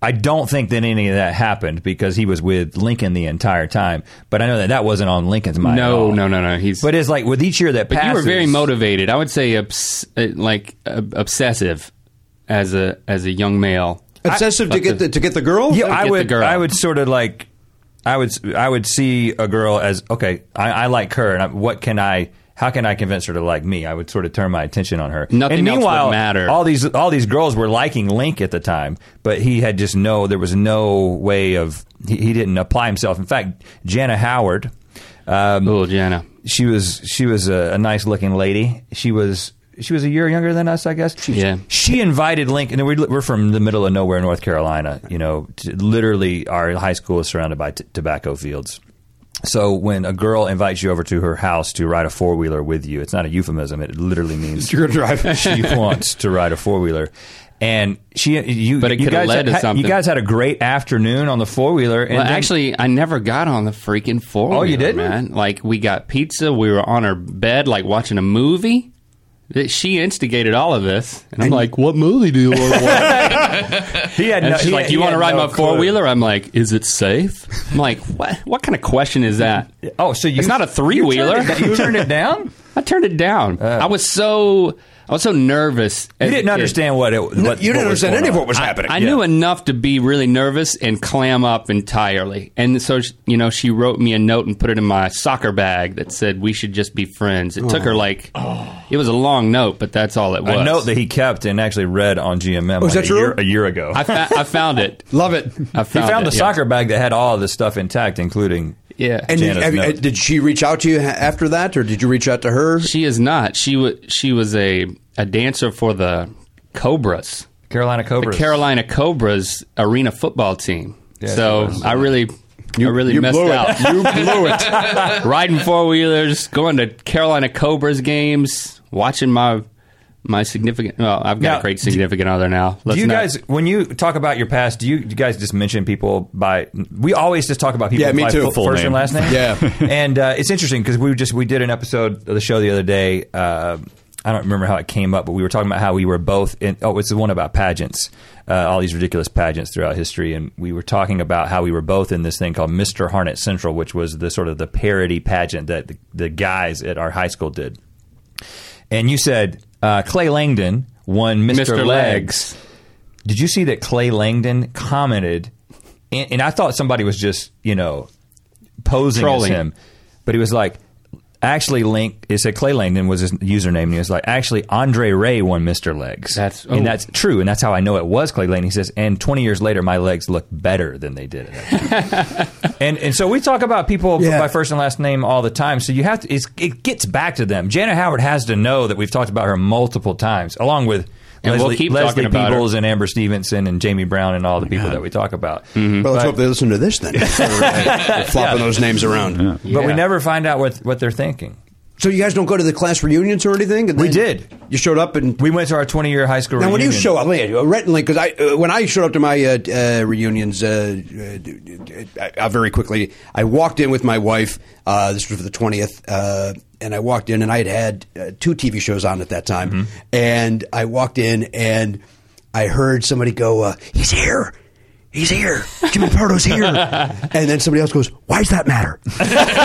Speaker 10: I don't think that any of that happened because he was with Lincoln the entire time. But I know that that wasn't on Lincoln's mind. at
Speaker 9: No,
Speaker 10: all.
Speaker 9: no, no, no. He's
Speaker 10: But it's like with each year that
Speaker 9: but
Speaker 10: passes,
Speaker 9: you were very motivated. I would say obs- uh, like ob- obsessive as a as a young male.
Speaker 2: Obsessive to
Speaker 9: But
Speaker 2: get the, to get the girl.
Speaker 10: Yeah,
Speaker 9: get
Speaker 10: I
Speaker 9: the
Speaker 10: would.
Speaker 9: girl.
Speaker 10: I would sort of like. I would. I would see a girl as okay. I, I like her, and I, what can I? How can I convince her to like me? I would sort of turn my attention on her.
Speaker 9: Nothing
Speaker 10: and
Speaker 9: else would
Speaker 10: meanwhile,
Speaker 9: matter.
Speaker 10: All these all these girls were liking Link at the time, but he had just no. There was no way of. He, he didn't apply himself. In fact, Jana Howard. Um,
Speaker 9: Little Jana.
Speaker 10: She was she was a, a nice looking lady. She was she was a year younger than us, I guess.
Speaker 9: Yeah.
Speaker 10: She invited Lincoln, and we're, we're from the middle of nowhere, North Carolina. You know, t- literally, our high school is surrounded by t- tobacco fields. So when a girl invites you over to her house to ride a four wheeler with you, it's not a euphemism. It literally means
Speaker 2: You're gonna drive.
Speaker 10: she wants to ride a four wheeler, and she you.
Speaker 9: But it
Speaker 10: you
Speaker 9: could have
Speaker 10: guys
Speaker 9: led to
Speaker 10: had,
Speaker 9: something.
Speaker 10: You guys had a great afternoon on the four wheeler.
Speaker 9: Well, actually, I never got on the freaking four.
Speaker 10: Oh, you didn't?
Speaker 9: man. Like we got pizza. We were on our bed, like watching a movie. That- She instigated all of this, and I'm like, "What movie do you want to watch?"
Speaker 10: he had
Speaker 9: And
Speaker 10: no,
Speaker 9: she's
Speaker 10: he-
Speaker 9: like,
Speaker 10: he
Speaker 9: "You want to
Speaker 10: had
Speaker 9: ride
Speaker 10: no
Speaker 9: my
Speaker 10: clue.
Speaker 9: four wheeler?" I'm like, "Is it safe?" I'm like, "What? What kind of question is that?"
Speaker 10: Oh, so you,
Speaker 9: It's not a three wheeler.
Speaker 10: You turned it- you turned it down.
Speaker 9: I turned it down. I was so I was so nervous.
Speaker 10: Uh. You didn't understand what it. What,
Speaker 2: No, you didn't understand any of what was
Speaker 9: I,
Speaker 2: happening.
Speaker 9: I knew enough to be really nervous and clam up entirely. And so, sh- you know, she wrote me a note and put it in my soccer bag that said we should just be friends. It
Speaker 2: Oh.
Speaker 9: took her like it was a long note, but that's all it was.
Speaker 10: a note that he kept and actually read on GMM.
Speaker 2: Oh, is that
Speaker 10: like a
Speaker 2: true?
Speaker 10: Year, a year ago,
Speaker 9: I, fa- I found it.
Speaker 2: Love it.
Speaker 9: I
Speaker 10: he
Speaker 9: found
Speaker 10: found
Speaker 9: it,
Speaker 10: a soccer bag that had all of this stuff intact, including
Speaker 9: Yeah. yeah.
Speaker 2: And did,
Speaker 10: Janice
Speaker 2: have you- uh,
Speaker 10: knows.
Speaker 2: did she reach out to you ha- after that, or did you reach out to her?
Speaker 9: she is not. She was she was a a dancer for the Cobras.
Speaker 10: Carolina Cobras.
Speaker 9: the Carolina Cobras arena football team.
Speaker 10: it
Speaker 9: so
Speaker 10: was.
Speaker 9: I really, I really
Speaker 2: you
Speaker 9: messed
Speaker 2: blew
Speaker 9: up.
Speaker 2: it. You blew it.
Speaker 9: Riding four wheelers, going to Carolina Cobras games, watching my my significant. Well, I've got
Speaker 10: Now,
Speaker 9: a great significant other now.
Speaker 10: Do
Speaker 9: Let's
Speaker 10: you
Speaker 9: not-
Speaker 10: guys, when you talk about your past, do you, do you guys just mention people by? We always just talk about people.
Speaker 2: Yeah, me
Speaker 10: by
Speaker 2: too.
Speaker 10: fu-
Speaker 2: Full
Speaker 10: first
Speaker 2: name.
Speaker 10: and last name.
Speaker 2: Yeah.
Speaker 10: and uh, it's interesting because we just we did an episode of the show the other day. Uh, I don't remember how it came up, but we were talking about how we were both in. Oh, it's the one about pageants, uh, all these ridiculous pageants throughout history, and we were talking about how we were both in this thing called Mister Harnett Central, which was the sort of the parody pageant that the, the guys at our high school did. And you said uh, Clay Langdon won Mr.
Speaker 9: Mr.
Speaker 10: Legs.
Speaker 9: Legs.
Speaker 10: Did you see that Clay Langdon commented? And, and I thought somebody was just, you know, posing
Speaker 9: Trolling.
Speaker 10: as him. But he was like, actually, Link, it said Clay Langdon was his username. And he was like, actually, Andre Ray won Mr. Legs.
Speaker 9: That's- oh.
Speaker 10: And that's true. And that's how I know it was Clay Langdon. He says, and 20 years later, my legs look better than they did. and, and so we talk about people
Speaker 5: Yeah.
Speaker 10: by first and last name all the time. So you have to, it's, it gets back to them. Janet Howard has to know that we've talked about her multiple times, along with
Speaker 9: And
Speaker 10: Leslie,
Speaker 9: we'll keep
Speaker 10: Leslie
Speaker 9: talking about her.
Speaker 10: Peebles and Amber Stevenson and Jamie Brown and all the people that we talk about.
Speaker 9: Mm-hmm.
Speaker 2: Well, let's hope they listen to this then. They're flopping those names around.
Speaker 10: But we never find out what, what they're thinking.
Speaker 2: So you guys don't go to the class reunions or anything? And
Speaker 10: We
Speaker 2: then
Speaker 10: did.
Speaker 2: You showed up and
Speaker 10: We went to our 20 year high school
Speaker 2: Now, when
Speaker 10: reunion.
Speaker 2: you show up, wait, uh, Rhett and Link, because I, uh, when I showed up to my uh, uh, reunions, uh, uh, d- d- d- I- I very quickly, I walked in with my wife. Uh, this was for the twentieth, uh, and I walked in, and I had had uh, two TV shows on at that time,
Speaker 10: Mm-hmm.
Speaker 2: and I walked in, and I heard somebody go, uh, "He's here."
Speaker 5: He's here. Jimmy Pardo's here. and then somebody else goes, Why does that matter?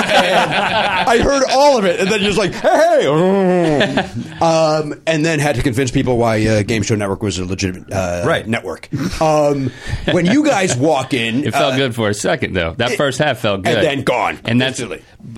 Speaker 2: I heard all of it, and then you're just like, hey, hey. um, and then had to convince people why uh, Game Show Network was a legitimate uh,
Speaker 9: Right.
Speaker 2: network. Um, when you guys walk in,
Speaker 9: It felt
Speaker 2: uh,
Speaker 9: good for a second, though. That
Speaker 2: it-
Speaker 9: first half felt good,
Speaker 2: and then gone.
Speaker 9: And that's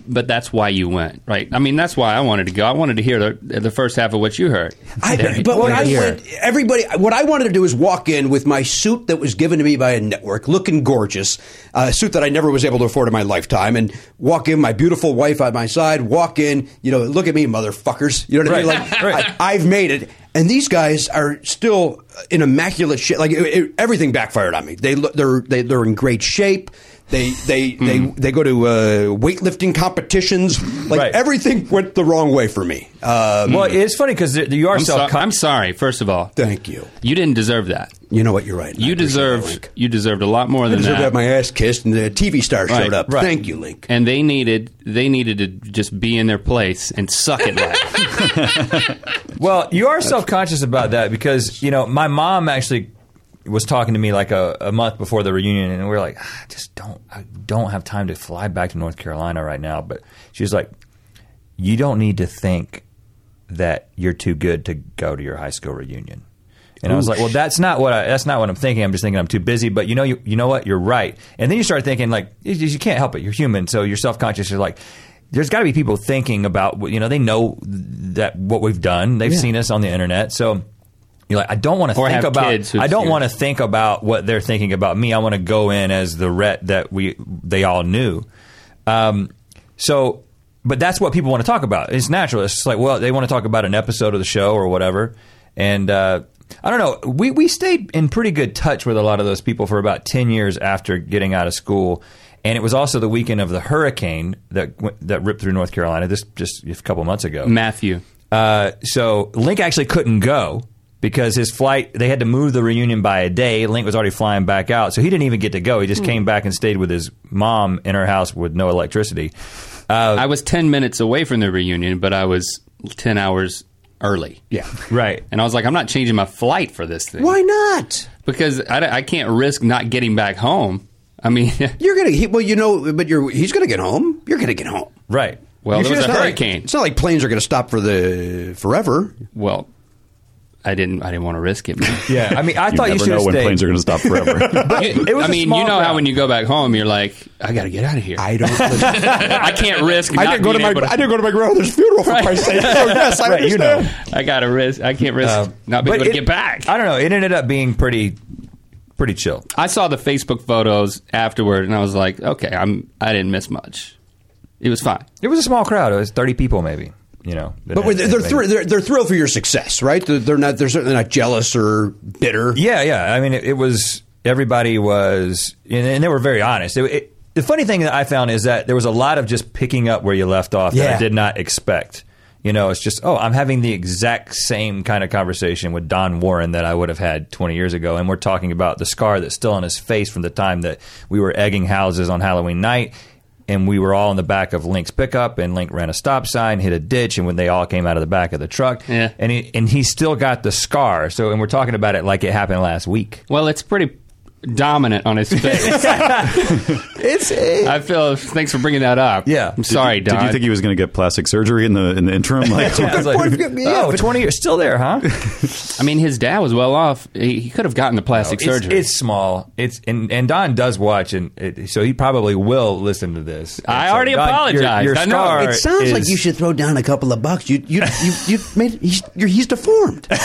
Speaker 9: but that's why you went, right? I mean, that's why I wanted to go. I wanted to hear the, the first half of what you heard.
Speaker 2: I,
Speaker 9: There-
Speaker 2: but when I
Speaker 9: there.
Speaker 2: went, everybody, what I wanted to do is walk in with my suit that was given to me by a network, looking gorgeous, a suit that I never was able to afford in my lifetime, and walk in, my beautiful wife on my side, walk in, you know, look at me, motherfuckers. You know what I mean?
Speaker 5: Right,
Speaker 2: Like,
Speaker 5: right.
Speaker 2: I, I've made it. And these guys are still in immaculate shape. Like, it, it- everything backfired on me. They, look- they're, they, they're in great shape. They they, they they go to uh, weightlifting competitions. Like
Speaker 10: Right.
Speaker 2: everything went the wrong way for me. Uh,
Speaker 10: well, it's funny because you are
Speaker 9: I'm,
Speaker 10: self.
Speaker 9: so- I'm sorry. First of all,
Speaker 2: thank you.
Speaker 9: You didn't deserve that.
Speaker 2: You know what? You're right.
Speaker 9: You deserved. You deserved a lot more
Speaker 2: I
Speaker 9: than
Speaker 2: deserved to
Speaker 9: that.
Speaker 2: have my ass kissed, and the TV star
Speaker 9: Right,
Speaker 2: showed up.
Speaker 9: right.
Speaker 2: Thank you, Link.
Speaker 9: and they needed. They needed to just be in their place and suck at life.
Speaker 10: Well, you are self conscious about that because you know my mom actually was talking to me like a, a month before the reunion, and we were like, "Ah, I just don't, I don't have time to fly back to North Carolina right now. But she was like, you don't need to think that you're too good to go to your high school reunion. And I was
Speaker 9: Ooh,
Speaker 10: like, well, that's not what I, that's not what I'm thinking. I'm just thinking I'm too busy. But you know, you, you know what? You're right. And then you start thinking like you, you can't help it. You're human, so you're self conscious. You're like, there's got to be people thinking about what- you know they know that what we've done. They've
Speaker 9: Yeah.
Speaker 10: seen us on the internet, so. You're like, I don't want to
Speaker 9: Or
Speaker 10: think
Speaker 9: have
Speaker 10: about.
Speaker 9: kids who-
Speaker 10: I don't want to think about what they're thinking about me. I want to go in as the ret that we they all knew. Um, so, but that's what people want to talk about. It's natural. It's just like, well, they want to talk about an episode of the show or whatever. And uh, I don't know. We we stayed in pretty good touch with a lot of those people for about ten years after getting out of school. And it was also the weekend of the hurricane that went, that ripped through North Carolina. This just a couple months ago.
Speaker 9: Matthew.
Speaker 10: Uh, so Link actually couldn't go because his flight they had to move the reunion by a day. Link was already flying back out, so he didn't even get to go. He just
Speaker 9: Hmm.
Speaker 10: came back and stayed with his mom in her house with no electricity.
Speaker 9: I was ten minutes away from the reunion, but I was ten hours early.
Speaker 2: Yeah.
Speaker 10: Right.
Speaker 9: And I was like, I'm not changing my flight for this thing.
Speaker 2: Why not?
Speaker 9: Because I, don't- I can't risk not getting back home. I mean,
Speaker 2: You're gonna he, well, you know, but you're he's gonna get home. You're gonna get home.
Speaker 10: Right.
Speaker 9: Well,
Speaker 2: You
Speaker 9: there
Speaker 2: should- it's
Speaker 9: was a
Speaker 2: not like-
Speaker 9: hurricane.
Speaker 2: it's not like planes are gonna stop for the forever.
Speaker 9: Well, I didn't. I didn't want to risk it. man.
Speaker 10: Yeah, I mean, I
Speaker 9: You
Speaker 10: thought you
Speaker 9: never
Speaker 10: should
Speaker 9: know
Speaker 10: have
Speaker 9: when
Speaker 10: stayed.
Speaker 9: planes are gonna stop forever.
Speaker 10: But it was
Speaker 9: I
Speaker 10: a
Speaker 9: mean,
Speaker 10: small
Speaker 9: you know
Speaker 10: crowd.
Speaker 9: how when you go back home, you're like, I got to get out of here. I
Speaker 2: don't.
Speaker 9: I can't risk.
Speaker 2: I
Speaker 9: not
Speaker 2: didn't go to
Speaker 9: being
Speaker 2: my
Speaker 9: able to-
Speaker 2: I didn't go to my grandmother's funeral for Christ's sake. So
Speaker 10: Oh,
Speaker 2: yes, I
Speaker 10: Right, you
Speaker 2: understand.
Speaker 10: know.
Speaker 9: I got to risk. I can't risk
Speaker 10: Uh,
Speaker 9: not being
Speaker 10: but
Speaker 9: able to
Speaker 10: it-
Speaker 9: get back.
Speaker 10: I don't know. It ended up being pretty, pretty chill.
Speaker 9: I saw the Facebook photos afterward, and I was like, okay, I'm. I didn't miss much. It was fine.
Speaker 10: It was a small crowd. It was thirty people, maybe. You know,
Speaker 2: But wait, they're, thr- they're they're thrilled for your success, right? They're, they're not. They're certainly not jealous or bitter.
Speaker 10: Yeah, yeah. I mean, it, it was everybody was, and, and they were very honest. It, it, the funny thing that I found is that there was a lot of just picking up where you left off that
Speaker 2: Yeah.
Speaker 10: I did not expect. You know, it's just, oh, I'm having the exact same kind of conversation with Don Warren that I would have had 20 years ago. And we're talking about the scar that's still on his face from the time that we were egging houses on Halloween night. And we were all in the back of Link's pickup, and Link ran a stop sign, hit a ditch, and when they all came out of the back of the truck,
Speaker 9: Yeah.
Speaker 10: and he, and he still got the scar. So, and we're talking about it like it happened last week.
Speaker 9: Well, it's pretty dominant on his face.
Speaker 10: it's.
Speaker 9: I feel. Thanks for bringing that up.
Speaker 10: Yeah.
Speaker 9: I'm sorry,
Speaker 3: Did
Speaker 9: Don.
Speaker 3: you think he was going to get plastic surgery in the in the interim? Like,
Speaker 10: I was like, oh, 20 years still there, huh?
Speaker 9: I mean, his dad was well off. He, he could have gotten the plastic
Speaker 10: it's,
Speaker 9: surgery.
Speaker 10: It's small. It's and, and Don does watch, and it, so he probably will listen to this. And
Speaker 9: I
Speaker 10: so,
Speaker 9: already
Speaker 10: Don, your-
Speaker 9: apologized.
Speaker 10: Your,
Speaker 9: I know.
Speaker 10: scar
Speaker 9: It
Speaker 5: Sounds
Speaker 10: is-
Speaker 5: like you should throw down a couple of bucks. You you you, you made he's, you're, he's deformed.
Speaker 9: at,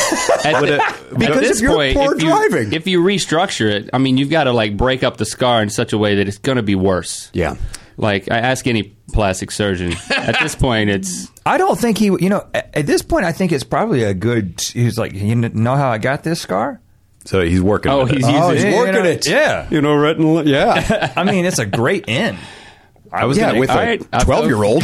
Speaker 9: the-
Speaker 2: Because
Speaker 9: at
Speaker 2: of
Speaker 9: this
Speaker 2: your
Speaker 9: point,
Speaker 2: poor
Speaker 9: if you,
Speaker 2: driving.
Speaker 9: If you restructure it, I mean, you've got to like break up the scar in such a way that it's going to be worse.
Speaker 2: Yeah.
Speaker 9: Like I ask any plastic surgeon at this point, it's
Speaker 10: I don't think he. You know, at, at this point, I think it's probably a good. He's like, you kn- know how I got this scar?
Speaker 3: so he's working.
Speaker 9: Oh,
Speaker 3: with it.
Speaker 9: he's
Speaker 10: Oh,
Speaker 9: using.
Speaker 10: yeah, you
Speaker 2: working
Speaker 10: know,
Speaker 2: it.
Speaker 10: Yeah.
Speaker 2: You know, right? And, le- yeah.
Speaker 10: I mean, it's a great end.
Speaker 3: I was
Speaker 2: yeah,
Speaker 3: gonna,
Speaker 2: with
Speaker 9: All right,
Speaker 2: a
Speaker 9: I'll-
Speaker 2: twelve year old.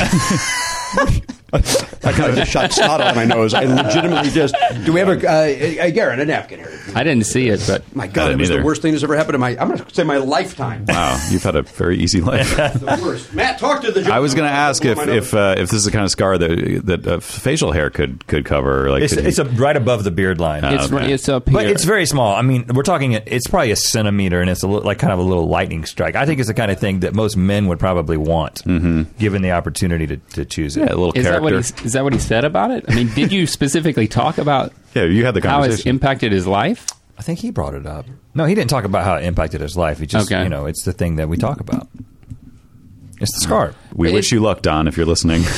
Speaker 2: I kind of just shot snot out of my nose. I legitimately just. Do we have a uh, uh, Garrett a napkin here?
Speaker 9: I didn't see it, but
Speaker 2: My God, it was the worst thing that's ever happened in my. I'm going to say my lifetime.
Speaker 3: Wow, you've had a very easy life.
Speaker 2: the worst. Matt, talk to the.
Speaker 3: I was going to ask if if uh, if this is the kind of scar that that uh, facial hair could could cover. Like,
Speaker 10: It's,
Speaker 3: could
Speaker 10: it's a, right above the beard line.
Speaker 3: Oh, It's- okay. it's up
Speaker 10: But
Speaker 3: here.
Speaker 10: it's very small. I mean, we're talking. It's probably a centimeter, and it's a li- like kind of a little lightning strike. I think it's the kind of thing that most men would probably want, given the opportunity to, to choose it. Yeah, a little
Speaker 9: is that what he, is that what he said about it? I mean, did you specifically talk about?
Speaker 3: Yeah, you had the
Speaker 9: How it's
Speaker 10: conversation.
Speaker 9: impacted his life?
Speaker 10: I think he brought it up. No, he didn't talk about how it impacted his life. He just,
Speaker 9: Okay.
Speaker 10: you know, it's the thing that we talk about. It's the scar.
Speaker 3: we wish you luck, Don, if you're listening.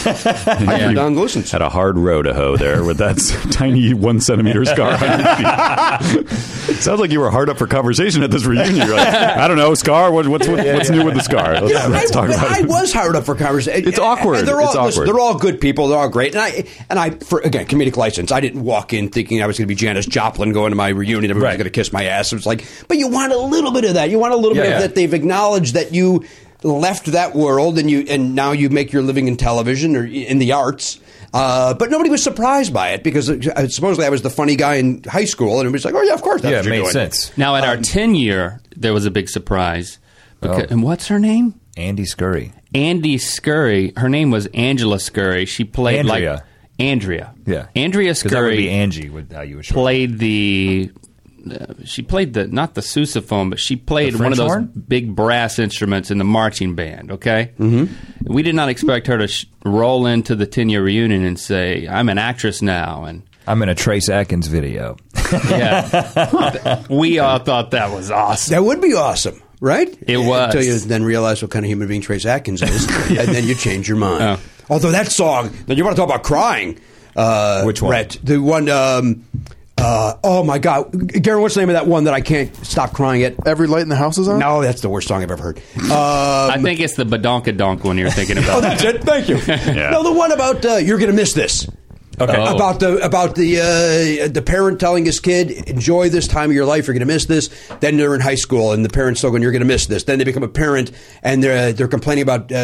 Speaker 10: Yeah.
Speaker 2: Don listens.
Speaker 3: Had a hard row to hoe there with that s- tiny one centimeter scar. on your feet. Sounds like you were hard up for conversation at this reunion. You're like, I don't know, scar. What, what's what, what's new with the scar? Let's,
Speaker 2: You know,
Speaker 3: let's
Speaker 2: I,
Speaker 3: talk about
Speaker 2: I
Speaker 3: it.
Speaker 2: was hired up for conversation.
Speaker 3: It's awkward.
Speaker 2: And they're all,
Speaker 3: It's awkward.
Speaker 2: they're all good people. They're all great. And I and I for again comedic license. I didn't walk in thinking I was going to be Janis Joplin going to my reunion. Everybody's going to kiss my ass. It was like, but you want a little bit of that. You want a little
Speaker 10: Yeah,
Speaker 2: bit
Speaker 10: yeah.
Speaker 2: of that. They've acknowledged that you left that world and you and now you make your living in television or in the arts. Uh, but nobody was surprised by it because uh, supposedly I was the funny guy in high school, and everybody's like, "Oh yeah, of course, that's what you're doing.
Speaker 9: Now, at our
Speaker 10: Um,
Speaker 9: 10 year, there was a big surprise. Because, And what's her name?
Speaker 10: Andy Scurry.
Speaker 9: Andy Scurry. Her name was Angela Scurry. She played like
Speaker 10: Andrea.
Speaker 9: Andrea.
Speaker 10: Yeah.
Speaker 9: Andrea
Speaker 10: Because that would
Speaker 9: Scurry
Speaker 10: be Angie with how you would
Speaker 9: played the. uh, she played the not the sousaphone, but she played
Speaker 10: The
Speaker 9: one of
Speaker 10: French
Speaker 9: those
Speaker 10: horn?
Speaker 9: big brass instruments in the marching band. Okay, mm-hmm. we did not expect her to sh- roll into the ten year reunion and say, "I'm an actress now," and
Speaker 10: I'm in a Trace Atkins video.
Speaker 9: yeah, we all thought that was awesome.
Speaker 2: That would be awesome, right?
Speaker 9: It was.
Speaker 2: Until you then realize what kind of human being Trace Atkins is, and then you change your mind.
Speaker 9: Oh.
Speaker 2: Although that song, then you want to talk about crying. Uh,
Speaker 10: Which one?
Speaker 2: Rhett, the one. Um, uh, oh my God, Garen, what's the name of that one that I can't stop crying
Speaker 9: Uh-huh.
Speaker 2: at?
Speaker 7: Every light in the house is on.
Speaker 2: No, that's the worst song I've ever heard. Um,
Speaker 9: I think it's the badonka donk one you're thinking about.
Speaker 2: oh, that's it. Thank you. No, the one about uh, you're going to miss this.
Speaker 10: Okay.
Speaker 2: Uh, About the about the uh, the parent telling his kid, enjoy this time of your life. You're going to miss this. Then they're in high school, and the parents still going, you're going to miss this. Then they become a parent, and they're they're complaining about uh,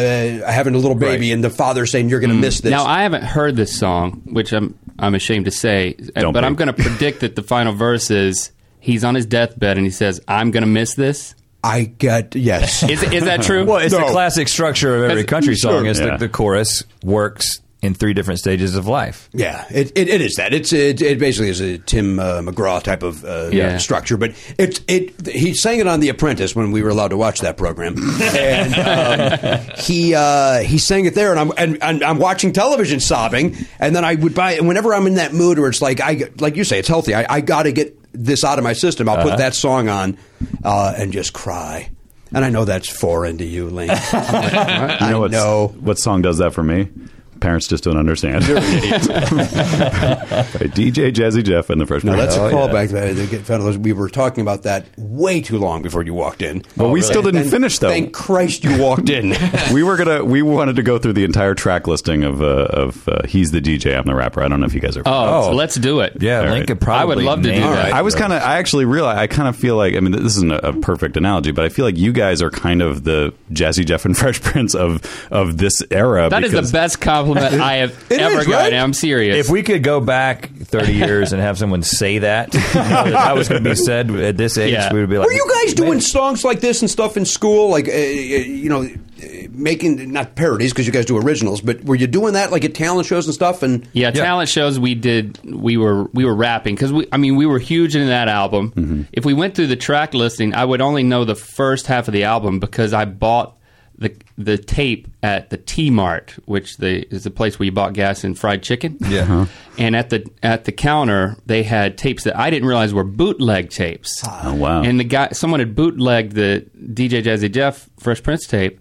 Speaker 2: having a little baby, and the father saying, you're going to miss this.
Speaker 9: Mm. Now I haven't heard this song, which I'm I'm ashamed to say, but I'm going to predict that the final verse is he's on his deathbed and he says, "I'm going to miss this."
Speaker 2: I get yes.
Speaker 9: Is is that true?
Speaker 10: Well, it's
Speaker 9: No.
Speaker 10: the classic structure of every
Speaker 9: That's-
Speaker 10: country
Speaker 9: sure.
Speaker 10: song. Is
Speaker 9: Yeah.
Speaker 10: the, the chorus works in three different stages of life.
Speaker 2: Yeah, it, it, it is that. It's it, it basically is a Tim uh, McGraw type of uh,
Speaker 10: Yeah.
Speaker 2: structure, but it's it. He sang it on The Apprentice when we were allowed to watch that program, and um, he uh, he sang it there, and I'm and, and I'm watching television sobbing, and then I would buy. And whenever I'm in that mood where it's like I get- like you say, it's healthy. I, I got to get this out of my system. I'll
Speaker 10: Uh-huh.
Speaker 2: put that song on uh, and just cry. And I know that's foreign to you, Lane.
Speaker 3: You know, what's, what song does that for me? Parents just don't understand. By DJ Jazzy Jeff and the Fresh
Speaker 2: No,
Speaker 3: Prince. Oh,
Speaker 2: that's a callback. that they get found those- We were talking about that way too long before you walked in.
Speaker 3: Well, we still didn't
Speaker 2: And
Speaker 3: finish though.
Speaker 2: Thank Christ you walked in.
Speaker 3: we were gonna. We wanted to go through the entire track listing of uh, of uh, he's the DJ, I'm the rapper. I don't know if you guys are.
Speaker 9: Oh, so let's do it.
Speaker 10: Yeah,
Speaker 3: All
Speaker 10: Link
Speaker 3: right.
Speaker 10: could probably.
Speaker 9: I would love to do
Speaker 10: name it.
Speaker 9: that.
Speaker 3: I was kind of. I actually realized. I kind of feel like. I mean, this isn't a, a perfect analogy, but I feel like you guys are kind of the Jazzy Jeff and Fresh Prince of of this era.
Speaker 9: That is the
Speaker 3: because-
Speaker 9: best compliment I have
Speaker 2: It
Speaker 9: ever
Speaker 2: is,
Speaker 9: gotten.
Speaker 2: right?
Speaker 9: I'm serious.
Speaker 10: If we could go back 30 years and have someone say that, you know, that, that was going to be said at this age,
Speaker 9: Yeah.
Speaker 10: we would be like,
Speaker 2: Were you guys doing songs like this and stuff in school? Like, uh, uh, you know, uh, making not parodies because you guys do originals, but were you doing that like at talent shows and stuff? And
Speaker 9: yeah, talent shows we did. We were we were rapping because we. I mean, we were huge in that album. If we went through the track listing, I would only know the first half of the album because I bought the the tape at the T Mart, which the, is the place where you bought gas and fried chicken.
Speaker 10: Yeah.
Speaker 3: Uh-huh.
Speaker 9: And at the at the counter, they had tapes that I didn't realize were bootleg tapes.
Speaker 3: Oh wow.
Speaker 9: And the guy, someone had bootlegged the DJ Jazzy Jeff Fresh Prince tape,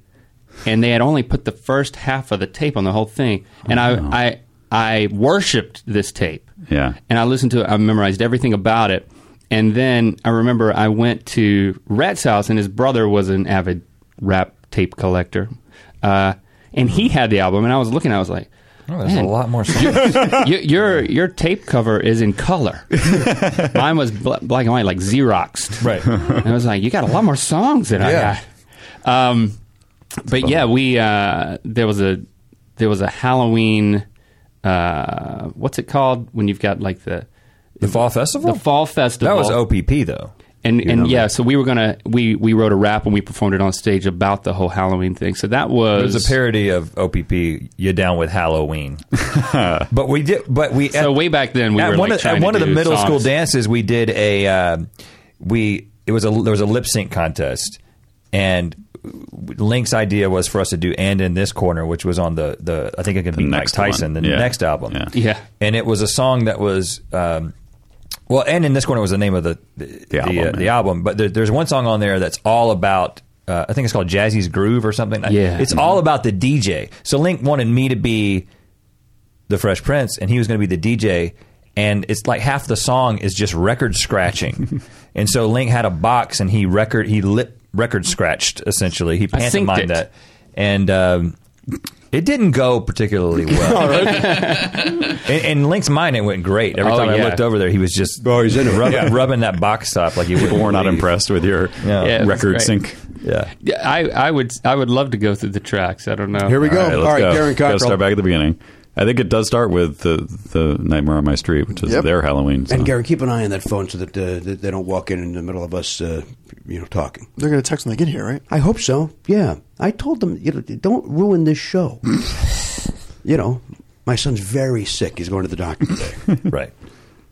Speaker 9: and they had only put the first half of the tape on the whole thing. And
Speaker 10: Oh,
Speaker 9: I, I, I worshipped this tape.
Speaker 3: Yeah.
Speaker 9: And I listened to it. I memorized everything about it. And then I remember I went to Rhett's house, and his brother was an avid rap tape collector, uh, and he had the album. And I was looking, I was like.
Speaker 10: Oh, there's a
Speaker 9: "Man,
Speaker 10: lot more songs.
Speaker 9: your, your your tape cover is in color. Mine was bl- black and white, like Xeroxed.
Speaker 10: Right.
Speaker 9: And I was like, you got a lot more songs than I
Speaker 2: Yeah.
Speaker 9: got. Um, but yeah, we uh, there was a there was a Halloween. Uh, what's it called when you've got like the the
Speaker 10: fall festival?
Speaker 9: The fall festival.
Speaker 10: That was OPP though.
Speaker 9: And
Speaker 10: You know
Speaker 9: and yeah, so we were gonna we we wrote a rap and we performed it on stage about the whole Halloween thing. So that was
Speaker 10: it was a parody of OPP. You down with Halloween? but we did. But we
Speaker 9: So way back then we
Speaker 10: at
Speaker 9: were
Speaker 10: one
Speaker 9: like
Speaker 10: of,
Speaker 9: trying
Speaker 10: at
Speaker 9: to
Speaker 10: one of the
Speaker 9: do
Speaker 10: middle
Speaker 9: songs.
Speaker 10: school dances. We did a uh, we it was a there was a lip sync contest, and Link's idea was for us to do "And in This Corner," which was on the the I think it could be
Speaker 9: one.
Speaker 10: Mike Tyson the
Speaker 9: Yeah.
Speaker 10: next album. Yeah.
Speaker 9: Yeah.
Speaker 10: and it was a song that was. Um, well, and in this corner was the name of the the, the,
Speaker 3: album,
Speaker 10: uh, the album, but there, there's one song on there that's all about. Uh, I think it's called Jazzy's Groove or something.
Speaker 9: Yeah.
Speaker 10: it's all about the DJ. So Link wanted me to be the Fresh Prince, and he was going to be the DJ. And it's like half the song is just record scratching, and so Link had a box and he record he lip record scratched essentially. He
Speaker 9: I synced it.
Speaker 10: pantomimed that, and um, it didn't go particularly well. in, in Link's mind, it went great. Every
Speaker 3: Oh,
Speaker 10: time
Speaker 3: yeah.
Speaker 10: I looked over there, he was just
Speaker 2: oh, he's in it.
Speaker 10: rubbing, rubbing that box up like you. People
Speaker 3: were not impressed with your
Speaker 9: Yeah, it was
Speaker 3: record
Speaker 9: great.
Speaker 3: sync.
Speaker 10: Yeah.
Speaker 9: Yeah, I, I would I would love to go through the tracks. I don't know.
Speaker 3: All right, let's go. Gotta start back at the beginning. I think it does start with the the Nightmare on My Street, which is
Speaker 2: Yep.
Speaker 3: their Halloween. Song.
Speaker 2: And Gary, keep an eye on that phone so that, uh, that they don't walk in in the middle of us, uh, you know, talking.
Speaker 7: They're going to text when they get here, right?
Speaker 2: I hope so. Yeah, I told them, you know, don't ruin this show. you know, my son's very sick. He's going to the doctor today.
Speaker 10: right.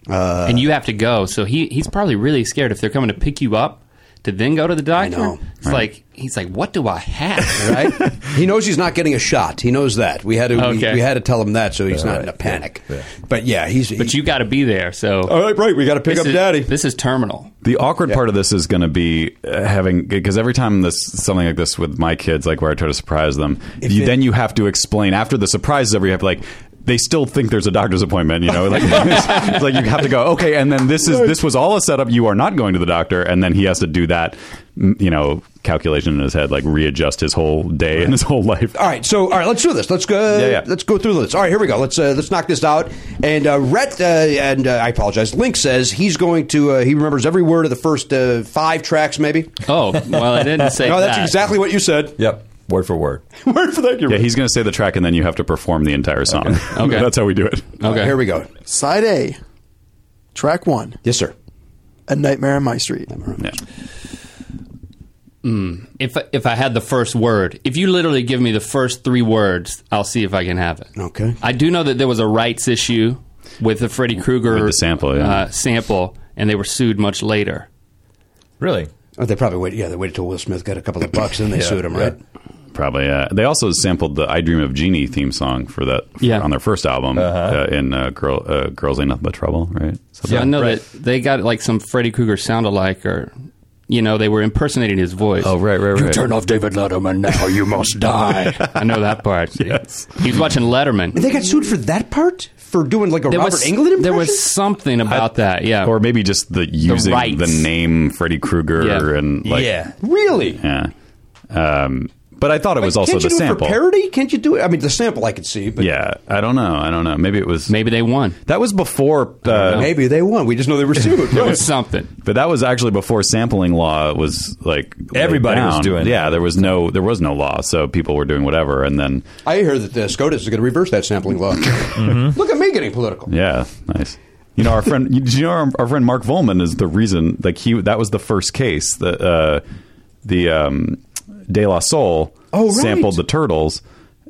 Speaker 2: Uh,
Speaker 9: and you have to go. So he he's probably really scared if they're coming to pick you up to then go to the doctor. It's like he's like, what do I have?
Speaker 2: right? he knows he's not getting a shot. He knows that. We had to we-
Speaker 9: Okay.
Speaker 2: we, had to tell him that so he's
Speaker 9: Yeah,
Speaker 2: not
Speaker 9: right.
Speaker 2: in a panic. But yeah, he's
Speaker 9: But you got to be there. So
Speaker 2: All right, right. We got to pick
Speaker 9: This
Speaker 2: up
Speaker 9: is-
Speaker 2: Daddy.
Speaker 9: This is terminal.
Speaker 3: The awkward part of this is going to be uh, having because every time this something like this with my kids, like where I try to surprise them, you, then you have to explain after the surprise is over. You have to like they still think there's a doctor's appointment, you know, like it's, it's like you have to go okay, and then this is this was all a setup. You are not going to the doctor, and then he has to do that, m- you know, calculation in his head, like readjust his whole day and his whole life.
Speaker 2: All right, so all right, let's do this. Let's go.
Speaker 3: Yeah, yeah.
Speaker 2: Let's go through this. All right, here we go. Let's uh, let's knock this out. And uh, Rhett uh, and uh, I apologize. Link says he's going to. Uh, he remembers every word of the first uh, five tracks, maybe.
Speaker 9: Oh well, I didn't say.
Speaker 2: no, that's
Speaker 9: that.
Speaker 2: exactly what you said.
Speaker 10: Yep, word for word.
Speaker 2: word for that.
Speaker 3: Yeah, he's going to say the track, and then you have to perform the entire song.
Speaker 9: Okay.
Speaker 3: that's how we do it.
Speaker 9: Okay.
Speaker 2: Here we go.
Speaker 7: Side A, track one.
Speaker 2: Yes, sir.
Speaker 7: A Nightmare on My Street.
Speaker 3: Yeah.
Speaker 9: Mm. If I- if I had the first word, if you literally give me the first three words, I'll see if I can have it.
Speaker 2: Okay.
Speaker 9: I do know that there was a rights issue with the Freddy Krueger
Speaker 3: the sample, yeah.
Speaker 9: uh, sample, and they were sued much later.
Speaker 10: Really?
Speaker 2: Oh, they probably wait. Yeah, they waited till Will Smith got a couple of bucks and they
Speaker 3: Yeah,
Speaker 2: sued him, right?
Speaker 3: Probably. Uh, they also sampled the "I Dream of Jeannie" theme song for that for-
Speaker 9: Yeah.
Speaker 3: on their first album uh in uh, "Girl uh, Girls Ain't Nothing But Trouble," right? So
Speaker 9: So I know that they got like some Freddy Krueger sound alike, or you know, they were impersonating his voice.
Speaker 3: Oh, right, right, right.
Speaker 9: off David Letterman now. You must die. I know that part. Yes, he was watching Letterman.
Speaker 2: They got sued for that part for doing like a
Speaker 9: There
Speaker 2: Robert
Speaker 9: was
Speaker 2: Englund impression.
Speaker 9: there was something about that. Yeah,
Speaker 3: or maybe just the using
Speaker 9: rights.
Speaker 3: the, name Freddy Krueger
Speaker 9: Yeah.
Speaker 3: and like
Speaker 10: yeah.
Speaker 2: really.
Speaker 3: yeah. Um, but I thought it was also
Speaker 2: Can't
Speaker 3: the
Speaker 2: you do
Speaker 3: sample.
Speaker 2: it for parody? Can't you do it? I mean, the sample I could see, but
Speaker 3: yeah, I don't know. I don't know. Maybe it was.
Speaker 9: maybe they won.
Speaker 3: That was before. Uh,
Speaker 2: maybe they won. We just know they were sued.
Speaker 9: There
Speaker 2: Right.
Speaker 9: was something.
Speaker 3: But that was actually before sampling law was like laid
Speaker 10: Everybody was
Speaker 3: down.
Speaker 10: doing it.
Speaker 3: Yeah, there was no there was no law, so people were doing whatever, and then
Speaker 2: I hear that the SCOTUS is going to reverse that sampling law.
Speaker 3: Mm-hmm.
Speaker 2: Look at me getting political.
Speaker 3: yeah, nice. You know our friend. you- Do you know our, our friend Mark Volman is the reason? Like he that was the first case that uh, the um, De La Soul
Speaker 2: Oh, right.
Speaker 3: sampled the turtles,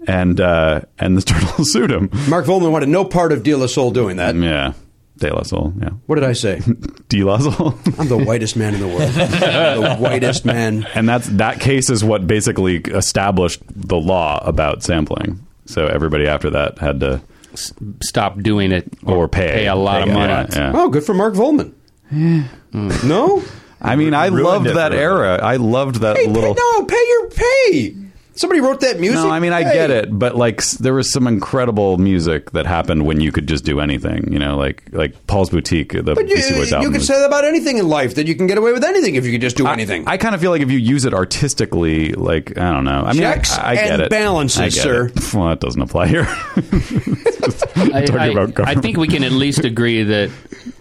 Speaker 3: and uh, and the turtles sued him.
Speaker 2: Mark Volman wanted no part of De La Soul doing that.
Speaker 3: Yeah, De La Soul. Yeah,
Speaker 2: What did I say?
Speaker 3: De La Soul.
Speaker 2: I'm the whitest man in the world. the whitest man.
Speaker 3: and that's that case is what basically established the law about sampling. So everybody after that had to
Speaker 9: Stop doing it
Speaker 3: or pay,
Speaker 9: a lot of
Speaker 3: Yeah,
Speaker 9: money.
Speaker 3: yeah.
Speaker 2: Oh, good for Mark Volman. no?
Speaker 3: I mean, I
Speaker 10: Ruined
Speaker 3: loved
Speaker 10: it
Speaker 3: that
Speaker 10: for
Speaker 3: era. I loved that
Speaker 2: Hey,
Speaker 3: little.
Speaker 2: pay, no, pay your pay. Somebody wrote that music.
Speaker 3: No, I mean I
Speaker 2: Hey.
Speaker 3: get it, but like s- there was some incredible music that happened when you could just do anything. You know, like like Paul's Boutique, the
Speaker 2: But you,
Speaker 3: Beastie Boys
Speaker 2: you
Speaker 3: album.
Speaker 2: could
Speaker 3: is-
Speaker 2: say that about anything in life, that you can get away with anything if you could just do
Speaker 3: I,
Speaker 2: anything.
Speaker 3: I kind of feel like if you use it artistically, like I don't know. I mean,
Speaker 2: Checks
Speaker 3: I, I get
Speaker 2: and
Speaker 3: it.
Speaker 2: balances,
Speaker 3: I get
Speaker 2: sir.
Speaker 3: It. Well, that doesn't apply here.
Speaker 9: I,
Speaker 3: Talking
Speaker 9: I-
Speaker 3: about government.
Speaker 9: I think we can at least agree that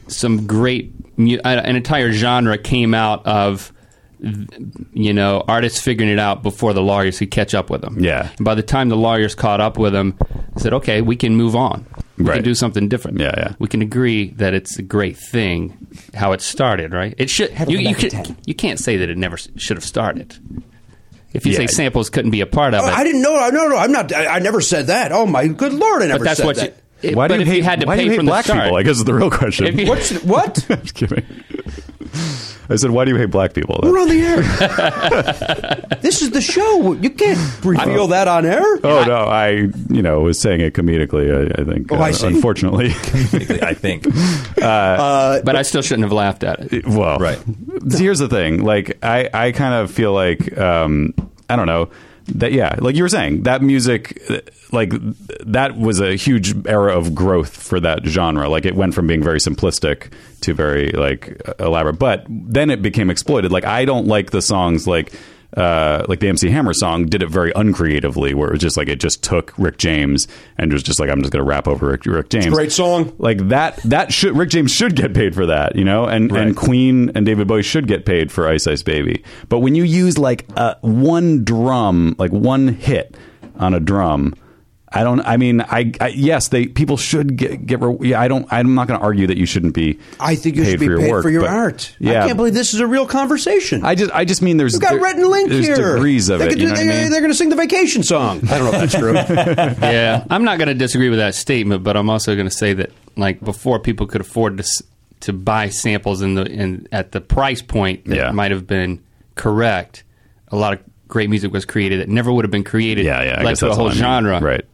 Speaker 9: some great mu- uh, an entire genre came out of you know, artists figuring it out before the lawyers could catch up with them.
Speaker 3: Yeah.
Speaker 9: And by the time the lawyers caught up with them, they said, okay, we can move on. We
Speaker 3: Right.
Speaker 9: can do something different.
Speaker 3: Yeah, yeah.
Speaker 9: We can agree that it's a great thing how it started, right? It should.
Speaker 12: Have it
Speaker 9: You,
Speaker 12: go
Speaker 9: you,
Speaker 12: back to
Speaker 9: could, you can't say that it never s- should have started. If you
Speaker 2: Yeah.
Speaker 9: say samples couldn't be a part of
Speaker 2: Oh,
Speaker 9: it,
Speaker 2: I didn't know. I- No, no, I'm not. I, I never said that. Oh my good lord! I
Speaker 9: But
Speaker 2: never
Speaker 9: that's
Speaker 2: said
Speaker 9: what
Speaker 2: that.
Speaker 9: you- it- Why do but you if you hate- had to why do pay you hate from the black start- people? I guess is the real question. If you-
Speaker 2: What's, what? I'm
Speaker 3: just kidding. I said, why do you hate black people?
Speaker 2: We're on the air. this is the show. You can't reveal that on air.
Speaker 3: Oh no, I you know was saying it comedically. I, I think. uh,
Speaker 2: Oh, I see.
Speaker 3: Unfortunately, comedically, I think. Uh,
Speaker 9: but I still shouldn't have laughed at it.
Speaker 3: Well, right. Here's the thing. Like I, I kind of feel like um, I don't know that. Yeah, like you were saying, that music, uh, like th- that was a huge era of growth for that genre. Like it went from being very simplistic to very like elaborate, but then it became exploited. Like I don't like the songs like uh, like the MC Hammer song did it very uncreatively, where it was just like it just took Rick James and was just like I'm just going to rap over Rick, Rick James.
Speaker 2: great song.
Speaker 3: Like that. That should Rick James should get paid for that, you know, and and Queen and David Bowie should get paid for Ice Ice Baby. But when you use like uh, one drum, like one hit on a drum. I don't. I mean, I, I yes, they people should get get. Re- yeah, I don't. I'm not going to argue that you shouldn't be.
Speaker 2: I think you
Speaker 3: paid
Speaker 2: should be
Speaker 3: for your
Speaker 2: paid
Speaker 3: work,
Speaker 2: for your
Speaker 3: but-
Speaker 2: art.
Speaker 3: Yeah,
Speaker 2: I can't believe this is a real conversation.
Speaker 3: I just, I just mean there's
Speaker 2: We've got
Speaker 3: there-
Speaker 2: Rhett and Link
Speaker 3: there's
Speaker 2: here.
Speaker 3: degrees of
Speaker 2: they
Speaker 3: it,
Speaker 2: could do-
Speaker 3: you know what I
Speaker 2: they,
Speaker 3: mean?
Speaker 2: They're going to sing the vacation song. I don't know if that's true.
Speaker 9: yeah, I'm not going to disagree with that statement, but I'm also going to say that like before people could afford to s- to buy samples in the in at the price point that
Speaker 3: Yeah.
Speaker 9: might have been correct, a lot of great music was created that never would have been created.
Speaker 3: Yeah, yeah. I
Speaker 9: led
Speaker 3: guess
Speaker 9: to a
Speaker 3: that's
Speaker 9: whole
Speaker 3: what I mean.
Speaker 9: genre.
Speaker 3: Right.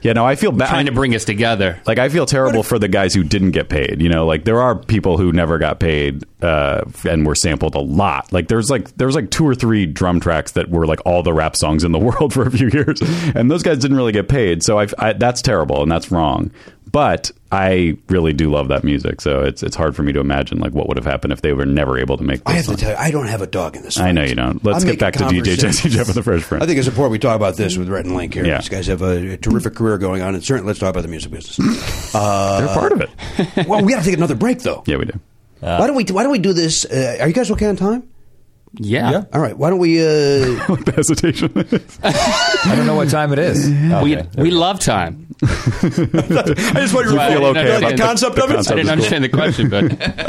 Speaker 3: Yeah, no, I feel bad.
Speaker 9: Trying to bring us together.
Speaker 3: Like, I feel terrible for the guys who didn't get paid. You know, like, there are people who never got paid uh, and were sampled a lot. Like, there's like, there's like two or three drum tracks that were like all the rap songs in the world for a few years. And those guys didn't really get paid. So I, I, that's terrible and that's wrong. But I really do love that music. So it's, it's hard for me to imagine like what would have happened if they were never able to make
Speaker 2: I
Speaker 3: this.
Speaker 2: have to tell you, I don't have a dog in this.
Speaker 3: I know you don't. Let's
Speaker 2: I'm
Speaker 3: get back to
Speaker 2: making
Speaker 3: DJ Jesse
Speaker 2: conversation.
Speaker 3: Jeff and the Fresh Prince.
Speaker 2: I think it's important we talk about this with Rhett and Link here.
Speaker 3: Yeah.
Speaker 2: These guys have a, a terrific career going on, and certainly let's talk about the music business. Uh,
Speaker 3: They're part of it.
Speaker 2: well, we got to take another break, though.
Speaker 3: Yeah, we do.
Speaker 2: why don't we? Why don't we do this? Uh, are you guys okay on time?
Speaker 9: Yeah.
Speaker 2: All right. Why don't we? Uh,
Speaker 3: the hesitation.
Speaker 10: I don't know what time it is. Oh,
Speaker 9: We, we love time.
Speaker 2: I just want
Speaker 9: you to Well, I feel didn't okay understand about the- the concept the of it. concept I didn't is cool. understand the question, but-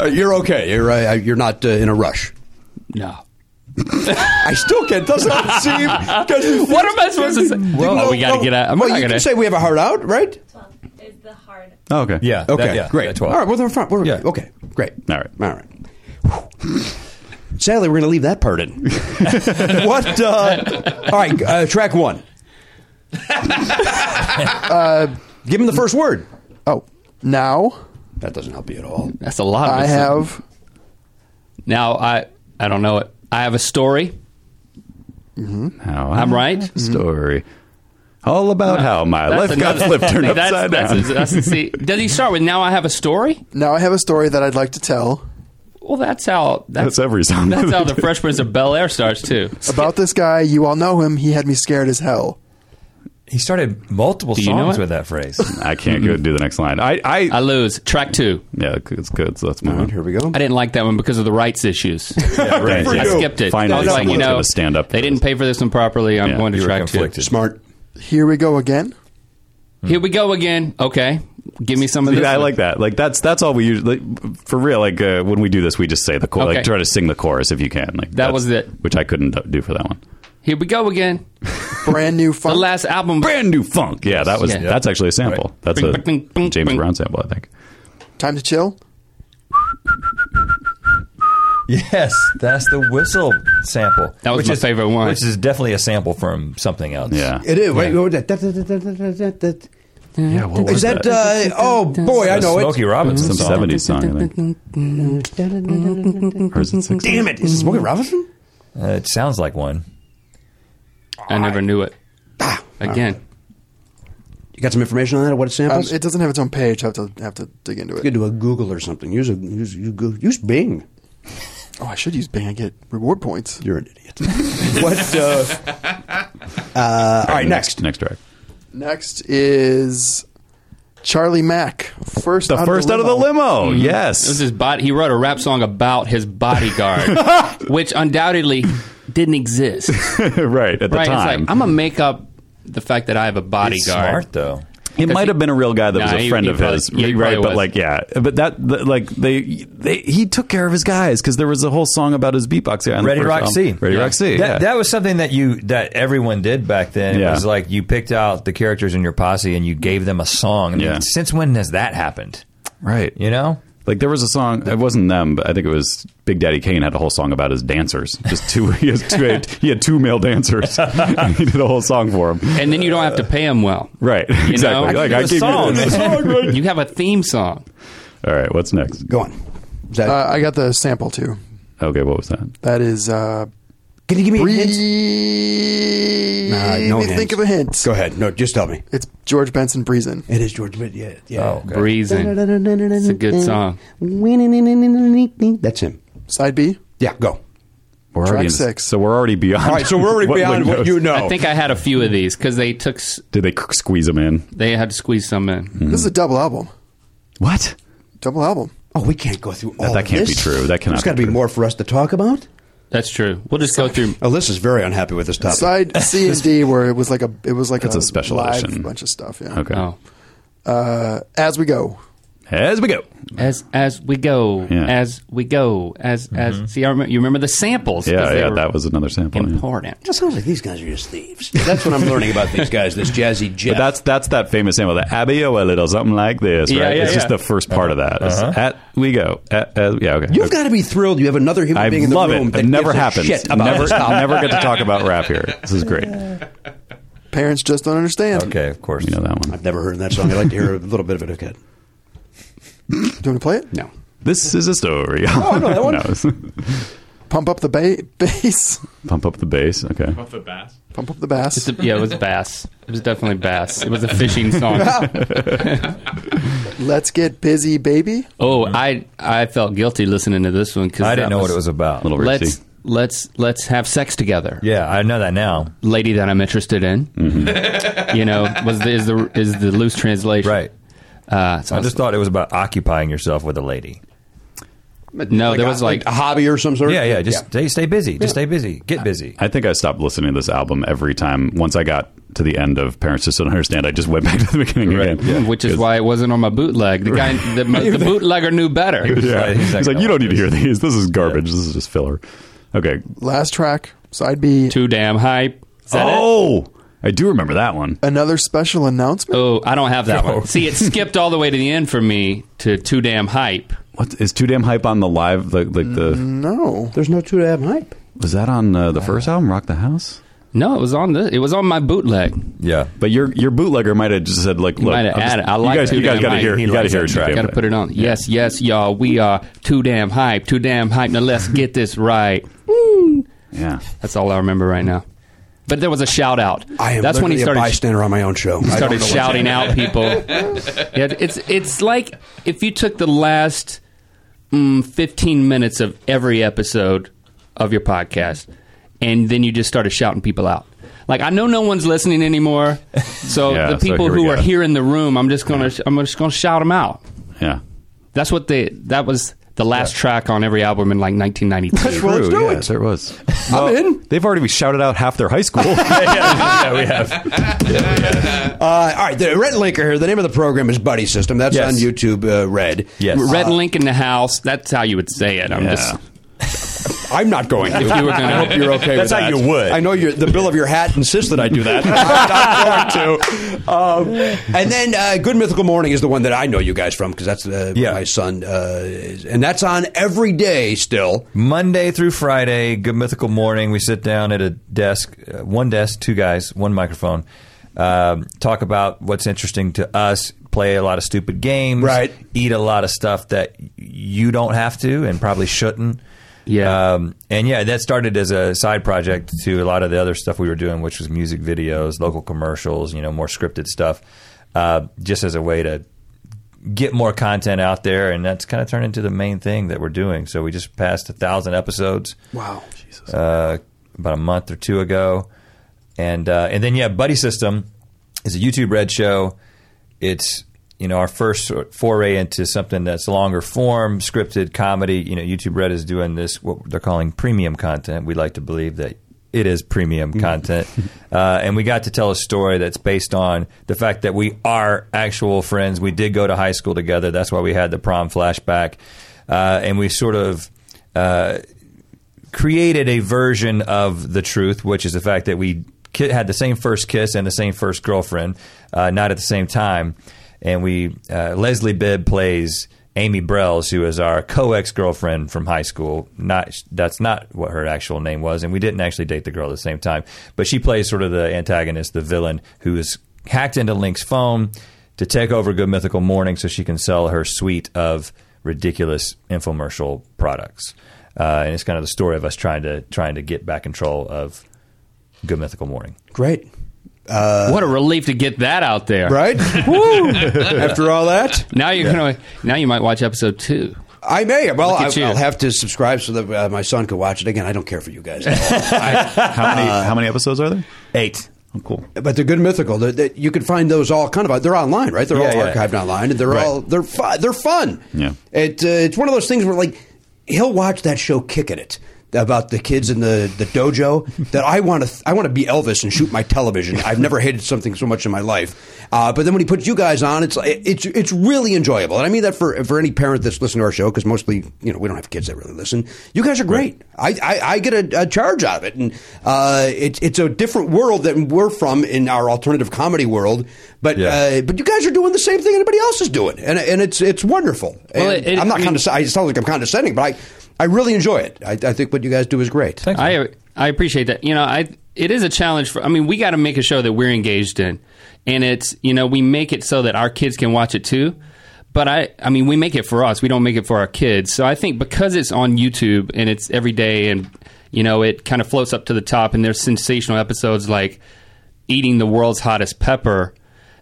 Speaker 2: uh, you're okay. You're uh, you're not uh, in a rush.
Speaker 9: No.
Speaker 2: I still can't. Doesn't that seem? doesn't-
Speaker 9: What am I supposed to say?
Speaker 2: Didn't-
Speaker 9: Well,
Speaker 2: no,
Speaker 9: we gotta
Speaker 2: no.
Speaker 9: get out. I'm
Speaker 2: well,
Speaker 9: not
Speaker 2: you
Speaker 9: gonna-
Speaker 2: can say we have a hard out, right?
Speaker 3: Oh, okay.
Speaker 10: Yeah.
Speaker 2: Okay.
Speaker 10: that- yeah,
Speaker 2: great.
Speaker 10: that
Speaker 2: All
Speaker 10: 12.
Speaker 2: right. Well, they're front. We're, Okay. Great.
Speaker 3: All right.
Speaker 2: All right. Sadly, we're going to leave that part in. what? Uh, all right. Uh, track one. uh, give him the first word.
Speaker 7: Oh, now
Speaker 2: that doesn't help you at all.
Speaker 9: That's a lot. Of
Speaker 7: I
Speaker 9: us.
Speaker 7: have
Speaker 9: now. I I don't know it. I have a story.
Speaker 3: How
Speaker 7: Mm-hmm.
Speaker 9: I'm right.
Speaker 3: Story. All about how my
Speaker 9: That's
Speaker 3: life got
Speaker 9: another-
Speaker 3: flipped turned
Speaker 9: That's-
Speaker 3: upside
Speaker 9: that's-
Speaker 3: down.
Speaker 9: that's- see, does he start with "Now I have a story"?
Speaker 7: now I have a story that I'd like to tell
Speaker 9: Well, that's how that's,
Speaker 3: That's every song.
Speaker 9: That's how the Fresh Prince of Bel Air starts too.
Speaker 7: about this guy. You all know him. He had me scared as hell.
Speaker 10: He started multiple
Speaker 9: Do you know
Speaker 10: songs
Speaker 9: it?
Speaker 10: with that phrase.
Speaker 3: I can't go do the next line. I, I,
Speaker 9: I lose track two.
Speaker 3: yeah, it's good. So let's move on.
Speaker 2: Here we go.
Speaker 9: I didn't like that one because of the rights issues.
Speaker 3: right.
Speaker 9: I
Speaker 3: Yeah.
Speaker 9: skipped it.
Speaker 3: Finally,
Speaker 9: I was like,
Speaker 3: someone's
Speaker 9: you know,
Speaker 3: gonna stand up.
Speaker 9: They didn't pay for this one properly. I'm
Speaker 3: Yeah,
Speaker 9: going to
Speaker 3: you were
Speaker 9: track two.
Speaker 3: conflicted.
Speaker 2: Smart.
Speaker 7: Here we go again.
Speaker 9: Here we go again. Okay, give me some of this.
Speaker 3: Yeah, I
Speaker 9: one.
Speaker 3: like that. Like that's that's all we usually like, for real. Like uh, when we do this, we just say the chor-
Speaker 9: Okay.
Speaker 3: like try to sing the chorus if you can. Like that's-
Speaker 9: was it.
Speaker 3: which I couldn't do for that one.
Speaker 9: Here we go again.
Speaker 7: Brand new
Speaker 9: The
Speaker 7: funk.
Speaker 9: last album.
Speaker 3: Brand new funk. Yeah, that was
Speaker 9: Yeah.
Speaker 3: that's actually a sample. That's
Speaker 9: Bing,
Speaker 3: a
Speaker 9: bing, bing,
Speaker 3: James
Speaker 9: bing.
Speaker 3: Brown sample, I think.
Speaker 7: Time to chill.
Speaker 10: Yes, that's the whistle sample.
Speaker 9: That was
Speaker 10: which
Speaker 9: my
Speaker 10: is,
Speaker 9: favorite one.
Speaker 10: Which is definitely a sample from something else.
Speaker 3: Yeah,
Speaker 2: It is. Wait,
Speaker 10: Yeah.
Speaker 2: what was that? Da- da- da- da- da- da- da- da-
Speaker 3: yeah. What was
Speaker 2: Is that? Uh, oh boy, I
Speaker 10: A
Speaker 2: know
Speaker 10: Smokey
Speaker 2: it.
Speaker 10: Robinson
Speaker 3: some
Speaker 10: song.
Speaker 3: seventies song? I think. Or is it 60s?
Speaker 2: Damn it! Is it Smokey Robinson?
Speaker 10: Uh, it sounds like one.
Speaker 9: I never knew it. Again,
Speaker 2: You got some information on that? What it
Speaker 7: Um,
Speaker 2: samples?
Speaker 7: it doesn't have its own page. I have to have to dig into
Speaker 2: you could
Speaker 7: it.
Speaker 2: do a Google or something. Use a use you go- use Bing.
Speaker 7: Oh, I should use Bing. I get reward points.
Speaker 2: You're an idiot. what? Uh, uh, all right, next.
Speaker 3: next track.
Speaker 7: Next is Charlie Mack, first
Speaker 3: The
Speaker 7: out
Speaker 3: first out
Speaker 7: of
Speaker 3: of
Speaker 7: the
Speaker 3: the
Speaker 7: limo.
Speaker 3: limo.
Speaker 9: Mhm.
Speaker 3: Yes.
Speaker 9: It was his body. He wrote a rap song about his bodyguard, which undoubtedly didn't exist.
Speaker 3: right at the
Speaker 9: right?
Speaker 3: time.
Speaker 9: It's like, I'm going to make up the fact that I have a bodyguard.
Speaker 3: smart, though. It might have been a real guy that was
Speaker 9: Nah,
Speaker 3: a
Speaker 9: he-
Speaker 3: friend
Speaker 9: he
Speaker 3: of
Speaker 9: probably-
Speaker 3: his,
Speaker 9: yeah, he
Speaker 3: right? But
Speaker 9: probably was.
Speaker 3: like, yeah, but that, the- like they, they, he took care of his guys because there was a whole song about his beatbox guy. on the
Speaker 10: Ready
Speaker 3: first
Speaker 10: Rock
Speaker 3: album.
Speaker 10: Sea.
Speaker 3: Ready Rock Sea.
Speaker 10: That,
Speaker 3: yeah.
Speaker 10: that was something that you that everyone did back then. It
Speaker 3: Yeah.
Speaker 10: was like you picked out the characters in your posse and you gave them a song. And
Speaker 3: Yeah.
Speaker 10: Since when has that happened?
Speaker 3: right.
Speaker 10: You know.
Speaker 3: Like there was a song. It wasn't them, but I think it was Big Daddy Kane had a whole song about his dancers. Just two. he, has two he had two male dancers. he did a whole song for him.
Speaker 9: And then you don't have to pay him well.
Speaker 3: Right.
Speaker 9: You
Speaker 3: exactly.
Speaker 9: know?
Speaker 3: Like I gave you this.
Speaker 9: you have a theme song.
Speaker 3: All right. What's next?
Speaker 2: Go on.
Speaker 7: Uh, I got the sample too.
Speaker 3: Okay. What was that?
Speaker 7: That is. Uh,
Speaker 2: Can you give me
Speaker 7: a hint?
Speaker 2: Nah, no
Speaker 7: me think
Speaker 2: hints.
Speaker 7: of a hint.
Speaker 2: Go ahead. No, just tell me.
Speaker 7: It's George Benson Breezin.
Speaker 2: It is George Benson. Yeah, yeah.
Speaker 3: Oh,
Speaker 9: Breezing. It's a good song.
Speaker 2: That's him.
Speaker 7: Side B.
Speaker 2: Yeah, go.
Speaker 3: We're
Speaker 7: Track
Speaker 3: already in-
Speaker 7: six.
Speaker 3: So we're already beyond.
Speaker 2: All right, so we're already beyond
Speaker 3: Link
Speaker 2: what
Speaker 3: knows.
Speaker 2: you know.
Speaker 9: I think I had a few of these because they took. s-
Speaker 3: Did they c- squeeze him in?
Speaker 9: They had to squeeze some in.
Speaker 7: This is
Speaker 3: Hmm.
Speaker 7: a double album.
Speaker 3: What?
Speaker 7: Double album.
Speaker 2: Oh, we can't go through all
Speaker 3: that
Speaker 2: of
Speaker 3: can't be
Speaker 2: this.
Speaker 3: true. That cannot
Speaker 2: There's got to
Speaker 3: be
Speaker 2: be
Speaker 3: true.
Speaker 2: more for us to talk about.
Speaker 9: That's true. We'll just go through.
Speaker 2: Alyssa's Oh, very unhappy with this topic.
Speaker 7: Side C and D, where it was like a it was like
Speaker 3: That's a special
Speaker 7: live
Speaker 3: edition.
Speaker 7: bunch of stuff. Yeah.
Speaker 3: Okay.
Speaker 9: Oh.
Speaker 7: Uh, as we go.
Speaker 3: As we go.
Speaker 9: As as we go,
Speaker 3: Yeah.
Speaker 9: as we go, as
Speaker 3: Mm-hmm.
Speaker 9: as see, I remember, you remember the samples. 'cause
Speaker 3: Yeah,
Speaker 9: they
Speaker 3: yeah,
Speaker 9: were
Speaker 3: that was another sample. yeah.
Speaker 9: important.
Speaker 2: That sounds like these guys are just thieves. That's what I'm learning about these guys. This jazzy
Speaker 3: But
Speaker 2: jet.
Speaker 3: that's that's that famous sample, the Abby a little something like this, right?
Speaker 9: Yeah, yeah,
Speaker 3: it's just
Speaker 9: yeah.
Speaker 3: the first part of that. It's
Speaker 10: Uh-huh.
Speaker 3: At we go. At, at- yeah, okay.
Speaker 2: You've got to be thrilled. You have another human
Speaker 3: I
Speaker 2: being in the
Speaker 3: love
Speaker 2: room.
Speaker 3: it.
Speaker 2: that
Speaker 3: It never
Speaker 2: gives a
Speaker 3: happens.
Speaker 2: Shit about
Speaker 3: never,
Speaker 2: this topic.
Speaker 3: never get to talk about rap here. This is great. You
Speaker 7: Parents just don't understand.
Speaker 10: Okay, of course.
Speaker 3: know that one.
Speaker 2: I've never heard that song. I'd like to hear a little bit of it again.
Speaker 7: Do you want to play it?
Speaker 2: No.
Speaker 3: This is a story.
Speaker 2: Oh, I know that one.
Speaker 3: No.
Speaker 7: Pump up the ba- bass.
Speaker 3: Pump up the bass. Okay.
Speaker 6: Off the bass.
Speaker 7: Pump up the bass.
Speaker 9: It's a- yeah, it was bass. It was definitely bass. It was a fishing song.
Speaker 7: Let's get busy, baby.
Speaker 9: oh, I I felt guilty listening to this one because
Speaker 10: I didn't know what it was about.
Speaker 3: Little
Speaker 9: Let's
Speaker 3: Ritzy.
Speaker 9: let's let's have sex together,
Speaker 10: Yeah, I know that now.
Speaker 9: lady that I'm interested in. you know, was the, is the is the loose translation
Speaker 10: Mm-hmm. Right.
Speaker 9: Uh, so
Speaker 10: I just thought it was about occupying yourself with a lady.
Speaker 9: No, Oh, there
Speaker 2: a-
Speaker 9: was like-
Speaker 2: a hobby or some sort.
Speaker 10: Yeah, yeah. Just Stay, stay busy. Just stay busy. Get busy.
Speaker 3: I think I stopped listening to this album every time. Once I got to the end of Parents Just Don't Understand, I just went back to the beginning again.
Speaker 9: which is why it wasn't on my bootleg. The guy, the, the bootlegger knew better.
Speaker 3: Yeah.
Speaker 10: Right, he's
Speaker 3: He's
Speaker 10: like, "Oh,
Speaker 3: like,
Speaker 10: "No,
Speaker 3: you don't need to hear these. This is garbage. This is just filler. Okay.
Speaker 7: Last track, side B.
Speaker 9: Too damn hype. Is that it?
Speaker 3: Oh, I do remember that one.
Speaker 7: Another special announcement.
Speaker 9: Oh, I don't have that one. See, it skipped all the way to the end for me to too damn hype.
Speaker 3: What is too damn hype on the live? Like, like
Speaker 7: Mm-hmm.
Speaker 3: the
Speaker 7: No.
Speaker 2: There's no two to have hype.
Speaker 3: was that on uh, the first album, Rock the House?
Speaker 9: No, it was on the. It was on my bootleg.
Speaker 10: Yeah.
Speaker 3: But your your bootlegger might have just said like,
Speaker 9: You
Speaker 3: look,
Speaker 9: might have
Speaker 3: I'm just-
Speaker 9: added. I
Speaker 3: you
Speaker 9: like
Speaker 3: guys,
Speaker 9: Too
Speaker 3: you guys
Speaker 9: Damn
Speaker 3: got to
Speaker 9: Hype.
Speaker 3: hear,
Speaker 9: He
Speaker 3: you got to
Speaker 9: likes
Speaker 3: hear
Speaker 9: that
Speaker 3: Too
Speaker 9: track.
Speaker 3: Damn
Speaker 9: Gotta put it on. Yes, yes, y'all. We are too damn hype. Too damn hype. Now let's get this right.
Speaker 3: Yeah,
Speaker 9: That's all I remember right now. But there was a shout out.
Speaker 2: I am
Speaker 9: That's when he
Speaker 2: literally
Speaker 9: started.
Speaker 2: a bystander on my own show. I don't know
Speaker 9: started
Speaker 2: what-
Speaker 9: shouting out people. yeah, it's it's like if you took the last mm, fifteen minutes of every episode of your podcast, and then you just started shouting people out. Like I know no one's listening anymore, so
Speaker 3: Yeah,
Speaker 9: the
Speaker 3: so
Speaker 9: people
Speaker 3: here we
Speaker 9: who
Speaker 3: go.
Speaker 9: are here in the room, I'm just gonna I'm just gonna shout them out.
Speaker 3: yeah.
Speaker 9: That's what they. That was the last track on every album in like 1992.
Speaker 2: Well, let's
Speaker 3: True,
Speaker 2: do
Speaker 3: yeah,
Speaker 2: it.
Speaker 3: There was.
Speaker 2: I'm in.
Speaker 3: They've already shouted out half their high school.
Speaker 10: yeah, we have.
Speaker 2: Uh, all right, the Red Linker here. The name of the program is Buddy System. That's
Speaker 10: Yes.
Speaker 2: on YouTube. Uh, Red.
Speaker 10: Yes.
Speaker 9: Red Link in the house. That's how you would say it. I'm just.
Speaker 2: I'm not going.
Speaker 9: If you were gonna-
Speaker 2: I hope you're okay.
Speaker 10: That's
Speaker 2: with
Speaker 10: how
Speaker 2: that.
Speaker 10: you would.
Speaker 2: I know you're, the bill of your hat insists that I do that. I'm not going to. Um, and then uh, Good Mythical Morning is the one that I know you guys from because that's uh,
Speaker 10: Yeah.
Speaker 2: my son, uh, is- and that's on every day still.
Speaker 10: Monday through Friday, Good Mythical Morning. We sit down at a desk, uh, one desk, two guys, one microphone. Um, talk about what's interesting to us. Play a lot of stupid games.
Speaker 2: Right.
Speaker 10: Eat a lot of stuff that you don't have to and probably shouldn't.
Speaker 9: Yeah.
Speaker 10: Um, and yeah, that started as a side project to a lot of the other stuff we were doing, which was music videos, local commercials, you know, more scripted stuff, uh, just as a way to get more content out there. And that's kind of turned into the main thing that we're doing. So we just passed a thousand episodes.
Speaker 2: Wow.
Speaker 10: Uh, about a month or two ago, and uh, and then yeah, Buddy System is a YouTube Red show. It's you know, our first foray into something that's longer form, scripted comedy. You know, YouTube Red is doing this, what they're calling premium content. We like to believe that it is premium content. uh, and we got to tell a story that's based on the fact that we are actual friends. We did go to high school together. That's why we had the prom flashback. Uh, and we sort of. Uh, created a version of the truth, which is the fact that we ki- had the same first kiss and the same first girlfriend, uh, not at the same time. And we uh, Leslie Bibb plays Amy Brells, who is our co-ex girlfriend from high school. Not that's not what her actual name was, and we didn't actually date the girl at the same time. But she plays sort of the antagonist, the villain, who is hacked into Link's phone to take over Good Mythical Morning so she can sell her suite of ridiculous infomercial products. Uh, and it's kind of the story of us trying to trying to get back control of Good Mythical Morning.
Speaker 2: Great.
Speaker 9: what a relief to get that out there,
Speaker 2: right? Woo! After all that,
Speaker 9: now you're gonna now you might watch episode two.
Speaker 2: I may. Well,
Speaker 9: Look
Speaker 2: I,
Speaker 9: at you.
Speaker 2: I'll have to subscribe so that uh, my son can watch it again. I don't care for you guys.
Speaker 3: How many how many episodes are there?
Speaker 10: Eight.
Speaker 3: Oh, cool.
Speaker 2: But they're good mythical. They're, they you can find those all kind of. They're online, right? They're
Speaker 3: Yeah,
Speaker 2: all
Speaker 3: yeah.
Speaker 2: archived online, and they're
Speaker 3: Right.
Speaker 2: all they're fun. They're fun.
Speaker 3: Yeah.
Speaker 2: It, uh, it's one of those things where like he'll watch that show kicking it about the kids in the, the dojo that I want to I want to be Elvis and shoot my television. I've never hated something so much in my life. Uh, but then when he puts you guys on, it's it's it's really enjoyable. And I mean that for for any parent that's listening to our show because mostly you know we don't have kids that really listen. You guys are great. I, I I get a, a charge out of it, and uh, it's it's a different world that we're from in our alternative comedy world. But uh, but you guys are doing the same thing anybody else is doing, and and it's it's wonderful.
Speaker 9: Well,
Speaker 2: And
Speaker 9: it- it-
Speaker 2: I'm not
Speaker 9: I mean-
Speaker 2: condescending. It sounds like I'm condescending, but I, I really enjoy it. I, I think what you guys do is great.
Speaker 9: I I appreciate that. You know, I it is a challenge for. I mean, we got to make a show that we're engaged in, and it's you know we make it so that our kids can watch it too. But I I mean, we make it for us. We don't make it for our kids. So I think because it's on YouTube and it's every day, and you know it kind of floats up to the top, and there's sensational episodes like eating the world's hottest pepper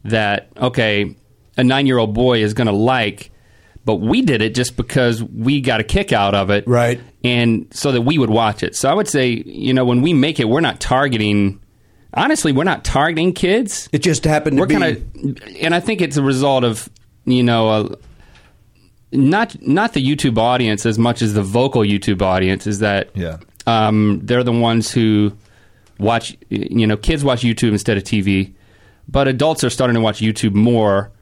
Speaker 9: that okay a nine year old boy is going to like but we did it just because we got a kick out of it right and so that we would watch it so i would say you know when we make it we're not targeting honestly we're not targeting kids
Speaker 2: it just happened to
Speaker 9: we're
Speaker 2: be-
Speaker 9: kind of and i think it's a result of you know a, not not the YouTube audience as much as the vocal YouTube audience is that
Speaker 10: Yeah.
Speaker 9: um, they're the ones who watch you know kids watch YouTube instead of TV, but adults are starting to watch YouTube more,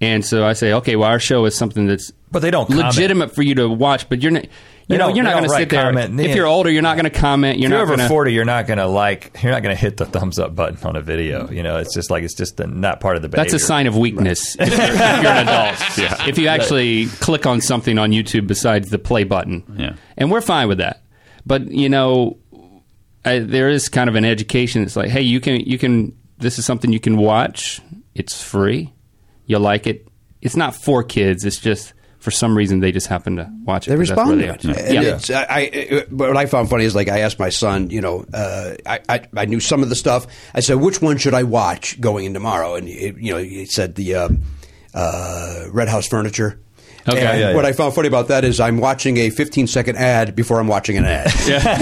Speaker 9: and so I say okay, well our show is something that's
Speaker 10: but they don't comment.
Speaker 9: legitimate for you to watch, but you're not.
Speaker 10: They
Speaker 9: You know,
Speaker 10: don't-
Speaker 9: you're
Speaker 10: they
Speaker 9: not going
Speaker 10: don't
Speaker 9: to
Speaker 10: write
Speaker 9: sit there.
Speaker 10: comment.
Speaker 9: If you're older, you're not going to comment. You're
Speaker 10: if you're
Speaker 9: not
Speaker 10: over
Speaker 9: gonna,
Speaker 10: forty, you're not going to like. You're not going to hit the thumbs up button on a video. You know, it's just like it's just the, not part of the. Behavior.
Speaker 9: That's a sign of weakness if, you're, if you're an adult.
Speaker 10: Yeah.
Speaker 9: If you actually click on something on YouTube besides the play button.
Speaker 3: Yeah.
Speaker 9: And we're fine with that. But, you know, I, there is kind of an education. It's like, hey, you can, you can, this is something you can watch. It's free. You'll like it. It's not for kids. It's just, for some reason, they just happen to watch it.
Speaker 2: They
Speaker 9: 'cause that's
Speaker 2: respond
Speaker 9: where
Speaker 2: to it.
Speaker 9: they are.
Speaker 2: And it's- I, I, it- but what I found funny is like I asked my son, you know, uh, I, I, I knew some of the stuff. I said, which one should I watch going in tomorrow? And, it, you know, he said the um, uh, Red House Furniture. And
Speaker 9: Okay. Yeah, yeah.
Speaker 2: what I found funny about that is I'm watching a 15 second ad before I'm watching an ad.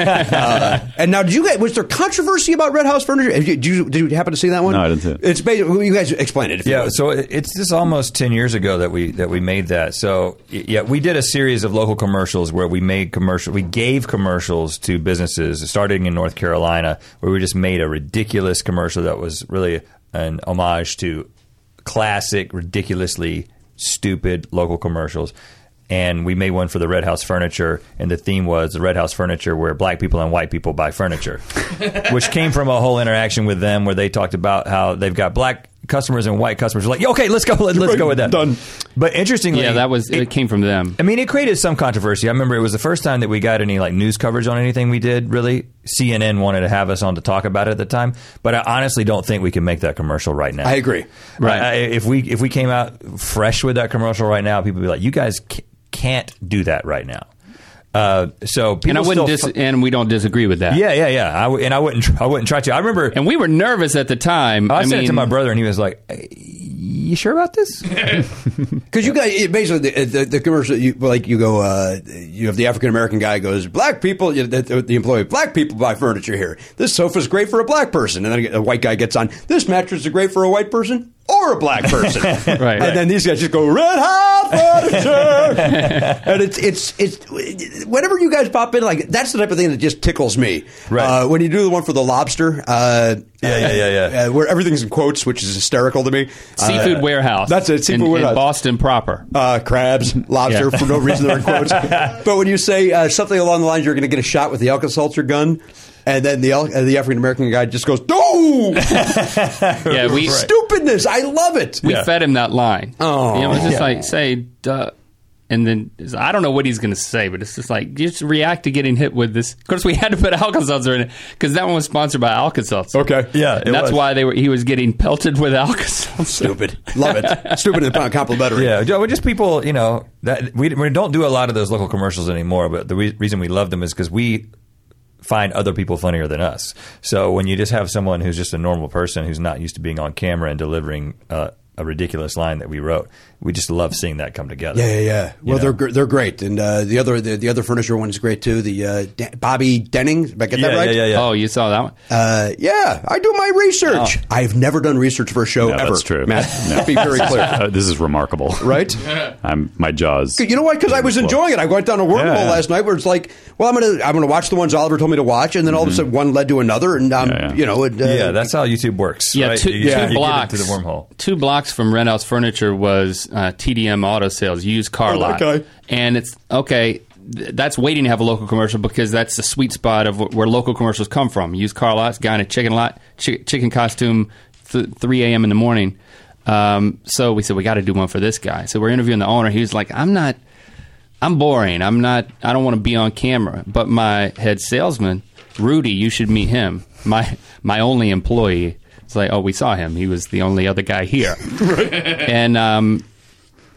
Speaker 2: uh, and now, did you guys, was there controversy about Red House Furniture? Did you, did you, did you happen to see that one?
Speaker 3: No, I didn't see it.
Speaker 2: It's basically, you guys explain it. If you
Speaker 10: Yeah,
Speaker 2: would.
Speaker 10: so it- it's just almost ten years ago that we that we made that. So y- yeah, we did a series of local commercials where we made commercial, we gave commercials to businesses, starting in North Carolina, where we just made a ridiculous commercial that was really an homage to classic, ridiculously stupid local commercials. And we made one for the Red House Furniture, and the theme was the Red House Furniture, where black people and white people buy furniture, which came from a whole interaction with them where they talked about how they've got black customers and white customers. Like, "Yeah, okay, let's go, let, us go with that. Done. But interestingly,
Speaker 9: Yeah, that was, it came from them.
Speaker 10: I mean, it created some controversy. I remember it was the first time that we got any like news coverage on anything we did. Really, CNN wanted to have us on to talk about it at the time, but I honestly don't think we can make that commercial right now.
Speaker 2: I agree.
Speaker 10: Right? I, if we if we came out fresh with that commercial right now, people would be like, "You guys ca- can't do that right now." Uh, so, people
Speaker 9: And I
Speaker 10: still
Speaker 9: wouldn't, dis-
Speaker 10: fu-
Speaker 9: and we don't disagree with that.
Speaker 10: yeah, yeah, yeah. I w- and I wouldn't. tr- I wouldn't try to. I remember.
Speaker 9: And we were nervous at the time.
Speaker 10: I,
Speaker 9: I
Speaker 10: said it to
Speaker 9: mean-
Speaker 10: my brother, and he was like, you sure about this?
Speaker 2: Because you guys, it basically, the, the, the commercial, you, like you go, uh, you have the African American guy goes, black people, you know, the, the employee, black people buy furniture here. This sofa's great for a black person. And then a white guy gets on, this mattress is great for a white person or a black person.
Speaker 9: Right.
Speaker 2: And then these guys just go, red hot furniture. and it's, it's, it's, whenever you guys pop in, like, that's the type of thing that just tickles me. Right. Uh, when you do the one for the lobster, uh, yeah, yeah, yeah, yeah. where everything's in quotes, which is hysterical to me.
Speaker 9: Seafood
Speaker 2: Uh,
Speaker 9: warehouse.
Speaker 2: That's it. Seafood
Speaker 9: in, in
Speaker 2: warehouse.
Speaker 9: Boston proper.
Speaker 2: Uh, crabs, lobster,
Speaker 9: Yeah.
Speaker 2: for no reason they're in quotes. but when you say uh, something along the lines, you're going to get a shot with the Alka-Seltzer gun, and then the Al- uh, the African American guy just goes, "No,
Speaker 9: Yeah, we
Speaker 2: stupidness! I love it."
Speaker 9: we fed him that line.
Speaker 2: Oh.
Speaker 9: you know, it's just
Speaker 2: Yeah.
Speaker 9: like say, duh. And then I don't know what he's going to say, but it's just like just react to getting hit with this. Of course, we had to put Alka Seltzer in it because that one was sponsored by Alka Seltzer.
Speaker 2: Okay,
Speaker 10: Yeah, it
Speaker 9: and that's
Speaker 10: was.
Speaker 9: why they were. He was getting pelted with Alka Seltzer.
Speaker 2: Stupid, love it. Stupid and complimentary.
Speaker 10: Yeah, ju- well, just people, you know, that we, we don't do a lot of those local commercials anymore, but the re- reason we love them is because we find other people funnier than us. So when you just have someone who's just a normal person who's not used to being on camera and delivering uh, a ridiculous line that we wrote, we just love seeing that come together.
Speaker 2: Yeah, yeah, yeah. Well, they're gr- they're great, and uh, the other the, the other furniture one's great too. The uh, Da- Bobby Denning, did I get that
Speaker 10: Yeah,
Speaker 2: right?
Speaker 10: yeah, yeah, yeah.
Speaker 9: Oh, you saw that one?
Speaker 2: Uh, yeah, I do my research. I've never done research for a show
Speaker 3: No,
Speaker 2: ever.
Speaker 3: that's true.
Speaker 2: Matt,
Speaker 3: No.
Speaker 2: be very clear,
Speaker 3: Uh, this is remarkable.
Speaker 2: right?
Speaker 3: I'm my jaws.
Speaker 2: You know what? Because I was enjoying it. I went down a wormhole
Speaker 3: Yeah.
Speaker 2: last night where it's like, well, I'm gonna I'm gonna watch the ones Oliver told me to watch, and then all of a sudden one led to another, and um,
Speaker 3: Yeah, yeah.
Speaker 2: you know, it, uh,
Speaker 10: Yeah, that's how YouTube works.
Speaker 9: Yeah,
Speaker 10: right?
Speaker 9: two,
Speaker 10: You- you get
Speaker 9: two
Speaker 10: into
Speaker 9: blocks
Speaker 10: the wormhole.
Speaker 9: Two blocks from Red House Furniture was uh, TDM Auto Sales, used car
Speaker 2: Oh, that
Speaker 9: lot,
Speaker 2: guy.
Speaker 9: and it's okay. th- That's waiting to have a local commercial because that's the sweet spot of wh- where local commercials come from. Used car lots, guy in a chicken lot, chi- chicken costume, th- three a.m. in the morning. Um, so we said we got to do one for this guy. So we're interviewing the owner. He was like, "I'm not." I'm boring. I'm not. I don't want to be on camera. But my head salesman, Rudy, you should meet him. My my only employee. It's like, oh, we saw him. He was the only other guy here. And um,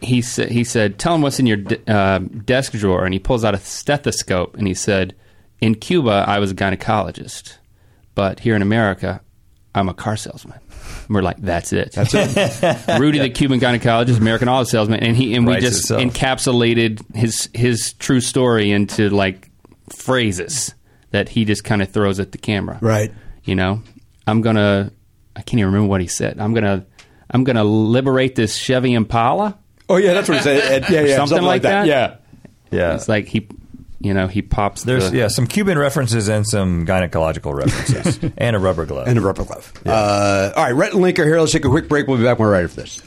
Speaker 9: he said, he said, tell him what's in your d- uh, desk drawer. And he pulls out a stethoscope and he said, in Cuba, I was a gynecologist, but here in America, I'm a car salesman. And we're like, that's it. That's it. Rudy, the Cuban gynecologist, American auto salesman, and he and we
Speaker 10: Writes
Speaker 9: just
Speaker 10: itself.
Speaker 9: encapsulated his his true story into like phrases that he just kind of throws at the camera.
Speaker 2: Right.
Speaker 9: You know, I'm gonna. I can't even remember what he said. I'm gonna. I'm gonna liberate this Chevy Impala.
Speaker 2: oh yeah, that's what he said. Yeah, yeah, yeah,
Speaker 9: Something like that?
Speaker 2: Yeah.
Speaker 10: Yeah.
Speaker 9: It's like he, you know, he pops.
Speaker 10: There's
Speaker 9: the,
Speaker 10: yeah some Cuban references and some gynecological references and a rubber glove.
Speaker 2: And a rubber glove. Uh, all right, Rhett and Link are here. Let's take a quick break. We'll be back. We're right after this.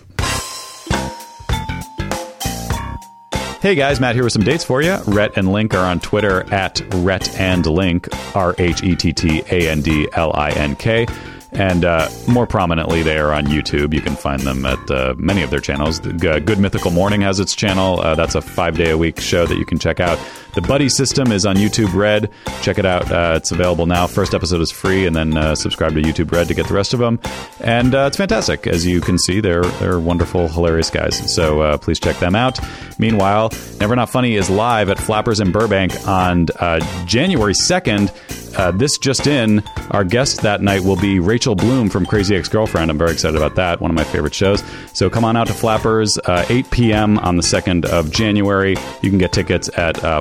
Speaker 3: Hey guys, Matt here with some dates for you. Rhett and Link are on Twitter at Rhett and Link, R H E T T A N D L I N K. And uh, more prominently, they are on YouTube. You can find them at uh, many of their channels. The G- Good Mythical Morning has its channel. Uh, that's a five day a week show that you can check out. The Buddy System is on YouTube Red. Check it out. Uh, it's available now. First episode is free, and then uh, subscribe to YouTube Red to get the rest of them. And uh, it's fantastic. As you can see, they're they're wonderful, hilarious guys. So uh, please check them out. Meanwhile, Never Not Funny is live at Flappers in Burbank on uh, January second. Uh, this just in, our guest that night will be Rachel Bloom from Crazy Ex Girlfriend. I'm very excited about that. One of my favorite shows. So come on out to Flappers, uh, 8 p.m. on the 2nd of January. You can get tickets at uh,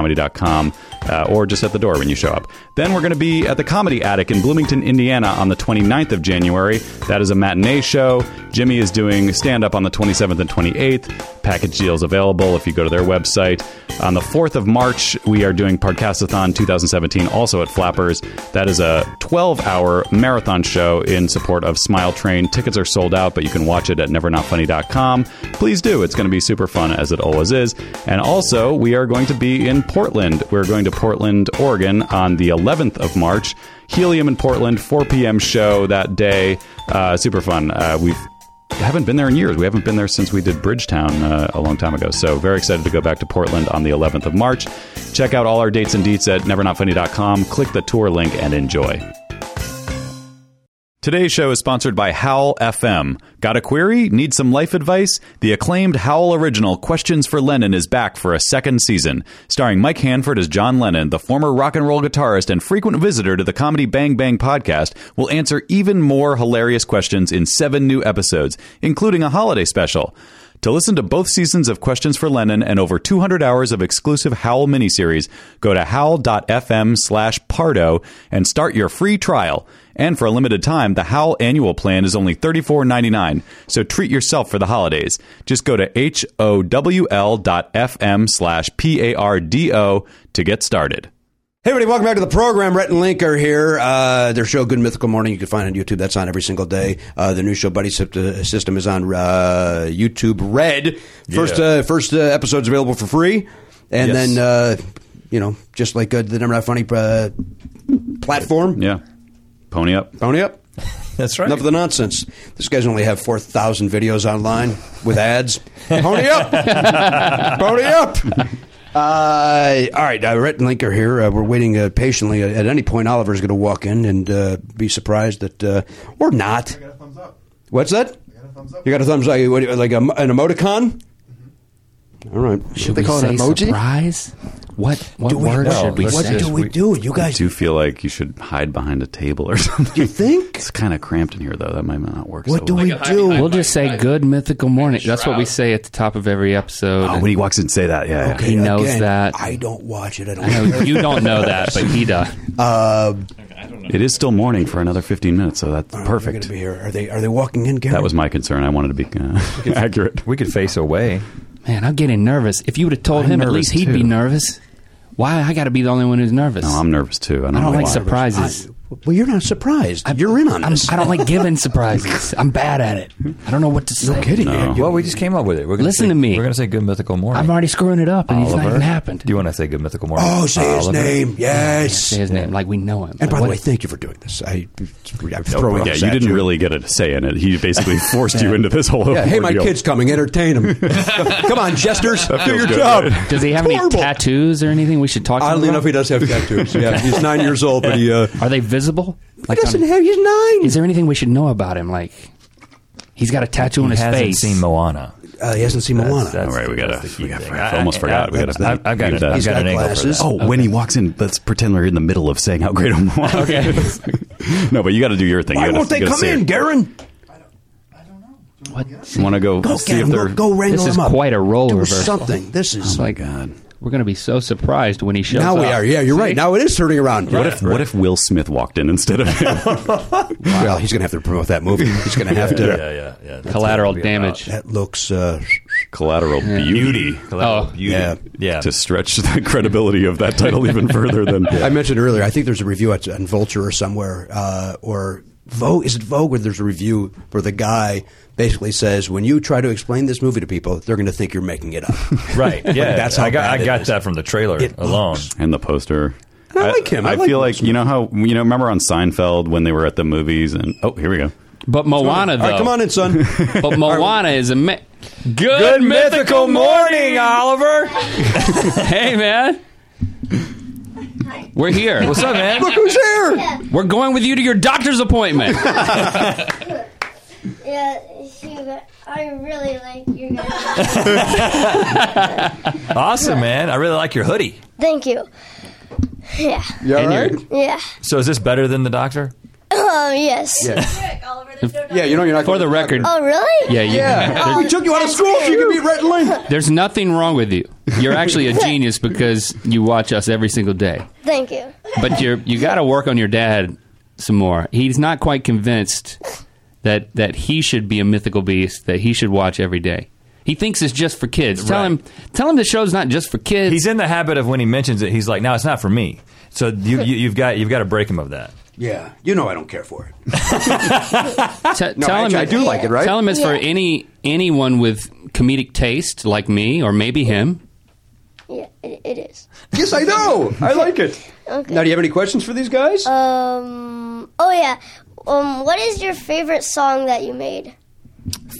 Speaker 3: flapperscomedy.com uh, or just at the door when you show up. Then we're going to be at the Comedy Attic in Bloomington, Indiana on the 29th of January. That is a matinee show. Jimmy is doing stand up on the 27th and 28th. Package deals available if you go to their website. On the 4th of March, we are doing Podcastathon 2017 also at Flappers. That is a 12 hour marathon show in support of Smile Train. Tickets are sold out, but you can watch it at nevernotfunny.com. Please do. It's going to be super fun, as it always is. And also, we are going to be in Portland. We're going to Portland, Oregon on the 11th of March. Helium in Portland, 4 p.m. show that day. Uh, super fun. Uh, we've haven't been there in years. We haven't been there since we did Bridgetown uh, a long time ago. So very excited to go back to Portland on the 11th of March. Check out all our dates and deets at nevernotfunny.com. Click the tour link and enjoy. Today's show is sponsored by Howl FM. Got a query? Need some life advice? The acclaimed Howl original Questions for Lennon is back for a second season, starring Mike Hanford as John Lennon, the former rock and roll guitarist and frequent visitor to the Comedy Bang Bang podcast, will answer even more hilarious questions in 7 new episodes, including a holiday special. To listen to both seasons of Questions for Lennon and over 200 hours of exclusive Howl miniseries, go to howl.fm slash pardo and start your free trial. And for a limited time, the Howl annual plan is only $34.99, so treat yourself for the holidays. Just go to h-o-w-l dot fm slash p-a-r-d-o to get started.
Speaker 2: Hey, everybody, welcome back to the program. Rhett and Link are here. Uh, their show, Good Mythical Morning, you can find on YouTube. That's on every single day. Uh, the new show, Buddy Syst- uh, System, is on uh, YouTube Red. First,
Speaker 12: Yeah.
Speaker 2: uh, first uh, episode's available for free. And
Speaker 12: Yes.
Speaker 2: then, uh, you know, just like uh, the Never Not Funny uh, platform.
Speaker 3: Yeah. Pony up.
Speaker 2: Pony up.
Speaker 10: That's right.
Speaker 2: Enough of the nonsense. These guys only have 4,000 videos online with ads. Pony up. Pony up. Uh, all right, uh, Rhett and Link are here. Uh, we're waiting uh, patiently. At, at any point, Oliver's going to walk in and uh, be surprised that, uh, or not. What's that? You got a thumbs up. What, do you- like a, an emoticon? All right.
Speaker 9: Should we say surprise? What what
Speaker 2: Do we-
Speaker 9: word
Speaker 2: no,
Speaker 9: should we
Speaker 2: let's
Speaker 9: say?
Speaker 2: just- We do. You guys-
Speaker 3: I do feel like you should hide behind a table or something.
Speaker 2: You think?
Speaker 3: It's kind of cramped in here, though. That might not work. so well.
Speaker 9: We'll just say good mythical morning. That's what we say at the top of every episode.
Speaker 3: Oh, when he walks in, say that. Yeah, yeah.
Speaker 9: he knows
Speaker 2: Again,
Speaker 9: that.
Speaker 2: I don't watch it at all.
Speaker 9: I know you don't know that, but he does.
Speaker 2: Uh,
Speaker 3: It is still morning for another 15 minutes, so that's
Speaker 2: They're going
Speaker 3: perfect.
Speaker 2: to be here. Are they? Are they walking in? Gary?
Speaker 3: That was my concern. I wanted to be uh, accurate.
Speaker 10: We could face away.
Speaker 9: Man, I'm getting nervous. If you would have told
Speaker 3: I'm
Speaker 9: him, at
Speaker 3: nervous,
Speaker 9: least he'd
Speaker 3: too.
Speaker 9: be nervous. Why I got to be the only one who's nervous?
Speaker 3: No, I'm nervous too. I don't,
Speaker 9: I don't
Speaker 3: know
Speaker 9: like
Speaker 3: why.
Speaker 9: surprises.
Speaker 2: well, you're not surprised. you're in on
Speaker 9: I'm, I don't like giving surprises. I'm bad at it. I don't know what to say.
Speaker 10: Well, we just came up with it. We're gonna
Speaker 9: Listen
Speaker 10: say-
Speaker 9: to me.
Speaker 10: We're going to say good mythical morning.
Speaker 9: I'm already screwing it up, and it's not even happened.
Speaker 10: Do you want to say good mythical morning?
Speaker 2: Oh, say his
Speaker 10: Oliver?
Speaker 2: name. Yes.
Speaker 9: Say his name, like we know him.
Speaker 2: And
Speaker 9: Like,
Speaker 2: by
Speaker 9: what-
Speaker 2: the way, thank you for doing this. I, I'm
Speaker 3: No
Speaker 2: throwing
Speaker 3: problem. yeah,
Speaker 2: this
Speaker 3: you
Speaker 2: at
Speaker 3: didn't really get a say in it. He basically forced you into this whole.
Speaker 2: Yeah, hey, my
Speaker 3: ordeal.
Speaker 2: kid's coming. Entertain him. Come on, jesters.
Speaker 3: That
Speaker 2: Do
Speaker 3: feels
Speaker 2: your
Speaker 3: good,
Speaker 2: job.
Speaker 3: right?
Speaker 9: Does he have any tattoos or anything we should talk to him
Speaker 2: Oddly
Speaker 9: about?
Speaker 2: enough, he does have tattoos. Yeah, he's nine years old, but he. Uh,
Speaker 9: Are they visible? Like um,
Speaker 2: doesn't have- he's nine.
Speaker 9: Is there anything we should know about him? Like he's got a tattoo on
Speaker 10: He
Speaker 9: his
Speaker 10: hasn't
Speaker 9: face.
Speaker 10: seen Moana.
Speaker 2: uh, he hasn't seen Moana.
Speaker 10: That's-
Speaker 3: All right, we
Speaker 10: that's
Speaker 3: gotta.
Speaker 10: the key
Speaker 3: We got,
Speaker 10: thing.
Speaker 3: I almost
Speaker 10: I-
Speaker 3: forgot.
Speaker 10: I-
Speaker 3: we gotta.
Speaker 10: I've- I've got
Speaker 3: leave
Speaker 10: it. I've
Speaker 3: that.
Speaker 10: got an angle for that.
Speaker 3: Oh, when he walks in, let's pretend we're in the middle of saying how great I'm. Okay. no, but you got to do your thing. You
Speaker 2: Why
Speaker 3: gotta-
Speaker 2: won't
Speaker 3: you
Speaker 2: they
Speaker 3: gotta
Speaker 2: come
Speaker 3: see it.
Speaker 2: in, Garen?
Speaker 3: You want to go,
Speaker 2: Go
Speaker 3: see
Speaker 2: get
Speaker 3: if
Speaker 2: him. Go,
Speaker 3: they're
Speaker 2: go wrangle
Speaker 9: This
Speaker 2: him
Speaker 9: is
Speaker 2: up.
Speaker 9: quite a role
Speaker 2: Do
Speaker 9: reversal.
Speaker 2: something. This is.
Speaker 9: Like
Speaker 3: God.
Speaker 9: we're gonna be so surprised when he shows
Speaker 2: Oh now
Speaker 9: up.
Speaker 2: we are. Yeah, you're right. Now it is turning around.
Speaker 3: What if what if Will Smith walked in instead of him?
Speaker 2: Well, he's going to have to promote that movie. He's going to have to.
Speaker 10: yeah, yeah.
Speaker 9: Collateral damage.
Speaker 2: That looks. Uh,
Speaker 3: Collateral beauty.
Speaker 9: Oh,
Speaker 2: yeah.
Speaker 10: Yeah.
Speaker 3: To stretch the credibility of that title even further than
Speaker 2: I mentioned earlier. I think there's a review at, on Vulture or somewhere, uh, or Vogue. Is it Vogue? Where there's a review where the guy basically says, "When you try to explain this movie to people, they're going to think you're making it up."
Speaker 10: Right.
Speaker 2: Like,
Speaker 10: Yeah.
Speaker 2: that's how
Speaker 10: I got.
Speaker 2: bad
Speaker 10: I
Speaker 2: it
Speaker 10: got
Speaker 2: is.
Speaker 10: that from the trailer
Speaker 2: It
Speaker 10: alone.
Speaker 2: looks-
Speaker 3: and the poster.
Speaker 2: I like him. I
Speaker 3: I,
Speaker 2: like
Speaker 3: feel
Speaker 2: Will
Speaker 3: like you know how you know. Remember on Seinfeld when they were at the movies and oh here we go.
Speaker 9: But Moana though.
Speaker 2: All right, come on in, son.
Speaker 9: But Moana is a ma- good,
Speaker 10: Good mythical morning, Oliver.
Speaker 9: hey man. We're here.
Speaker 10: What's up, man?
Speaker 2: Look who's here.
Speaker 9: We're going with you to your doctor's appointment.
Speaker 13: Yeah, she, I really like your guys.
Speaker 10: Awesome, man. I really like your hoodie.
Speaker 13: Thank you. Yeah.
Speaker 2: You all
Speaker 10: And
Speaker 2: right?
Speaker 10: your-
Speaker 13: Yeah.
Speaker 10: so is this better than the doctor?
Speaker 13: Oh, yes.
Speaker 2: Yeah, you know you're not.
Speaker 9: For the record.
Speaker 13: Oh, really?
Speaker 9: Yeah, you,
Speaker 2: Yeah, Oh, we took you out of school so you could be Rhett and Link.
Speaker 9: There's nothing wrong with you. You're actually a genius because you watch us every single day.
Speaker 13: Thank you.
Speaker 9: But you're you got to work on your dad some more. He's not quite convinced that that he should be a mythical beast that he should watch every day. He thinks it's just for kids. Tell
Speaker 10: Right.
Speaker 9: him tell him the show's not just for kids.
Speaker 10: He's in the habit of when he mentions it, he's like, "No, it's not for me." So you, you, you've got you've got to break him of that.
Speaker 2: Yeah, you know I don't care for it.
Speaker 9: Te-
Speaker 2: No,
Speaker 9: tell him
Speaker 2: actually, I
Speaker 9: it-
Speaker 2: do like it, right?
Speaker 9: Tell him it's for any anyone with comedic taste like me or maybe him.
Speaker 13: Yeah, it, it is.
Speaker 2: Yes, I know. I like it.
Speaker 13: Okay.
Speaker 2: Now, do you have any questions for these guys?
Speaker 13: Um. Oh, yeah. Um. What is your favorite song that you made?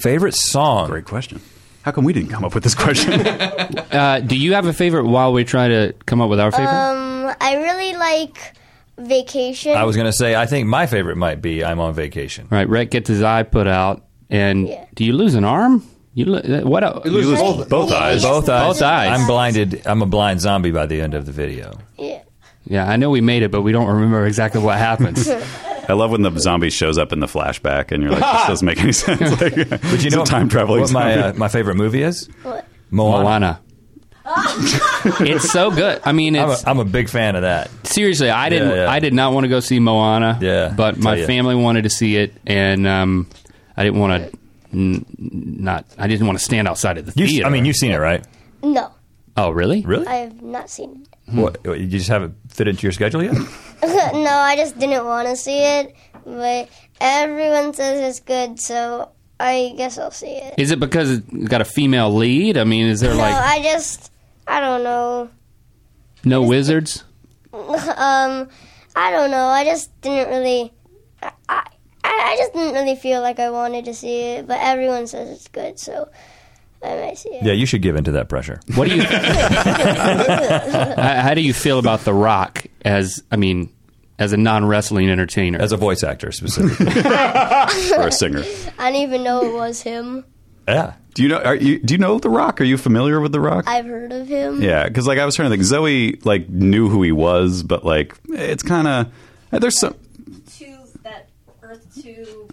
Speaker 10: Favorite song?
Speaker 3: Great question. How come we didn't come up with this question?
Speaker 10: Um,
Speaker 9: Uh, do you have a favorite while we try to come up with our favorite?
Speaker 13: Um. I really like vacation.
Speaker 10: I was going to say, I think my favorite might be I'm on vacation.
Speaker 9: Right, Rhett gets his eye put out, and do you lose an arm? You lo- uh, what? el-
Speaker 10: You lose both, eyes. Both eyes.
Speaker 9: Both eyes.
Speaker 10: I'm blinded. I'm a blind zombie by the end of the video.
Speaker 9: Yeah, I know we made it, but we don't remember exactly what happens.
Speaker 3: I love when the zombie shows up in the flashback, and you're like, "This doesn't make any sense." Like, but
Speaker 10: you know
Speaker 3: time traveling.
Speaker 10: what my,
Speaker 3: zombie.
Speaker 10: uh, my favorite movie is?
Speaker 13: What?
Speaker 10: Moana.
Speaker 9: it's so good. I mean,
Speaker 10: I'm, a,
Speaker 9: it's-
Speaker 10: I'm a big fan of that.
Speaker 9: Seriously, I didn't.
Speaker 10: Yeah, yeah.
Speaker 9: I did not want to go see Moana.
Speaker 10: Yeah,
Speaker 9: but
Speaker 10: tell
Speaker 9: my
Speaker 10: ya.
Speaker 9: family wanted to see it, and um, I didn't want to. N- not. I didn't want to stand outside of the
Speaker 10: You,
Speaker 9: theater.
Speaker 10: I mean, you've seen it, right?
Speaker 13: No,
Speaker 9: oh, really?
Speaker 10: Really?
Speaker 13: I have not seen it.
Speaker 10: What, you just haven't fit into your schedule yet?
Speaker 13: no, I just didn't want to see it, but everyone says it's good, so I guess I'll see it.
Speaker 9: Is it because it's got a female lead? I mean, is there
Speaker 13: no,
Speaker 9: like
Speaker 13: I just I don't know.
Speaker 9: no wizards?
Speaker 13: um, I don't know. I just didn't really. I, I I just didn't really feel like I wanted to see it, but everyone says it's good, so I might see it.
Speaker 10: Yeah, you should give in to that pressure.
Speaker 9: What do you? how, how do you feel about The Rock as? I mean, as a non wrestling entertainer, as
Speaker 10: a voice actor specifically,
Speaker 3: or a singer.
Speaker 13: I didn't even know it was him.
Speaker 10: Yeah.
Speaker 3: Do you know? Are you, do you know The Rock? Are you familiar with The Rock?
Speaker 13: I've heard of him.
Speaker 3: Yeah, because like I was trying to think, Zoe like knew who he was, but like it's kind of there's some.
Speaker 11: Two that Earth two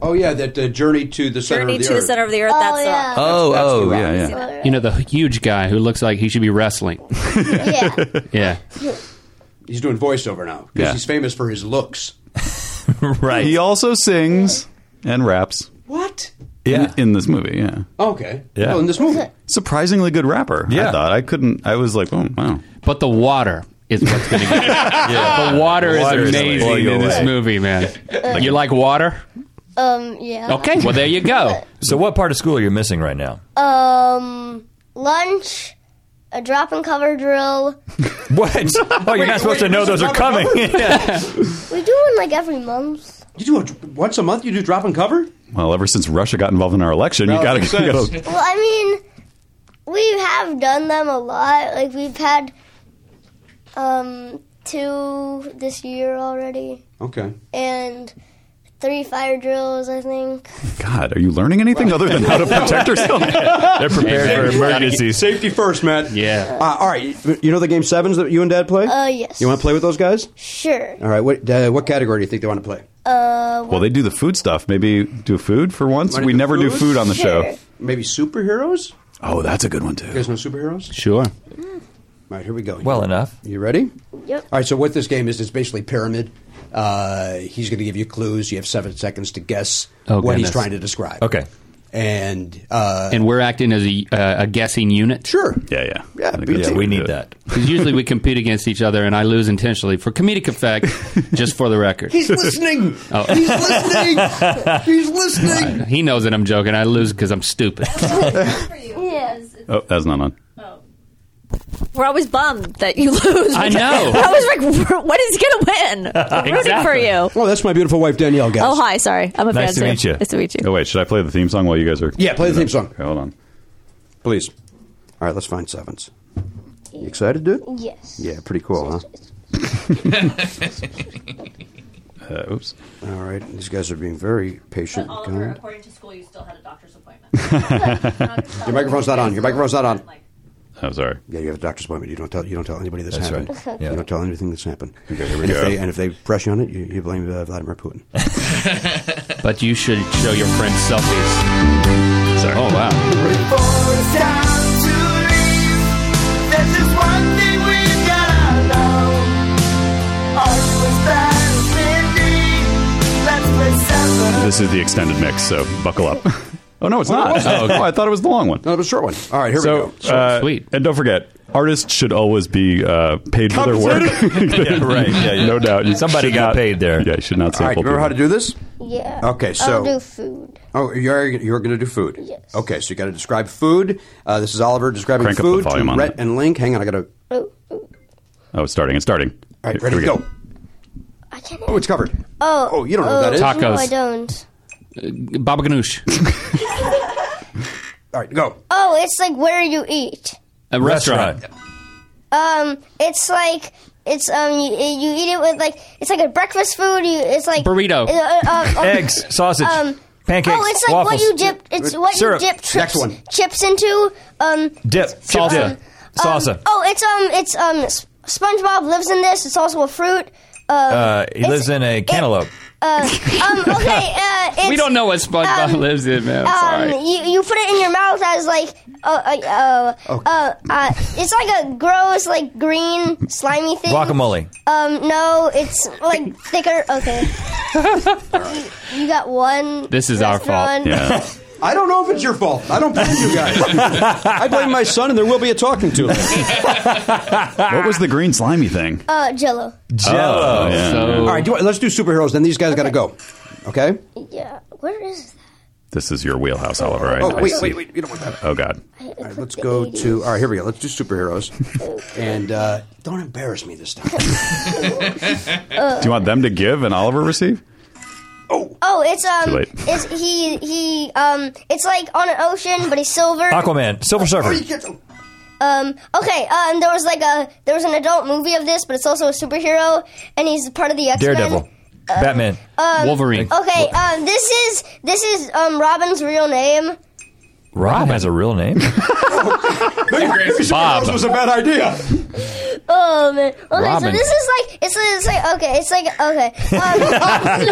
Speaker 2: Oh yeah, that uh, journey to the center
Speaker 11: journey
Speaker 2: of the
Speaker 11: to
Speaker 2: earth.
Speaker 11: the center of the earth.
Speaker 13: Oh,
Speaker 11: that's
Speaker 13: yeah.
Speaker 11: all.
Speaker 9: Oh, oh,
Speaker 11: yeah, yeah.
Speaker 9: You know the huge guy who looks like he should be wrestling.
Speaker 13: yeah.
Speaker 9: Yeah.
Speaker 2: He's doing voiceover now because
Speaker 3: Yeah.
Speaker 2: he's famous for his looks.
Speaker 10: right.
Speaker 3: He also sings and raps. What? Yeah. In, in this movie, yeah.
Speaker 2: Okay.
Speaker 3: Yeah.
Speaker 2: Oh, in this movie.
Speaker 3: Surprisingly good rapper.
Speaker 10: Yeah.
Speaker 3: I thought I couldn't. I was like, oh wow.
Speaker 9: But the water is what's going to get. The water,
Speaker 3: Water
Speaker 9: is
Speaker 3: is
Speaker 9: amazing
Speaker 3: blow you
Speaker 9: in this
Speaker 3: away.
Speaker 9: movie, man. you like water?
Speaker 13: Um. Yeah.
Speaker 9: Okay, well there you go.
Speaker 10: So, what part of school are you missing right now?
Speaker 13: Um. Lunch. A drop and cover drill.
Speaker 10: What? Oh, you're not supposed to know those are coming.
Speaker 13: We do one like every month.
Speaker 2: You do a, once a month. You do drop and cover.
Speaker 3: Well, ever since Russia got involved in our election, you
Speaker 2: Well,
Speaker 3: gotta,
Speaker 2: makes
Speaker 3: you
Speaker 2: sense.
Speaker 3: gotta-
Speaker 13: Well, I mean, we have done them a lot. Like we've had um two this year already,
Speaker 2: Okay.
Speaker 13: and three fire drills. I think.
Speaker 3: God, are you learning anything other than how to protect yourself?
Speaker 10: They're prepared for emergencies.
Speaker 2: Safety first, Matt.
Speaker 9: Yeah.
Speaker 2: Uh, all right. You know the game sevens that you and Dad play.
Speaker 13: Uh, yes.
Speaker 2: You want to play with those guys?
Speaker 13: Sure.
Speaker 2: All right. What uh, what category do you think they want to play?
Speaker 13: Uh.
Speaker 3: Well, they do the food stuff. Maybe do food for once.
Speaker 2: Wanna
Speaker 3: We
Speaker 2: do
Speaker 3: never do
Speaker 2: food?
Speaker 3: food on the show.
Speaker 2: Maybe superheroes.
Speaker 3: Oh, that's a good one
Speaker 2: You
Speaker 3: too.
Speaker 2: guys know superheroes?
Speaker 9: Sure.
Speaker 2: All right. Here we go.
Speaker 10: Well enough.
Speaker 2: You ready?
Speaker 13: Yep.
Speaker 2: All right. So what this game is is basically pyramid. Uh, he's going to give you clues. You have seven seconds to guess
Speaker 9: Oh,
Speaker 2: what he's
Speaker 9: goodness.
Speaker 2: trying to describe.
Speaker 10: Okay.
Speaker 2: And uh,
Speaker 9: And we're acting as a, uh, a guessing unit.
Speaker 2: sure.
Speaker 3: Yeah, yeah,
Speaker 2: Yeah,
Speaker 3: I think
Speaker 2: beat
Speaker 3: that's
Speaker 10: Yeah,
Speaker 3: the
Speaker 10: we
Speaker 3: way to
Speaker 10: need
Speaker 3: do it.
Speaker 10: that.
Speaker 9: Because usually we compete against each other, and I lose intentionally for comedic effect, just for the record.
Speaker 2: He's listening.
Speaker 9: Oh.
Speaker 2: He's listening. He's listening.
Speaker 9: he knows that I'm joking. I lose because I'm stupid.
Speaker 11: For you.
Speaker 13: Yeah.
Speaker 11: It's- it's-
Speaker 3: Oh, that's not on.
Speaker 11: We're always bummed that you lose.
Speaker 9: I know.
Speaker 11: We're always like, "We're- what is going to win? We're rooting for
Speaker 9: Exactly.
Speaker 11: you.
Speaker 2: Oh, that's my beautiful wife Danielle. Guys.
Speaker 11: Oh, hi. Sorry. I'm a fan
Speaker 10: Nice to
Speaker 11: too.
Speaker 10: meet you.
Speaker 11: Nice to meet you.
Speaker 3: Oh wait, should I play the theme song while you guys are?
Speaker 2: Yeah, play the theme song.
Speaker 3: Okay, hold on.
Speaker 2: please. All right, let's find sevens. You excited, dude?
Speaker 13: Yes.
Speaker 2: Yeah, pretty cool, huh?
Speaker 3: Uh, oops.
Speaker 2: All right, these guys are being very patient.
Speaker 11: But
Speaker 2: and
Speaker 11: Oliver,
Speaker 2: kind.
Speaker 11: according to school, you still had a doctor's appointment.
Speaker 2: Your microphone's not on. Your microphone's not on.
Speaker 3: I'm Oh, sorry.
Speaker 2: Yeah, you have a doctor's appointment. You don't tell. You don't tell anybody this
Speaker 10: That's
Speaker 2: happened.
Speaker 10: right. Yeah.
Speaker 2: You don't tell anything that's happened.
Speaker 3: Okay, here we
Speaker 2: and, If
Speaker 3: go.
Speaker 2: they, and if they press you on it, you, you blame uh, Vladimir Putin.
Speaker 9: but you should show your friends selfies.
Speaker 3: Sorry.
Speaker 9: Oh, wow.
Speaker 3: This is the extended mix, so buckle up. oh no, it's not. oh, I thought it was the long one.
Speaker 2: No, it was a short one. All right, here we
Speaker 3: So
Speaker 2: go.
Speaker 3: uh,
Speaker 9: Sweet.
Speaker 3: And don't forget, artists should always be uh, paid for their work. yeah,
Speaker 10: right. Yeah, yeah.
Speaker 3: No doubt. You
Speaker 10: Somebody
Speaker 3: should
Speaker 10: got
Speaker 3: not-
Speaker 10: paid there.
Speaker 3: Yeah, you should not
Speaker 2: All right,
Speaker 3: sample.
Speaker 2: you remember how to do this?
Speaker 13: Yeah.
Speaker 2: Okay, so-
Speaker 13: I'll do food.
Speaker 2: Oh, you're you're going to do food.
Speaker 13: Yes.
Speaker 2: Okay, so you got to describe food. Uh, this is Oliver describing
Speaker 3: Crank up the
Speaker 2: food
Speaker 3: volume
Speaker 2: to
Speaker 3: on
Speaker 2: Rhett
Speaker 3: it.
Speaker 2: and Link. Hang on, I got to. All
Speaker 13: Oh, oh,
Speaker 3: people. Oh, it's starting. It's starting.
Speaker 2: right,
Speaker 3: Here
Speaker 2: ready
Speaker 3: we
Speaker 2: to go.
Speaker 13: I can't.
Speaker 2: Oh, it's covered.
Speaker 13: oh.
Speaker 2: oh, you don't know what
Speaker 13: oh,
Speaker 2: that is.
Speaker 9: Tacos.
Speaker 13: No, I don't.
Speaker 9: Baba Ganoush.
Speaker 2: All right, go.
Speaker 13: Oh, it's like where you eat.
Speaker 9: A restaurant.
Speaker 13: Um, it's like
Speaker 10: It's um you, you eat it with like it's like a breakfast food. You, it's like
Speaker 1: Burrito.
Speaker 10: Uh, uh, um,
Speaker 1: Eggs, sausage, pancakes,
Speaker 10: Oh, it's like
Speaker 1: waffles.
Speaker 10: what you dip. It's what
Speaker 1: Syrup.
Speaker 10: you dip
Speaker 1: Next
Speaker 10: chips,
Speaker 1: one.
Speaker 10: chips into. Um,
Speaker 1: Dip, chip
Speaker 10: um,
Speaker 1: dip,
Speaker 10: um,
Speaker 1: salsa.
Speaker 10: oh, it's um, it's um, S- SpongeBob lives in this. It's also a fruit. Uh,
Speaker 1: uh, he lives in a cantaloupe.
Speaker 10: uh, um, okay, uh, it's,
Speaker 9: we don't know what SpongeBob lives in, man. I'm
Speaker 10: um,
Speaker 9: sorry.
Speaker 10: you, you put it in your mouth as like uh, uh, uh, uh, uh, it's like a gross like green slimy thing.
Speaker 1: Guacamole.
Speaker 10: Um, no, it's like thicker. Okay, you, you got one.
Speaker 9: This is our fault.
Speaker 10: Restaurant. Yeah.
Speaker 2: I don't know if it's your fault. I don't blame you guys. I blame my son, and there will be a talking to him.
Speaker 3: what was the green slimy thing?
Speaker 10: Uh, Jello.
Speaker 3: Jell-O. Oh, yeah. So-
Speaker 2: All right, do, let's do superheroes. Then these guys got to go. Okay.
Speaker 10: Yeah. Where is?
Speaker 3: This is your wheelhouse, Oliver. I,
Speaker 2: Oh,
Speaker 3: I
Speaker 2: wait,
Speaker 3: see.
Speaker 2: wait, wait, you don't want that.
Speaker 3: Oh God.
Speaker 10: All
Speaker 2: right, let's go to. All right, here we go. Let's do superheroes. and uh, don't embarrass me this time.
Speaker 3: Do you want them to give and Oliver receive?
Speaker 10: Oh, it's um,
Speaker 3: Too late.
Speaker 10: it's he he um, it's like on an ocean, but he's silver.
Speaker 1: Aquaman, Silver
Speaker 2: Oh,
Speaker 1: Surfer.
Speaker 10: Um, okay, um, there was like a there was an adult movie of this, but it's also a superhero, and he's part of the X Men.
Speaker 1: Daredevil, Batman,
Speaker 10: Um, Okay, um, this is this is um Robin's real name.
Speaker 1: Robin has a real name.
Speaker 2: Bob was a bad idea.
Speaker 10: Oh man. Okay,
Speaker 1: Robin.
Speaker 10: so this is like it's, it's like okay, it's like okay, um,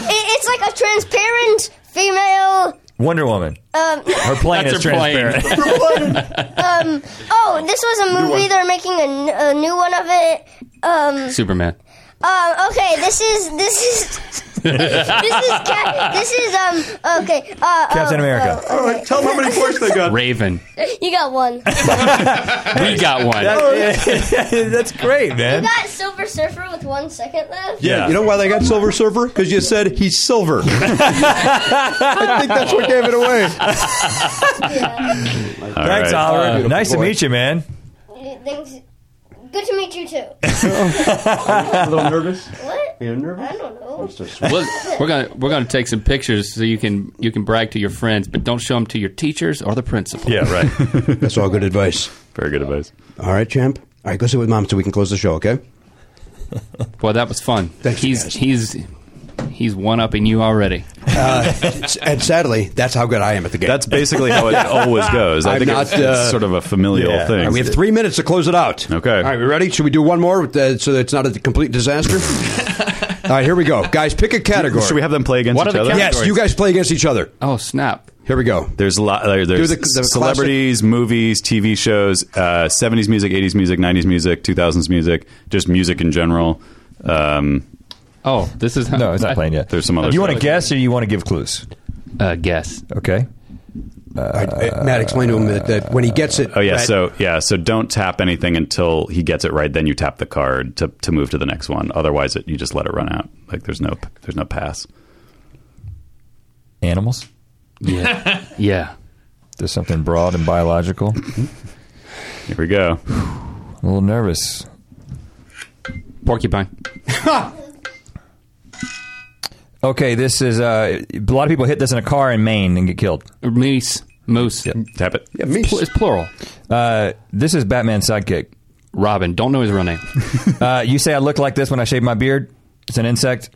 Speaker 10: it, it's like a transparent female.
Speaker 1: Wonder Woman.
Speaker 10: Um,
Speaker 1: Her plane
Speaker 9: That's
Speaker 1: is
Speaker 9: her plane.
Speaker 1: transparent.
Speaker 10: um, oh, this was a movie. They're making a, n- a new one of it. Um,
Speaker 9: Superman.
Speaker 10: um, okay, this is this is this is cat. This is um. Okay. Uh,
Speaker 9: Captain
Speaker 10: uh,
Speaker 9: America.
Speaker 10: uh, okay.
Speaker 2: Tell them how many points they got.
Speaker 9: Raven.
Speaker 10: You got one.
Speaker 9: We got one.
Speaker 1: That's great,
Speaker 10: You got Silver Surfer with one second left.
Speaker 2: Yeah. You know why they got Silver Surfer? Because you said he's silver. I think that's what gave it away.
Speaker 1: Thanks,
Speaker 2: right.
Speaker 1: Oliver.
Speaker 2: Beautiful
Speaker 1: nice to
Speaker 2: boy.
Speaker 1: meet you, man.
Speaker 10: Thanks. Good to meet you too.
Speaker 2: a little nervous.
Speaker 10: What?
Speaker 2: You're nervous?
Speaker 10: I don't know.
Speaker 9: We'll- we're gonna we're gonna take some pictures so you can you can brag to your friends, but don't show them to your teachers or the principal.
Speaker 2: Yeah, right. That's all good advice.
Speaker 3: Very good advice.
Speaker 2: All right, champ. All right, go sit with mom so we can close the show, okay?
Speaker 9: Boy, that was fun. he's he's he's one upping you already.
Speaker 2: Uh, and sadly, that's how good I am at the game.
Speaker 3: That's basically how it always goes. I
Speaker 2: I'm
Speaker 3: think
Speaker 2: not,
Speaker 3: it's, it's
Speaker 2: uh,
Speaker 3: sort of a familial
Speaker 2: Yeah. All
Speaker 3: thing.
Speaker 2: right, we have three minutes to close it out.
Speaker 3: Okay.
Speaker 2: All right, we ready? Should we do one more uh, so that it's not a complete disaster? All right, here we go. Guys, pick a category.
Speaker 3: Should we have them play against
Speaker 9: What are
Speaker 3: each
Speaker 9: the
Speaker 3: other?
Speaker 2: Yes, you guys play against each other.
Speaker 9: Oh snap!
Speaker 2: Here we go.
Speaker 3: There's a lot. there- There's
Speaker 2: Do the- the
Speaker 3: celebrities, movies, TV shows, uh, 70s music, 80s music, 90s music, 2000s music, just music in general. Um,
Speaker 9: oh, this is
Speaker 1: No, it's not playing yet.
Speaker 3: There's some other.
Speaker 1: Do you want to
Speaker 3: stuff.
Speaker 1: guess or you want to give clues?
Speaker 9: Uh, guess.
Speaker 1: Okay.
Speaker 2: All right, uh, Matt, explain to him that, that when he gets it.
Speaker 3: Oh yeah,
Speaker 2: Matt,
Speaker 3: so yeah, so don't tap anything until he gets it right. Then you tap the card to, to move to the next one. Otherwise, it, you just let it run out. Like there's no there's no pass.
Speaker 1: Animals.
Speaker 9: Yeah. yeah.
Speaker 1: There's something broad and biological.
Speaker 3: Here we go.
Speaker 1: I'm a little nervous.
Speaker 9: Porcupine.
Speaker 1: Okay, this is uh, a lot of people hit this in a car in Maine and get killed.
Speaker 9: Moose. Moose.
Speaker 3: Tap it.
Speaker 2: Yeah, me.
Speaker 9: Pl- It's plural.
Speaker 1: Uh, this is Batman's sidekick.
Speaker 9: Robin. Don't know his real name.
Speaker 1: Uh, you say I look like this when I shave my beard. It's an insect.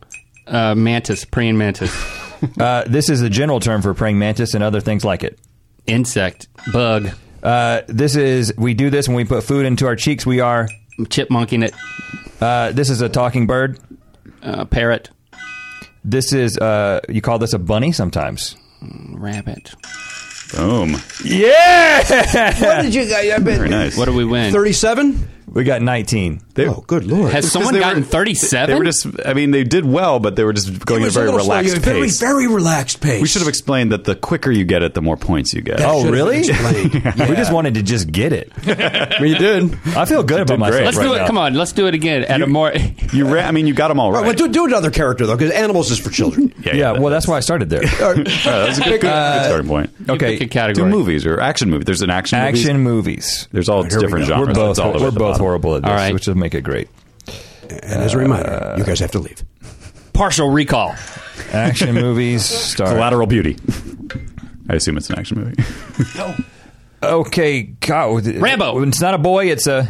Speaker 9: Uh, mantis. Praying mantis.
Speaker 1: Uh, this is a general term for praying mantis and other things like it.
Speaker 9: Insect. Bug.
Speaker 1: Uh, this is we do this when we put food into our cheeks. We are.
Speaker 9: Chipmunking it.
Speaker 1: Uh, this is a talking bird.
Speaker 9: Uh, parrot.
Speaker 1: This is uh, you call this a bunny sometimes.
Speaker 9: Rabbit.
Speaker 3: Boom.
Speaker 1: Yeah,
Speaker 2: What did you guys?
Speaker 3: Very nice.
Speaker 9: What do we win?
Speaker 2: Thirty-seven.
Speaker 1: we got nineteen.
Speaker 2: Oh, good lord!
Speaker 9: Has someone
Speaker 3: they
Speaker 9: gotten
Speaker 3: were- They were
Speaker 9: thirty-seven?
Speaker 3: just. I mean, they did well, but they were just going at a
Speaker 2: was
Speaker 3: very
Speaker 2: little slow.
Speaker 3: relaxed
Speaker 2: You had a
Speaker 3: pace.
Speaker 2: Very, very relaxed pace.
Speaker 3: we should have explained that the quicker you get it, the more points you get.
Speaker 1: Oh,
Speaker 2: Should've
Speaker 1: really?
Speaker 2: explained.
Speaker 1: We just wanted to just get it.
Speaker 3: you did.
Speaker 1: I feel good about
Speaker 3: did
Speaker 1: myself.
Speaker 3: great.
Speaker 9: Let's
Speaker 1: right
Speaker 9: do it.
Speaker 1: now.
Speaker 9: Come on. Let's do it again at a more.
Speaker 3: You ran. I mean, you got them all
Speaker 2: All
Speaker 3: right.
Speaker 2: right, well, do, do another character though, because animals is for children.
Speaker 1: Yeah, well, that's why I started there.
Speaker 2: All right.
Speaker 3: All right, that was a good, good starting point.
Speaker 1: Okay,
Speaker 9: pick a
Speaker 3: Do
Speaker 9: category.
Speaker 3: movies or action movies. There's an action. movies.
Speaker 1: action movies.
Speaker 3: There's all
Speaker 2: we
Speaker 3: different
Speaker 2: go.
Speaker 1: We're
Speaker 3: genres.
Speaker 1: both
Speaker 3: It's all the way
Speaker 1: we're
Speaker 3: at the
Speaker 1: both
Speaker 3: bottom.
Speaker 1: horrible at this,
Speaker 9: All right.
Speaker 1: which will make it great.
Speaker 2: and as a reminder, you guys have to leave.
Speaker 9: Partial recall.
Speaker 1: Action movies. Star.
Speaker 3: Collateral Beauty. I assume it's an action movie.
Speaker 10: Okay, God, Rambo. It's not a boy. It's a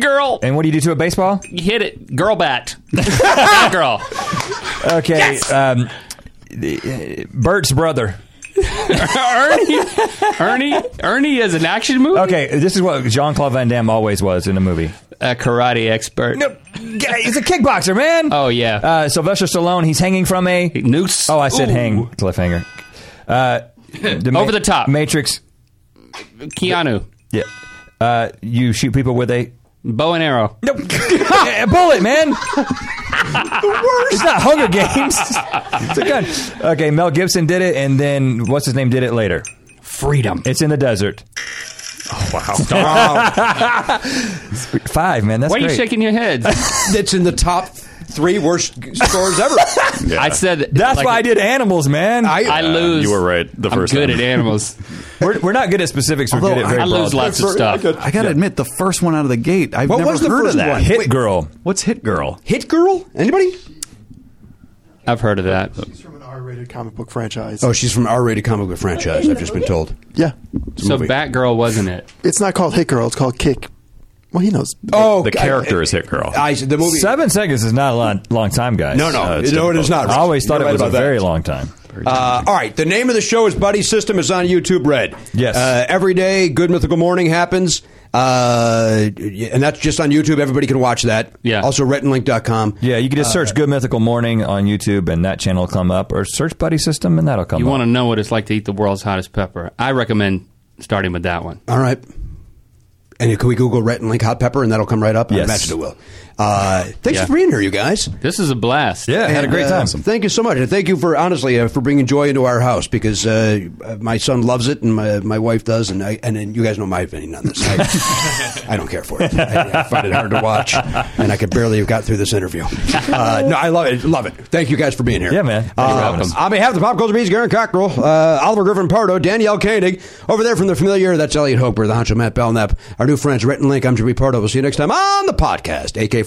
Speaker 9: Girl,
Speaker 10: And what do you do to a baseball?
Speaker 9: hit it. Girl bat. Bat girl.
Speaker 10: Okay, um, the- uh, Bert's brother.
Speaker 9: Ernie. Ernie. Ernie is an action movie.
Speaker 10: Okay, this is what Jean Claude Van Damme always was in a movie.
Speaker 9: A karate expert.
Speaker 10: No, guy, he's a kickboxer, man.
Speaker 9: Oh yeah.
Speaker 10: Uh, Sylvester Stallone. He's hanging from a
Speaker 9: noose.
Speaker 10: Oh, I said
Speaker 9: Ooh.
Speaker 10: hang cliffhanger. Uh,
Speaker 9: Over the top.
Speaker 10: Matrix.
Speaker 9: Keanu.
Speaker 10: Yeah. Uh, you shoot people with a
Speaker 9: Bow and arrow.
Speaker 10: no a bullet, man. It's not Hunger Games. It's a gun. Okay, Mel Gibson did it, and then what's his name did it later?
Speaker 9: Freedom.
Speaker 10: It's in the desert.
Speaker 2: Oh, Wow.
Speaker 10: Five, man. That's
Speaker 9: Why are you
Speaker 10: great.
Speaker 9: shaking your head?
Speaker 2: That's in the top three worst scores ever.
Speaker 9: I said
Speaker 10: That's
Speaker 9: like-
Speaker 10: why I did animals, man.
Speaker 9: I lose.
Speaker 3: Uh, you were right the first
Speaker 9: I'm good
Speaker 3: time.
Speaker 9: at animals.
Speaker 10: we're, we're not good at specifics. We're good at very
Speaker 9: I lose
Speaker 10: broad-
Speaker 9: lots of stuff.
Speaker 3: I gotta admit, the first one out of the gate, I've
Speaker 2: What
Speaker 3: never
Speaker 2: was the
Speaker 3: heard
Speaker 2: first
Speaker 3: of that.
Speaker 2: one?
Speaker 10: Hit
Speaker 2: Wait.
Speaker 10: girl.
Speaker 3: What's Hit Girl?
Speaker 2: Hit Girl? Anybody?
Speaker 9: I've heard of that.
Speaker 7: She's from an R-rated comic book franchise.
Speaker 2: Oh, she's from R-rated comic book franchise. I've just been told.
Speaker 7: yeah.
Speaker 9: So
Speaker 2: movie.
Speaker 9: Batgirl wasn't it?
Speaker 7: It's not called Hit Girl. It's called Kick. Well, he knows.
Speaker 2: Oh,
Speaker 3: The character is Hit Girl.
Speaker 2: I, the movie.
Speaker 10: Seven seconds is not a long, long time, guys.
Speaker 2: No, no,
Speaker 3: Uh, it's
Speaker 2: no, it is
Speaker 3: difficult.
Speaker 2: not.
Speaker 10: I always thought
Speaker 2: You're
Speaker 10: it was
Speaker 2: right
Speaker 10: a
Speaker 2: about that.
Speaker 10: very long time.
Speaker 2: Uh, all right. The name of the show is Buddy System. It's on YouTube Red.
Speaker 10: Yes.
Speaker 2: Uh, every day, Good Mythical Morning happens. Uh, and that's just on YouTube. Everybody can watch that.
Speaker 9: Yeah.
Speaker 2: Also, retinlink.com.
Speaker 10: Yeah, you can just search "Good Mythical Morning" on YouTube, and that channel will come up, or search "Buddy System" and that'll come.
Speaker 9: You
Speaker 10: up.
Speaker 9: want to know what it's like to eat the world's hottest pepper? I recommend starting with that one.
Speaker 2: All right. And can we Google retinlink hot pepper and that'll come right up? I
Speaker 10: Yes.
Speaker 2: imagine it will. Uh, thanks
Speaker 9: Yeah.
Speaker 2: for being here, you guys.
Speaker 9: This is a blast.
Speaker 10: Yeah, I had a
Speaker 2: And,
Speaker 10: great
Speaker 2: uh,
Speaker 10: time.
Speaker 2: Thank you so much, and thank you for honestly uh, for bringing joy into our house because uh, my son loves it and my, my wife does, and I, and then you guys know my opinion on this. I, I don't care for it. I, I find it hard to watch, and I could barely have got through this interview. Uh, no, I love it. Love it. Thank you guys for being here.
Speaker 10: Yeah, man. Thanks for having
Speaker 2: Um,
Speaker 10: us.
Speaker 2: on behalf of the Pop Culture Beast, Garen Cockrell, uh, Oliver Griffin Pardo, Danielle Koenig, over there from the familiar, that's Elliot Hoper, the honcho Matt Belknap, our new friends, Rhett and Link. I'm Jimmy Pardo. We'll see you next time on the podcast. AK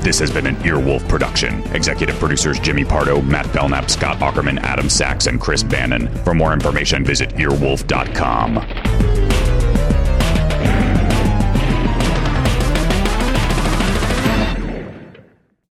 Speaker 8: This has been an Earwolf production. Executive producers Jimmy Pardo, Matt Belknap, Scott Ackerman, Adam Sachs, and Chris Bannon. For more information, visit earwolf.com.